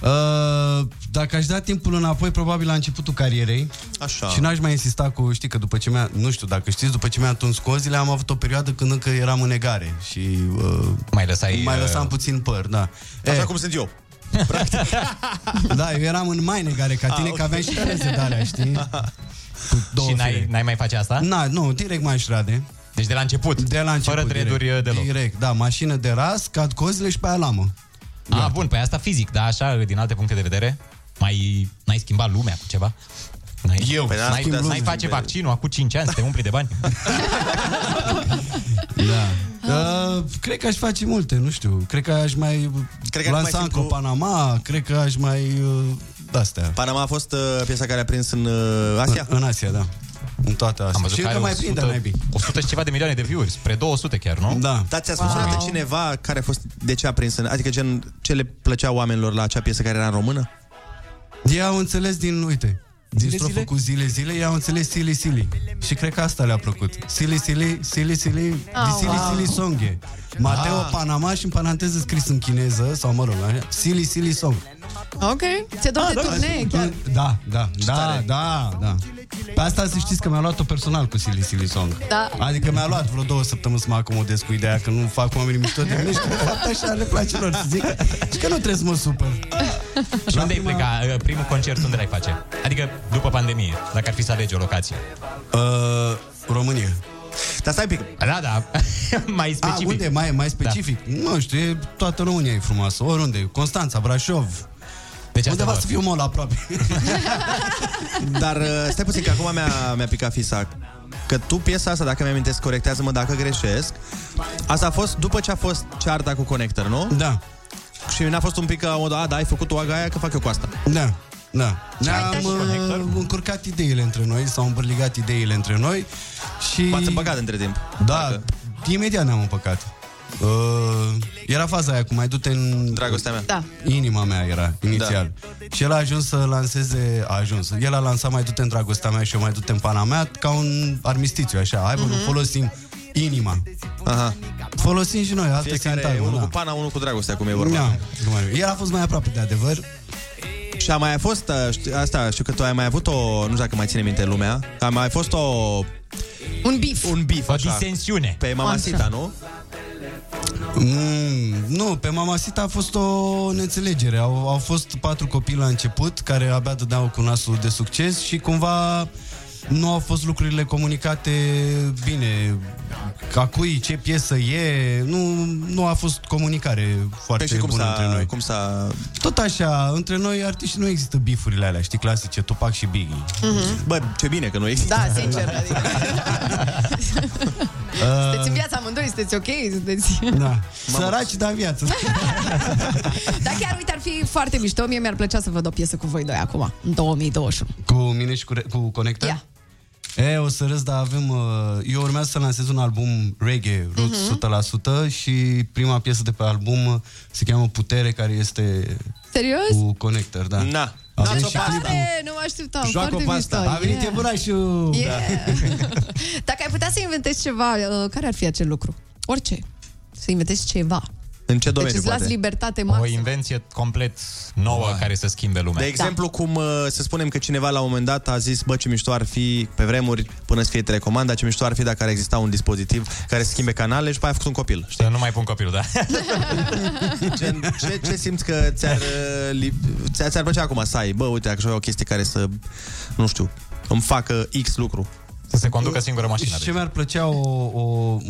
[SPEAKER 9] Uh, dacă aș da timpul înapoi, probabil la începutul carierei
[SPEAKER 8] Așa.
[SPEAKER 9] Și n-aș mai insista cu, știi că după ce mi-a, nu știu, dacă știți, după ce mi-a tuns cozile Am avut o perioadă când încă eram în negare Și uh,
[SPEAKER 12] mai, lăsai,
[SPEAKER 9] mai
[SPEAKER 12] uh,
[SPEAKER 9] lăsam puțin păr, da
[SPEAKER 8] Așa cum sunt eu.
[SPEAKER 9] Da, eu eram în mai negare ca tine,
[SPEAKER 12] Ah,
[SPEAKER 9] că
[SPEAKER 12] ok.
[SPEAKER 9] aveam și treze de alea, știi?
[SPEAKER 12] și n-ai, n-ai mai face asta?
[SPEAKER 9] Na, nu, direct mai șrade.
[SPEAKER 12] Da? Deci de la început?
[SPEAKER 9] De la început,
[SPEAKER 12] Fără dreaduri
[SPEAKER 9] direct.
[SPEAKER 12] direct. deloc?
[SPEAKER 9] Direct, da, mașină de ras, cad cozile și pe aia lamă.
[SPEAKER 8] Da.
[SPEAKER 12] A, bun, păi asta fizic, dar așa, din alte puncte de vedere, mai n-ai schimbat lumea cu ceva? N-ai,
[SPEAKER 8] Eu? Păi n-am
[SPEAKER 12] n-ai,
[SPEAKER 8] schimbat
[SPEAKER 12] n-ai,
[SPEAKER 8] lumea.
[SPEAKER 12] face vaccinul acum 5 ani, să te umpli de bani.
[SPEAKER 9] Da. Uh, cred că aș face multe, nu știu. Cred că aș mai
[SPEAKER 8] Cred
[SPEAKER 9] cred
[SPEAKER 8] că
[SPEAKER 9] că
[SPEAKER 8] aș mai
[SPEAKER 9] lansa
[SPEAKER 8] fi
[SPEAKER 9] încă cu...
[SPEAKER 8] cu-
[SPEAKER 9] Panama, cred că aș mai... Uh, astea.
[SPEAKER 8] Panama a fost uh, piesa care a prins în uh, Asia?
[SPEAKER 9] În Asia, da. În toată Asia.
[SPEAKER 12] Am văzut
[SPEAKER 9] Și
[SPEAKER 12] că
[SPEAKER 9] încă
[SPEAKER 12] are
[SPEAKER 9] mai
[SPEAKER 12] 100,
[SPEAKER 9] prinde naibii.
[SPEAKER 12] 100 și ceva de milioane de view-uri, spre 200 chiar, nu?
[SPEAKER 9] Da.
[SPEAKER 8] Dar ți-a spus wow. cineva care a fost de ce a prins în... Adică gen, ce le plăcea oamenilor la acea piesă care era în română?
[SPEAKER 9] Ei au înțeles din, uite, din zile, strofă zile? cu zile, zile, ei au înțeles Silly Silly. Și cred că asta le-a plăcut. Silly Silly, Silly Silly, oh, Silly
[SPEAKER 11] wow.
[SPEAKER 9] Silly Songhe. Mateo
[SPEAKER 11] Ah.
[SPEAKER 9] Panama și în paranteză scris în chineză, sau mă rog, așa, Silly Silly Song.
[SPEAKER 11] Ok, ți-e
[SPEAKER 9] Ah,
[SPEAKER 11] dor de turnee chiar.
[SPEAKER 9] Da, da, da, da, da. Pe asta să știți că mi-a luat-o personal cu Silly Silly Song.
[SPEAKER 11] Da.
[SPEAKER 9] Adică mi-a luat vreo două săptămâni să mă acomodez cu ideea că nu fac oamenii mișto de mine și că de fapt așa le place lor să zic și că nu trebuie să mă supăr.
[SPEAKER 12] Și unde ai pleca? Primul concert unde l-ai face? Adică după pandemie, dacă ar fi să alegi o locație.
[SPEAKER 9] Uh, România.
[SPEAKER 8] Ă, Dar stai un pic.
[SPEAKER 12] Da, da. mai specific.
[SPEAKER 9] A, unde? Mai, mai specific? Da. Nu știu, e, toată România e frumoasă. Oriunde. Constanța, Brașov.
[SPEAKER 12] Deci
[SPEAKER 9] Undeva
[SPEAKER 8] doar.
[SPEAKER 9] să fiu mol aproape.
[SPEAKER 8] Dar uh, stai puțin că acum mi-a, mi-a picat fisa Că tu piesa asta, dacă mi-am corectează-mă dacă greșesc Asta a fost după ce a fost cearta cu Connector, nu?
[SPEAKER 9] Da
[SPEAKER 8] Și mi-a fost un pic ca, a, da, ai făcut o aga aia, că fac eu cu asta
[SPEAKER 9] Da, da Ne-am uh, încurcat ideile între noi, s-au îmbărligat ideile între noi și...
[SPEAKER 8] V-ați împăcat între timp.
[SPEAKER 9] Da, imediat ne-am împăcat. Uh, era faza aia cu mai du-te în...
[SPEAKER 8] Dragostea mea.
[SPEAKER 11] Da.
[SPEAKER 9] Inima mea era, inițial. Da. Și el a ajuns să lanseze... A ajuns. El a lansat mai du-te în dragostea mea și eu mai du-te în pana mea ca un armistițiu, așa. Hai, bă, nu folosim inima.
[SPEAKER 8] Mhm. Aha.
[SPEAKER 9] Folosim și noi alte
[SPEAKER 8] Fiecare,
[SPEAKER 9] sintagmă.
[SPEAKER 8] unul
[SPEAKER 9] da.
[SPEAKER 8] cu pana, unul cu dragostea, cum e vorba
[SPEAKER 9] Da, cum ar fi. El a fost mai aproape de adevăr.
[SPEAKER 8] Și a mai fost, uh, ști- asta, știu că tu ai mai avut o, nu știu dacă mai ține minte lumea, a mai fost o...
[SPEAKER 11] Un bif.
[SPEAKER 8] Un bif,
[SPEAKER 12] O
[SPEAKER 8] așa.
[SPEAKER 12] disensiune.
[SPEAKER 8] Pe Mamacita,
[SPEAKER 11] Așa.
[SPEAKER 8] nu?
[SPEAKER 9] Mm, nu, pe Mama Sita a fost o neînțelegere. Au, au fost patru copii la început care abia dădeau cu nasul de succes și cumva nu au fost lucrurile comunicate bine. Ca cui, ce piesă e, nu, nu a fost comunicare foarte
[SPEAKER 8] Păi și cum
[SPEAKER 9] bună
[SPEAKER 8] s-a-
[SPEAKER 9] între noi.
[SPEAKER 8] cum s-a...
[SPEAKER 9] Tot așa, între noi artiști nu există bifurile alea, știi, clasice, Tupac și Biggie.
[SPEAKER 11] Mhm.
[SPEAKER 8] Bă, ce bine că nu există.
[SPEAKER 11] Da, sincer, adică.
[SPEAKER 9] Uh,
[SPEAKER 11] Sunteți
[SPEAKER 9] Ă,
[SPEAKER 11] în viața amândoi, sunteți ok, sunteți...
[SPEAKER 9] da. Săraci, dar în viață.
[SPEAKER 11] Dar chiar, uite, ar fi foarte mișto. Mie mi-ar plăcea să văd o piesă cu voi doi acum, în 2021.
[SPEAKER 9] Cu mine și cu, re- cu Conecta?
[SPEAKER 11] Ia.
[SPEAKER 9] E, o să râs, dar avem... uh, Eu urmează să lansez un album reggae,
[SPEAKER 11] Mhm.
[SPEAKER 9] roots 100% și prima piesă de pe album uh, se cheamă Putere, care este
[SPEAKER 11] Serios?
[SPEAKER 9] cu Connector, da.
[SPEAKER 8] Na.
[SPEAKER 9] Avem
[SPEAKER 11] Ce
[SPEAKER 9] și clipul.
[SPEAKER 11] tare! Nu mă așteptam. foarte mișto.
[SPEAKER 9] A venit
[SPEAKER 11] Yeah.
[SPEAKER 9] iepurașul!
[SPEAKER 11] Yeah. Dacă ai putea să inventezi ceva, uh, care ar fi acel lucru? Orice. Să inventezi ceva.
[SPEAKER 8] În ce
[SPEAKER 11] Deci
[SPEAKER 8] domeniu
[SPEAKER 11] îți
[SPEAKER 8] poate?
[SPEAKER 11] las libertate
[SPEAKER 12] O
[SPEAKER 11] maximă.
[SPEAKER 12] invenție complet nouă care să schimbe lumea.
[SPEAKER 8] De exemplu,
[SPEAKER 11] Da.
[SPEAKER 8] cum uh, să spunem că cineva la un moment dat a zis, bă, ce mișto ar fi pe vremuri, până să fie telecomanda, ce mișto ar fi dacă ar exista un dispozitiv care să schimbe canale și după aia a făcut un copil. Știi?
[SPEAKER 12] Nu mai pun copilul, da.
[SPEAKER 8] Gen, ce, ce simți că ți-ar, uh, li- ți-ar, ți-ar plăcea acum să ai? Bă, uite, dacă o chestie care să, nu știu, îmi facă X lucru.
[SPEAKER 12] Să se conducă singură mașina. deci.
[SPEAKER 9] Și ce mi-ar plăcea o, o,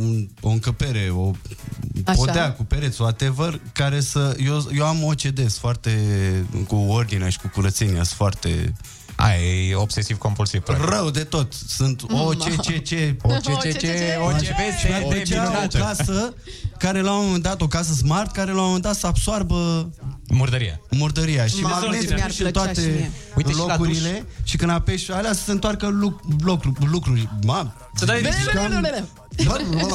[SPEAKER 9] un- o încăpere, o
[SPEAKER 11] Așa.
[SPEAKER 9] Așa. podea cu pereți, whatever, care să... Eu, eu am OCD, sunt foarte... cu ordinea și cu curățenia, sunt foarte...
[SPEAKER 12] Ai, e obsesiv compulsiv.
[SPEAKER 9] Rău de tot. Sunt OCCC, OCCC,
[SPEAKER 12] OCCC,
[SPEAKER 9] Și mi-ar plăcea o
[SPEAKER 12] terminată.
[SPEAKER 9] casă care la un moment dat, o casă smart, care la un moment dat să absoarbă
[SPEAKER 12] Murdăria.
[SPEAKER 9] murdăria și
[SPEAKER 12] Mamă,
[SPEAKER 9] magnetul
[SPEAKER 12] mi-ar
[SPEAKER 9] și în
[SPEAKER 12] plăcea și
[SPEAKER 9] toate
[SPEAKER 12] mie. Uite, și la
[SPEAKER 9] locurile
[SPEAKER 12] duș.
[SPEAKER 9] și, când apeși alea să se întoarcă lu- lucru, lucruri. Mam,
[SPEAKER 10] Să dai-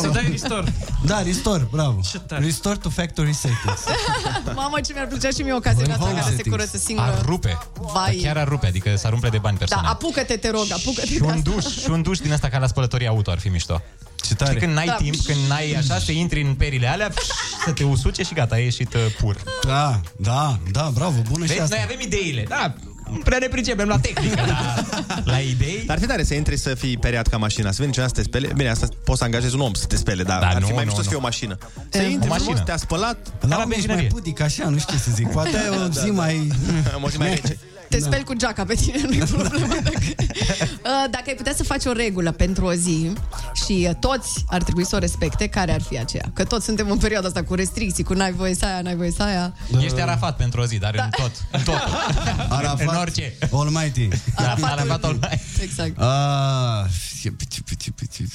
[SPEAKER 10] Să dai restore.
[SPEAKER 9] Da, restore, bravo. Restore to factory settings.
[SPEAKER 11] Mamă, ce mi-ar plăcea și mie o casă
[SPEAKER 12] În
[SPEAKER 11] din asta
[SPEAKER 12] home
[SPEAKER 11] care se
[SPEAKER 12] settings.
[SPEAKER 11] curăță
[SPEAKER 12] Ar
[SPEAKER 11] singură.
[SPEAKER 12] rupe.
[SPEAKER 11] Vai.
[SPEAKER 12] Dar Chiar ar rupe, adică s-ar umple de bani
[SPEAKER 11] Da,
[SPEAKER 12] personal.
[SPEAKER 11] apucă-te, te rog, apucă-te.
[SPEAKER 12] Și
[SPEAKER 11] de
[SPEAKER 12] un
[SPEAKER 11] asta.
[SPEAKER 12] duș, și un duș din asta ca la spălătorie auto ar fi mișto. Ce
[SPEAKER 9] tare.
[SPEAKER 12] Știi, când n-ai
[SPEAKER 11] Da.
[SPEAKER 12] timp, când n-ai așa, să intri în perile alea, pș, să te usuce și gata, ai ieșit uh, pur.
[SPEAKER 9] Da, da, da, bravo, bună
[SPEAKER 12] Vezi,
[SPEAKER 9] și asta.
[SPEAKER 12] noi avem ideile. Da, nu prea ne pricepem la tehnică, da. dar la idei.
[SPEAKER 8] Dar ar fi tare să intri să fii periat ca mașina, să vine cineva să te spele. Bine, asta poți să angajezi un om să te spele, dar da, ar fi
[SPEAKER 12] nu,
[SPEAKER 8] mai
[SPEAKER 12] nu,
[SPEAKER 8] mișto să
[SPEAKER 12] nu.
[SPEAKER 8] fie o mașină. Să
[SPEAKER 9] E,
[SPEAKER 8] intri
[SPEAKER 9] o mașină.
[SPEAKER 8] frumos, te-a spălat.
[SPEAKER 9] La urmă ești mai pudic, așa, nu știu ce să zic. Poate ai o
[SPEAKER 8] Da,
[SPEAKER 9] zi
[SPEAKER 8] da.
[SPEAKER 9] mai... Da.
[SPEAKER 8] O zi mai rece.
[SPEAKER 11] Te speli cu geaca pe tine, nu-i problemă. Dacă, Uh, dacă ai putea să faci o regulă pentru o zi și uh, toți ar trebui să o respecte, care ar fi aceea? Că toți suntem în perioada asta cu restricții, cu n-ai voie să aia, n-ai voie să aia.
[SPEAKER 12] Ești arafat pentru o zi,
[SPEAKER 11] Da.
[SPEAKER 12] dar în tot. În tot.
[SPEAKER 9] Arafat,
[SPEAKER 12] În orice.
[SPEAKER 9] Almighty.
[SPEAKER 12] Arafat online.
[SPEAKER 11] Exact.
[SPEAKER 9] Ah, e pici, pici, pici.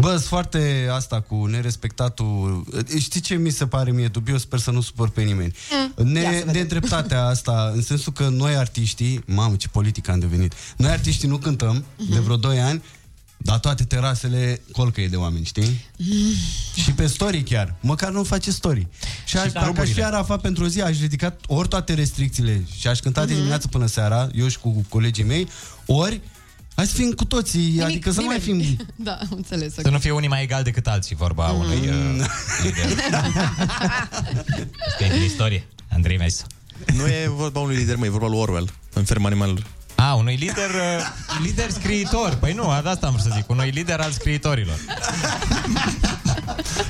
[SPEAKER 9] Bă, sunt foarte asta cu nerespectatul. Știi ce mi se pare mie dubios? Sper să nu supăr pe nimeni.
[SPEAKER 11] Mm, ia să
[SPEAKER 9] Ne,
[SPEAKER 11] vedem.
[SPEAKER 9] nedreptatea asta, în sensul că noi artiștii, mamă ce politică am devenit, noi artiștii nu cântăm de vreo 2 ani, dar toate terasele colcăie de oameni, știi? Și pe story chiar. Măcar nu face story. Și, aș,
[SPEAKER 12] Și
[SPEAKER 9] dacă aș
[SPEAKER 12] cluburile.
[SPEAKER 9] fi Arafa pentru o zi, aș ridicat ori toate restricțiile și aș cânta de dimineață până seara, eu și cu colegii mei, ori aș fi cu toții, adică să nu mai
[SPEAKER 11] nimeni.
[SPEAKER 9] fim...
[SPEAKER 11] Da, am înțeles.
[SPEAKER 12] Să nu fie unii mai egal decât alții, vorba mm. unui uh, lider.
[SPEAKER 11] Da.
[SPEAKER 12] Este din istorie. Andrei mi-a zis.
[SPEAKER 8] Nu e vorba unui lider, mă, e vorba lui Orwell, în ferm animalelor.
[SPEAKER 12] A, unui lider, uh, lider scriitor. Păi nu, asta am vrut să zic. Unui lider al scriitorilor.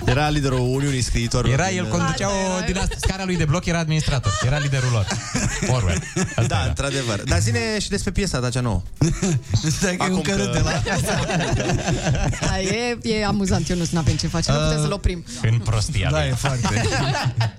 [SPEAKER 8] Era liderul Uniunii uh, Scriitorilor.
[SPEAKER 12] Era, el conducea o din asta, scara lui de bloc, era administrator. Era liderul lor. Orwell.
[SPEAKER 8] Da, într-adevăr. Dar zine și despre piesa ta cea nouă.
[SPEAKER 9] Stai că
[SPEAKER 8] Acum
[SPEAKER 9] e un că... de la...
[SPEAKER 11] Da, e, e amuzant, eu nu sunt ce face, nu
[SPEAKER 9] Uh,
[SPEAKER 11] putem să-l oprim.
[SPEAKER 12] În prostia.
[SPEAKER 9] Da, e foarte.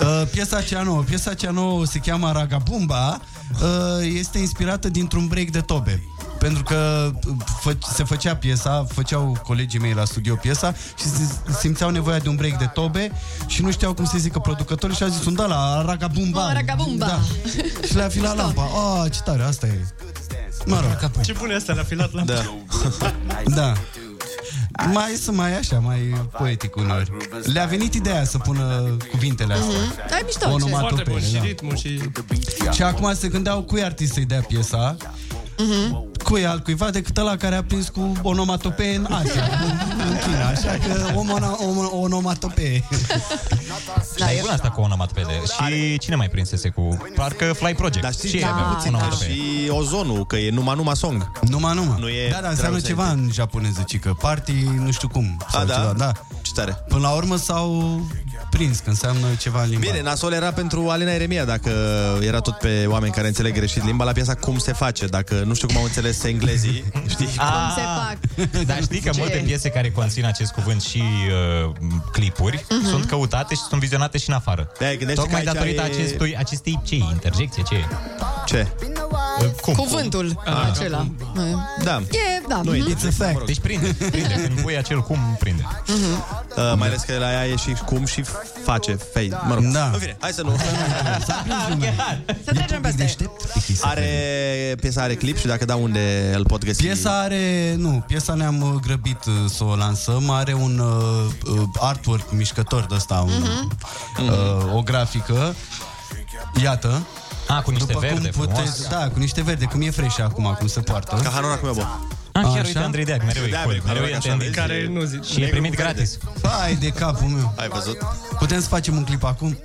[SPEAKER 9] Uh, piesa cea nouă. Piesa cea nouă se cheamă Ragabumba. Uh, este inspirată dintr-un break de tobe. Pentru că uh, fă- se făcea piesa, făceau colegii mei la studio piesa și se- simțeau nevoia de un break de tobe și nu știau cum să zică producătorii și au zis, da, la Ragabumba.
[SPEAKER 11] Mă, Oh, ragabumba!
[SPEAKER 9] Da. Și le-a filat lampa. Oh, ce tare, asta e. Mă rog.
[SPEAKER 10] Ce bune asta, l-a filat la
[SPEAKER 8] Da.
[SPEAKER 11] Mm-hmm.
[SPEAKER 9] Da. Mai sunt mai așa, mai poetic uneori. Le-a venit ideea să pună cuvintele astea.
[SPEAKER 11] Da, e mișto. ce-
[SPEAKER 10] Foarte bun. Și
[SPEAKER 9] da.
[SPEAKER 10] ritmul și...
[SPEAKER 9] Și acum se gândeau cui artist să-i dea piesa,
[SPEAKER 11] Mhm.
[SPEAKER 9] cui altcuiva decât ăla care a prins cu onomatopee în Asia, în, în China. Așa că om, om, onomatopee.
[SPEAKER 12] Da, e bună asta cu onomatopede. Și cine mai prinsese cu... Parcă Fly Project.
[SPEAKER 8] Dar știi
[SPEAKER 12] Ce
[SPEAKER 8] ce
[SPEAKER 12] e avea puțin onomatopede?
[SPEAKER 8] și ozonul, că e numai numai song.
[SPEAKER 9] Numa, numa.
[SPEAKER 8] Nu e
[SPEAKER 9] da, da, înseamnă
[SPEAKER 8] dragostea
[SPEAKER 9] ceva în japoneză, ci că party nu știu cum. Sau
[SPEAKER 8] A, da?
[SPEAKER 9] Ceva, da.
[SPEAKER 8] Ce tare.
[SPEAKER 9] Până la urmă s-au prins, că înseamnă ceva în limba.
[SPEAKER 8] Bine, nasol era pentru Alina Eremia dacă era tot pe oameni care înțeleg greșit limba la piesa Cum se face, dacă nu știu cum au înțeles englezii, știi?
[SPEAKER 11] Cum se fac?
[SPEAKER 12] Ah. Dar știi că
[SPEAKER 11] Ce?
[SPEAKER 12] multe piese care conțin acest cuvânt și uh, clipuri
[SPEAKER 11] Mhm.
[SPEAKER 12] uh-huh. sunt căutate și sunt vizionate și în afară.
[SPEAKER 8] Da, gândește
[SPEAKER 12] Tocmai
[SPEAKER 8] că aici
[SPEAKER 12] datorită
[SPEAKER 8] e-
[SPEAKER 12] acestui, acestei ce e? interjecție, ce e?
[SPEAKER 8] Ce?
[SPEAKER 12] Cum?
[SPEAKER 11] Cuvântul
[SPEAKER 12] Ah.
[SPEAKER 11] acela. E,
[SPEAKER 8] Da.
[SPEAKER 11] da.
[SPEAKER 8] Nu e
[SPEAKER 11] mhm.
[SPEAKER 8] din-
[SPEAKER 9] It's a fact.
[SPEAKER 12] Deci prinde, prinde. Când pui acel cum, prinde.
[SPEAKER 8] Uh, mai ales că la ea e și cum și face fei. Mă rog.
[SPEAKER 9] Da.
[SPEAKER 8] În fine, hai să nu.
[SPEAKER 11] Să trecem peste.
[SPEAKER 8] Are, piesa are clip și dacă da unde îl pot găsi.
[SPEAKER 9] Deci Piesa are, nu, piesa ne-am uh, grăbit uh, să o lansăm, are un uh, uh, artwork mișcător de ăsta, un, uh, o grafică. Iată.
[SPEAKER 12] A, cu niște verde,
[SPEAKER 9] cum
[SPEAKER 12] frumos.
[SPEAKER 9] da, cu niște verde, cum e fresh acum, cum se poartă.
[SPEAKER 8] Ca Hanora cum e bă.
[SPEAKER 12] Ah, chiar
[SPEAKER 9] Așa?
[SPEAKER 12] uite, Andrei Deac, mereu e
[SPEAKER 9] Deac,
[SPEAKER 12] cool,
[SPEAKER 9] mereu
[SPEAKER 12] mereu e
[SPEAKER 9] așa,
[SPEAKER 12] tendință.
[SPEAKER 9] vezi?
[SPEAKER 12] Care nu zic. Și e primit gratis.
[SPEAKER 9] Hai de capul meu. Ai văzut? Putem să facem un clip acum?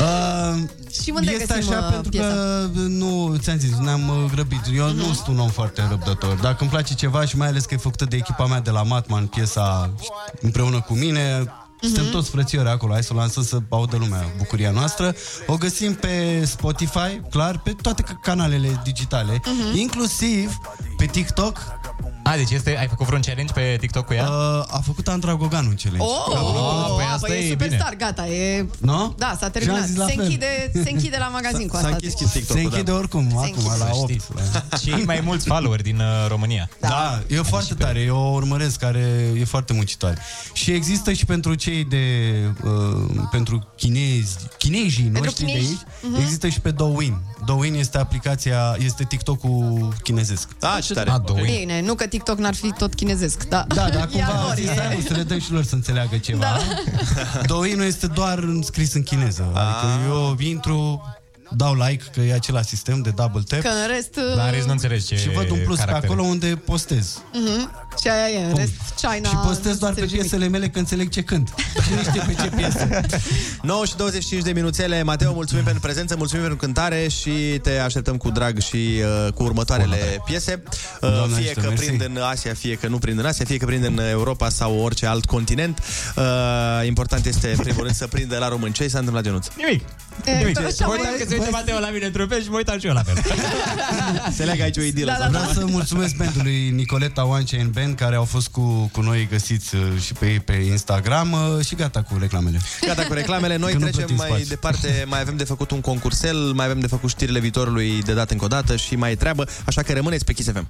[SPEAKER 9] Uh,
[SPEAKER 11] Și unde
[SPEAKER 9] este
[SPEAKER 11] găsim,
[SPEAKER 9] așa
[SPEAKER 11] uh,
[SPEAKER 9] pentru că nu, ți-am zis, ne-am uh, grăbit. Eu
[SPEAKER 11] Mhm.
[SPEAKER 9] nu sunt un om foarte răbdător. Dacă îmi place ceva și mai ales că e făcută de echipa mea de la Matman, piesa împreună cu mine,
[SPEAKER 11] Mhm.
[SPEAKER 9] suntem toți frățiori acolo, hai să o lansăm să audă lumea bucuria noastră. O găsim pe Spotify, clar, pe toate c- canalele digitale,
[SPEAKER 11] Mhm.
[SPEAKER 9] inclusiv pe TikTok.
[SPEAKER 12] A, deci este, ai făcut vreun challenge pe TikTok cu ea?
[SPEAKER 9] Uh, a făcut Andra Goganu un challenge.
[SPEAKER 11] Oh,
[SPEAKER 9] Da,
[SPEAKER 11] oh,
[SPEAKER 9] păi
[SPEAKER 11] păi
[SPEAKER 9] asta
[SPEAKER 11] e
[SPEAKER 9] e
[SPEAKER 11] superstar, gata, e...
[SPEAKER 9] Nu?
[SPEAKER 11] Da, s-a
[SPEAKER 9] Și am
[SPEAKER 11] terminat.
[SPEAKER 9] zis la
[SPEAKER 11] Se
[SPEAKER 9] fel.
[SPEAKER 11] închide, se închide la magazin cu
[SPEAKER 9] S-a
[SPEAKER 11] asta.
[SPEAKER 9] închis TikTok-ul, Se închide da. oricum, Se acum, închide. la
[SPEAKER 12] Să știi. Și mai mulți followeri din uh, România.
[SPEAKER 9] Da, e foarte tare, eu o urmăresc, care e foarte muncitoare. Și există și pentru cei de... Uh, pentru chinezi, chinezii
[SPEAKER 11] Pentru
[SPEAKER 9] noștri
[SPEAKER 11] chinezi?
[SPEAKER 9] de aici,
[SPEAKER 11] Mhm.
[SPEAKER 9] există și pe Douyin. Douyin este aplicația, este TikTok-ul chinezesc. Da, ce tare.
[SPEAKER 11] Bine, nu că TikTok n-ar fi tot chinezesc, da.
[SPEAKER 9] Da, dar
[SPEAKER 11] Ia
[SPEAKER 9] cumva
[SPEAKER 11] lor,
[SPEAKER 9] zis,
[SPEAKER 11] e.
[SPEAKER 9] "Hai, mă, să le dăm și lor să înțeleagă ceva.
[SPEAKER 11] Da.
[SPEAKER 9] Douyin este doar scris în chineză. Adică eu intru, dau like, că e același sistem de double tap.
[SPEAKER 11] Că în rest...
[SPEAKER 9] Dar în rest nu
[SPEAKER 12] înțelegi ce
[SPEAKER 9] și văd un plus pe
[SPEAKER 12] caractere.
[SPEAKER 9] acolo unde postez.
[SPEAKER 11] Mhm. Și aia e, în rest China...
[SPEAKER 9] Și postez doar pe piesele mele că înțeleg ce cânt. Și nu știu pe ce piesă.
[SPEAKER 8] 9 și 25 de minuțele. Mateo, mulțumim pentru prezență, mulțumim pentru cântare și te așteptăm cu drag și uh, cu următoarele piese. Uh,
[SPEAKER 9] Doamne
[SPEAKER 8] fie
[SPEAKER 9] ajută,
[SPEAKER 8] că
[SPEAKER 9] mersi.
[SPEAKER 8] prind în Asia, fie că nu prind în Asia, fie că prind în Europa sau orice alt continent. Uh, important este, în primul rând, să prindă la român. Ce i s-a întâmplat, Genuț?
[SPEAKER 12] Nimic.
[SPEAKER 11] E,
[SPEAKER 12] Nimic.
[SPEAKER 11] tot așa
[SPEAKER 12] Mă uitam
[SPEAKER 11] mai-
[SPEAKER 12] că se uită Mateo la mine într-un fel și mă uitam și eu la fel.
[SPEAKER 8] Se leagă aici o idilă.
[SPEAKER 11] Da, da,
[SPEAKER 9] Vreau
[SPEAKER 11] da.
[SPEAKER 9] să mulțumesc bandului Nicoleta One Chain Band care au fost cu, cu noi găsiți uh, și pe ei pe Instagram uh, și gata cu reclamele.
[SPEAKER 8] Gata cu reclamele, noi
[SPEAKER 9] Că nu
[SPEAKER 8] trecem
[SPEAKER 9] plătim
[SPEAKER 8] mai
[SPEAKER 9] spațiu.
[SPEAKER 8] departe, mai avem de făcut un concursel, mai avem de făcut știrile viitorului de dat încă o dată și mai e treabă, așa că rămâneți pe Kiss FM.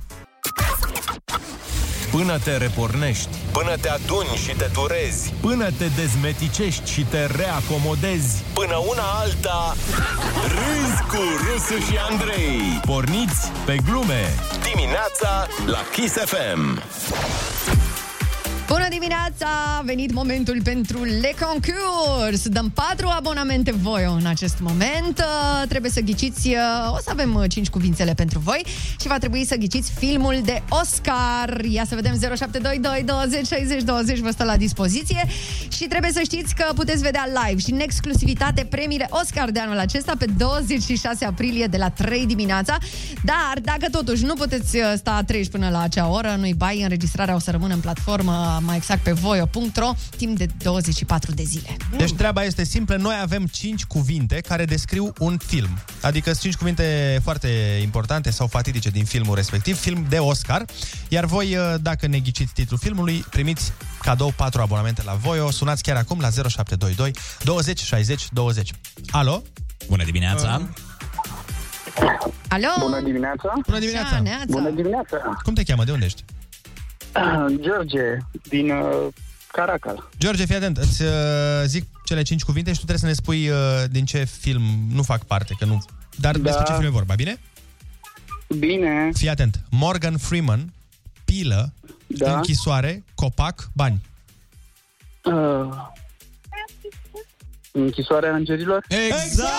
[SPEAKER 6] Până te repornești,
[SPEAKER 13] Până te aduni și te turezi
[SPEAKER 6] până te dezmeticești și te reacomodezi,
[SPEAKER 13] Până una alta Râzi cu Rusu și Andrei
[SPEAKER 6] porniți pe glume.
[SPEAKER 13] Dimineața la Kiss FM
[SPEAKER 11] Bună dimineața! A venit momentul pentru Le Concurs! Dăm patru abonamente voi în acest moment. Uh, trebuie să ghiciți, uh, o să avem uh, cinci cuvințele pentru voi și va trebui să ghiciți filmul de Oscar. Ia să vedem 0722 20 60 20 vă stă la dispoziție și trebuie să știți că puteți vedea live și în exclusivitate premiile Oscar de anul acesta pe 26 aprilie de la 3 dimineața. Dar dacă totuși nu puteți uh, sta 30 până la acea oră, nu-i bai, înregistrarea o să rămână în platformă, mai exact pe voio.ro, timp de 24 de zile.
[SPEAKER 8] Deci treaba este simplă, noi avem 5 cuvinte care descriu un film. Adică sunt 5 cuvinte foarte importante sau fatidice din filmul respectiv, film de Oscar. Iar voi, uh, dacă ne ghiciți titlul filmului, primiți cadou 4 abonamente la Voio. Sunați chiar acum la 0722 20 60 20. Alo? Uh,
[SPEAKER 12] Bună dimineața!
[SPEAKER 11] Alo? Bună
[SPEAKER 15] dimineața!
[SPEAKER 8] Bună dimineața!
[SPEAKER 15] Bună dimineața!
[SPEAKER 8] Cum te cheamă? De unde ești?
[SPEAKER 15] Ah, George, din uh, Caracal.
[SPEAKER 8] George, fii atent, îți uh, zic cele 5 cuvinte și tu trebuie să ne spui uh, din ce film nu fac parte, că nu... Dar da.
[SPEAKER 15] Da.
[SPEAKER 8] despre ce film e vorba, bine?
[SPEAKER 15] Bine.
[SPEAKER 8] Fii atent. Morgan Freeman, pilă, da. închisoare, copac, bani.
[SPEAKER 15] Uh, închisoarea Angerilor?
[SPEAKER 8] Exact!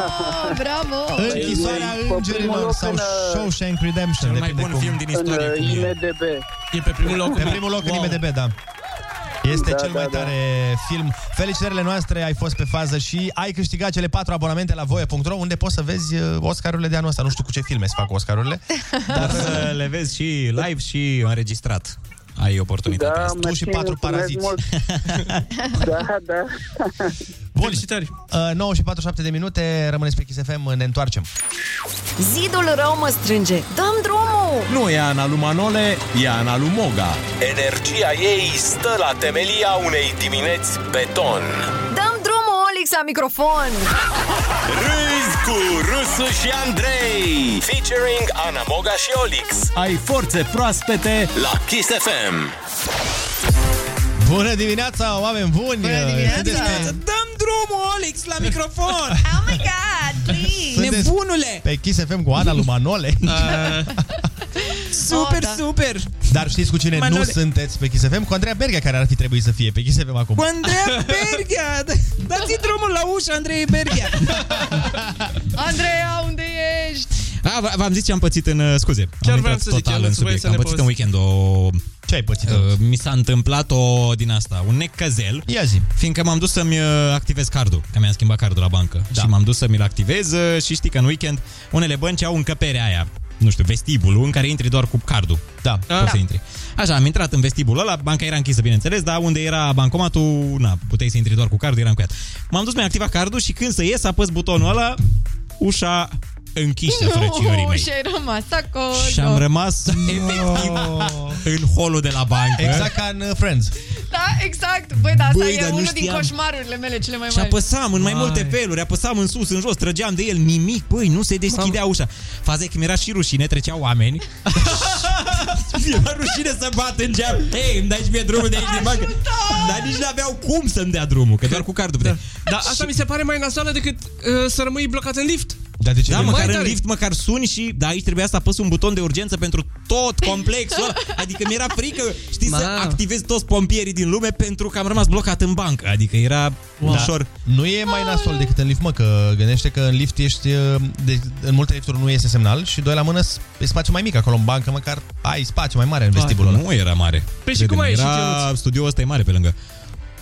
[SPEAKER 11] Oh, Bravo!
[SPEAKER 8] Păi,
[SPEAKER 15] Închisoarea Îngerilor
[SPEAKER 8] Sau
[SPEAKER 15] păi,
[SPEAKER 8] Shawshank Redemption. uh, Cel mai bun cum... film din
[SPEAKER 15] istorie. În uh, IMDB.
[SPEAKER 8] E pe
[SPEAKER 15] primul loc.
[SPEAKER 8] Pe primul loc
[SPEAKER 15] Wow.
[SPEAKER 8] în IMDB, da. Este
[SPEAKER 15] Da,
[SPEAKER 8] da, cel mai
[SPEAKER 15] da, da.
[SPEAKER 8] tare film. Felicitările noastre, ai fost pe fază și ai câștigat cele patru abonamente la voie.ro unde poți să vezi uh, Oscarurile de anul ăsta. Nu știu cu ce filme se fac Oscarurile. uh,
[SPEAKER 12] Dar să le vezi și live și înregistrat. Ai oportunitatea asta.
[SPEAKER 15] mersi, Da, mulțumesc mult. da, da.
[SPEAKER 8] Bun. Felicitări. Uh, 9 și 47 de minute, rămâneți pe Kiss FM, ne întoarcem.
[SPEAKER 29] Zidul rău mă strânge. Dăm drumul!
[SPEAKER 6] Nu e Ana lui Manole, e Ana lui Moga.
[SPEAKER 13] Energia ei stă la temelia unei dimineți beton
[SPEAKER 29] Dăm drumul, Olix, la microfon!
[SPEAKER 13] Râzi cu Rusu și Andrei Featuring Ana Moga și Olix
[SPEAKER 6] Ai forțe proaspete
[SPEAKER 13] La Kiss FM
[SPEAKER 8] Bună dimineața, oameni buni! Uh, Bună
[SPEAKER 30] Dăm drumul, Olix, la microfon!
[SPEAKER 29] oh my god, please!
[SPEAKER 8] Nebunule! Pe Kiss FM cu Ana lui Manole.
[SPEAKER 30] Uh. Super, super!
[SPEAKER 8] Dar știți cu cine
[SPEAKER 30] Manole.
[SPEAKER 8] nu sunteți pe Kiss FM? Cu Andreea Berga, care ar fi trebuit să fie pe Kiss FM acum.
[SPEAKER 30] Cu Andreea Berghia! Da- Dați-i drumul la ușa Andrei Berghia!
[SPEAKER 11] Andreea, unde ești?
[SPEAKER 12] Da, v- v-am zis ce am pățit în... uh, Scuze,
[SPEAKER 10] Chiar
[SPEAKER 12] am
[SPEAKER 10] vreau
[SPEAKER 12] intrat
[SPEAKER 10] să zic,
[SPEAKER 12] total
[SPEAKER 10] Ionuț,
[SPEAKER 12] în
[SPEAKER 10] voi
[SPEAKER 12] subiect.
[SPEAKER 10] să
[SPEAKER 12] Am
[SPEAKER 10] ne
[SPEAKER 12] pățit în
[SPEAKER 10] povestiți.
[SPEAKER 12] weekend o... Ce ai pățit? Uh, mi s-a întâmplat o din asta, un necăzel. Ia zi. Fiindcă m-am dus să-mi uh, activez cardul, că mi-am schimbat cardul la bancă. Da. Și m-am dus să-mi-l activez uh, și știi că în weekend unele bănci au încăperea aia nu știu, vestibulul în care intri doar cu cardul. Da, poți
[SPEAKER 10] Da.
[SPEAKER 12] să intri. Așa, am intrat în vestibulul ăla, banca era închisă, bineînțeles, dar unde era bancomatul, na, puteai să intri doar cu cardul, era încuiat. M-am dus, mi-am activat cardul și când să ies, apăs butonul ăla, ușa închisă, frățiorii mei.
[SPEAKER 11] și ai rămas acolo.
[SPEAKER 12] Și am rămas efectiv în holul de la bancă.
[SPEAKER 11] Exact
[SPEAKER 12] ca în uh, Friends.
[SPEAKER 11] Da, exact. Băi, dar asta
[SPEAKER 12] Băi,
[SPEAKER 11] e
[SPEAKER 12] dar nu
[SPEAKER 11] unul din
[SPEAKER 12] știam.
[SPEAKER 11] coșmarurile mele cele mai
[SPEAKER 12] Și
[SPEAKER 11] mari.
[SPEAKER 12] apăsam în mai multe feluri, apăsam în sus, în jos, trăgeam de el, nimic, băi, nu se deschidea ușa. Faza e că mi-era și rușine, treceau oameni. mi-era rușine să bat în geam. Hei, îmi dai și mie drumul de aici din bancă. Dar nici n-aveau cum să-mi dea drumul, că doar cu cardul puteai.
[SPEAKER 10] Dar asta mi se pare mai nasoală decât uh, să rămâi blocat în lift.
[SPEAKER 12] Da, de
[SPEAKER 10] ce
[SPEAKER 12] da
[SPEAKER 10] nu?
[SPEAKER 12] măcar
[SPEAKER 10] Mai
[SPEAKER 12] în
[SPEAKER 10] tare.
[SPEAKER 12] lift, măcar suni și... Da, aici trebuia să apăs un buton de urgență pentru tot complexul ăla. Adică mi-era frică, știi, să activez toți pompierii din lume pentru că am rămas blocat în bancă. Adică era
[SPEAKER 24] Wow.
[SPEAKER 12] ușor.
[SPEAKER 24] Da. Nu e mai nasol decât în lift, mă, că gândește că în lift ești, uh, de, în multe lifturi nu este semnal și doi la mână s- e spațiu mai mic acolo în bancă, măcar ai spațiu mai mare în vestibulul ăla.
[SPEAKER 12] Nu era mare.
[SPEAKER 24] Păi și cum ai ieșit,
[SPEAKER 12] Era
[SPEAKER 24] Ionuț?
[SPEAKER 12] studioul ăsta e mare pe lângă.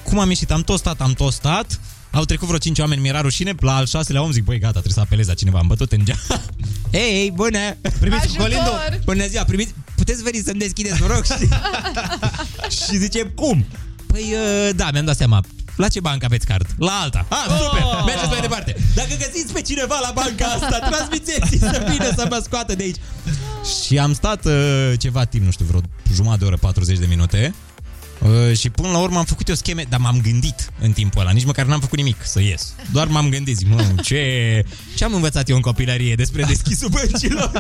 [SPEAKER 12] Cum am ieșit? Am tot stat, am tot stat. Au trecut vreo 5 oameni, mi-era rușine, la al șaselea om zic, băi, gata, trebuie să apelez la cineva, am bătut în geam. Hei, hey, bună! Primiți,
[SPEAKER 24] Ajutor!
[SPEAKER 12] Colindu, bună ziua, primiți, puteți veni să-mi deschideți, vă rog? Și, și zice, cum? Păi, uh, da, mi-am dat seama, la ce bancă aveți card? La alta. Ah, super!
[SPEAKER 24] Oh!
[SPEAKER 12] Mergeți mai departe. Dacă găsiți pe cineva la banca asta, transmiteți să vină să mă scoată de aici. Și am stat uh, ceva timp, nu știu, vreo jumătate de oră, 40 de minute. Uh, și până la urmă am făcut eu scheme, dar m-am gândit în timpul ăla, nici măcar n-am făcut nimic să ies. Doar m-am gândit, zic, mă, ce... Ce am învățat eu în copilărie despre deschisul băncilor?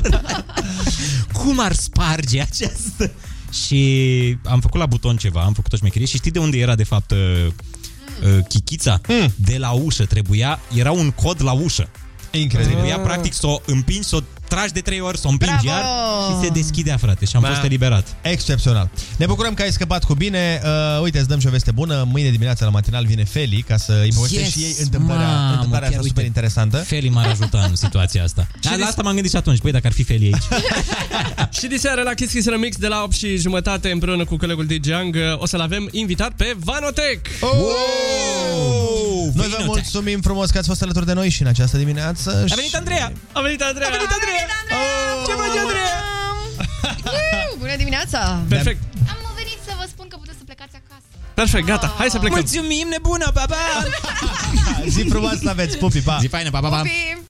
[SPEAKER 12] Cum ar sparge această... Și am făcut la buton ceva, am făcut o șmecherie și știi de unde era de fapt uh, uh, chichița? De la ușă trebuia, era un cod la ușă. Incredibil. Trebuia practic să o împingi, să o tragi de trei ori, să o împingi
[SPEAKER 24] Bravo!
[SPEAKER 12] iar și se deschidea, frate. Și am
[SPEAKER 24] Ba.
[SPEAKER 12] fost eliberat.
[SPEAKER 24] Excepțional. Ne bucurăm că ai scăpat cu bine. Uh, uite, îți dăm și o veste bună. Mâine dimineața la matinal vine Feli ca să îi povestești
[SPEAKER 12] Yes,
[SPEAKER 24] și ei întâmplarea,
[SPEAKER 12] mamă,
[SPEAKER 24] întâmplarea
[SPEAKER 12] chiar
[SPEAKER 24] asta super interesantă.
[SPEAKER 12] Feli m-ar ajuta în situația asta. Dar la asta m-am gândit și atunci, băi, dacă ar fi Feli aici.
[SPEAKER 10] Și de seară la Kiss Kiss Remix de la 8 și jumătate împreună cu colegul DJ Ang o să-l avem invitat pe Vanotec. Oh,
[SPEAKER 24] Wow! Noi vă mulțumim frumos că ați fost alături de noi și în această dimineață.
[SPEAKER 10] A venit
[SPEAKER 24] și...
[SPEAKER 10] Andreea! A venit Andreea! A venit Andreea!
[SPEAKER 24] Ce faci, Andreea?
[SPEAKER 11] Iu, Bună dimineața!
[SPEAKER 10] Perfect,
[SPEAKER 25] Am venit să vă spun că puteți să plecați acasă.
[SPEAKER 10] perfect, gata, hai să plecăm.
[SPEAKER 12] Mulțumim, nebună, pa, pa!
[SPEAKER 24] Zi frumoasă aveți, pupi, pa!
[SPEAKER 12] Zi faină, pa, pa, pa!
[SPEAKER 11] Pupii!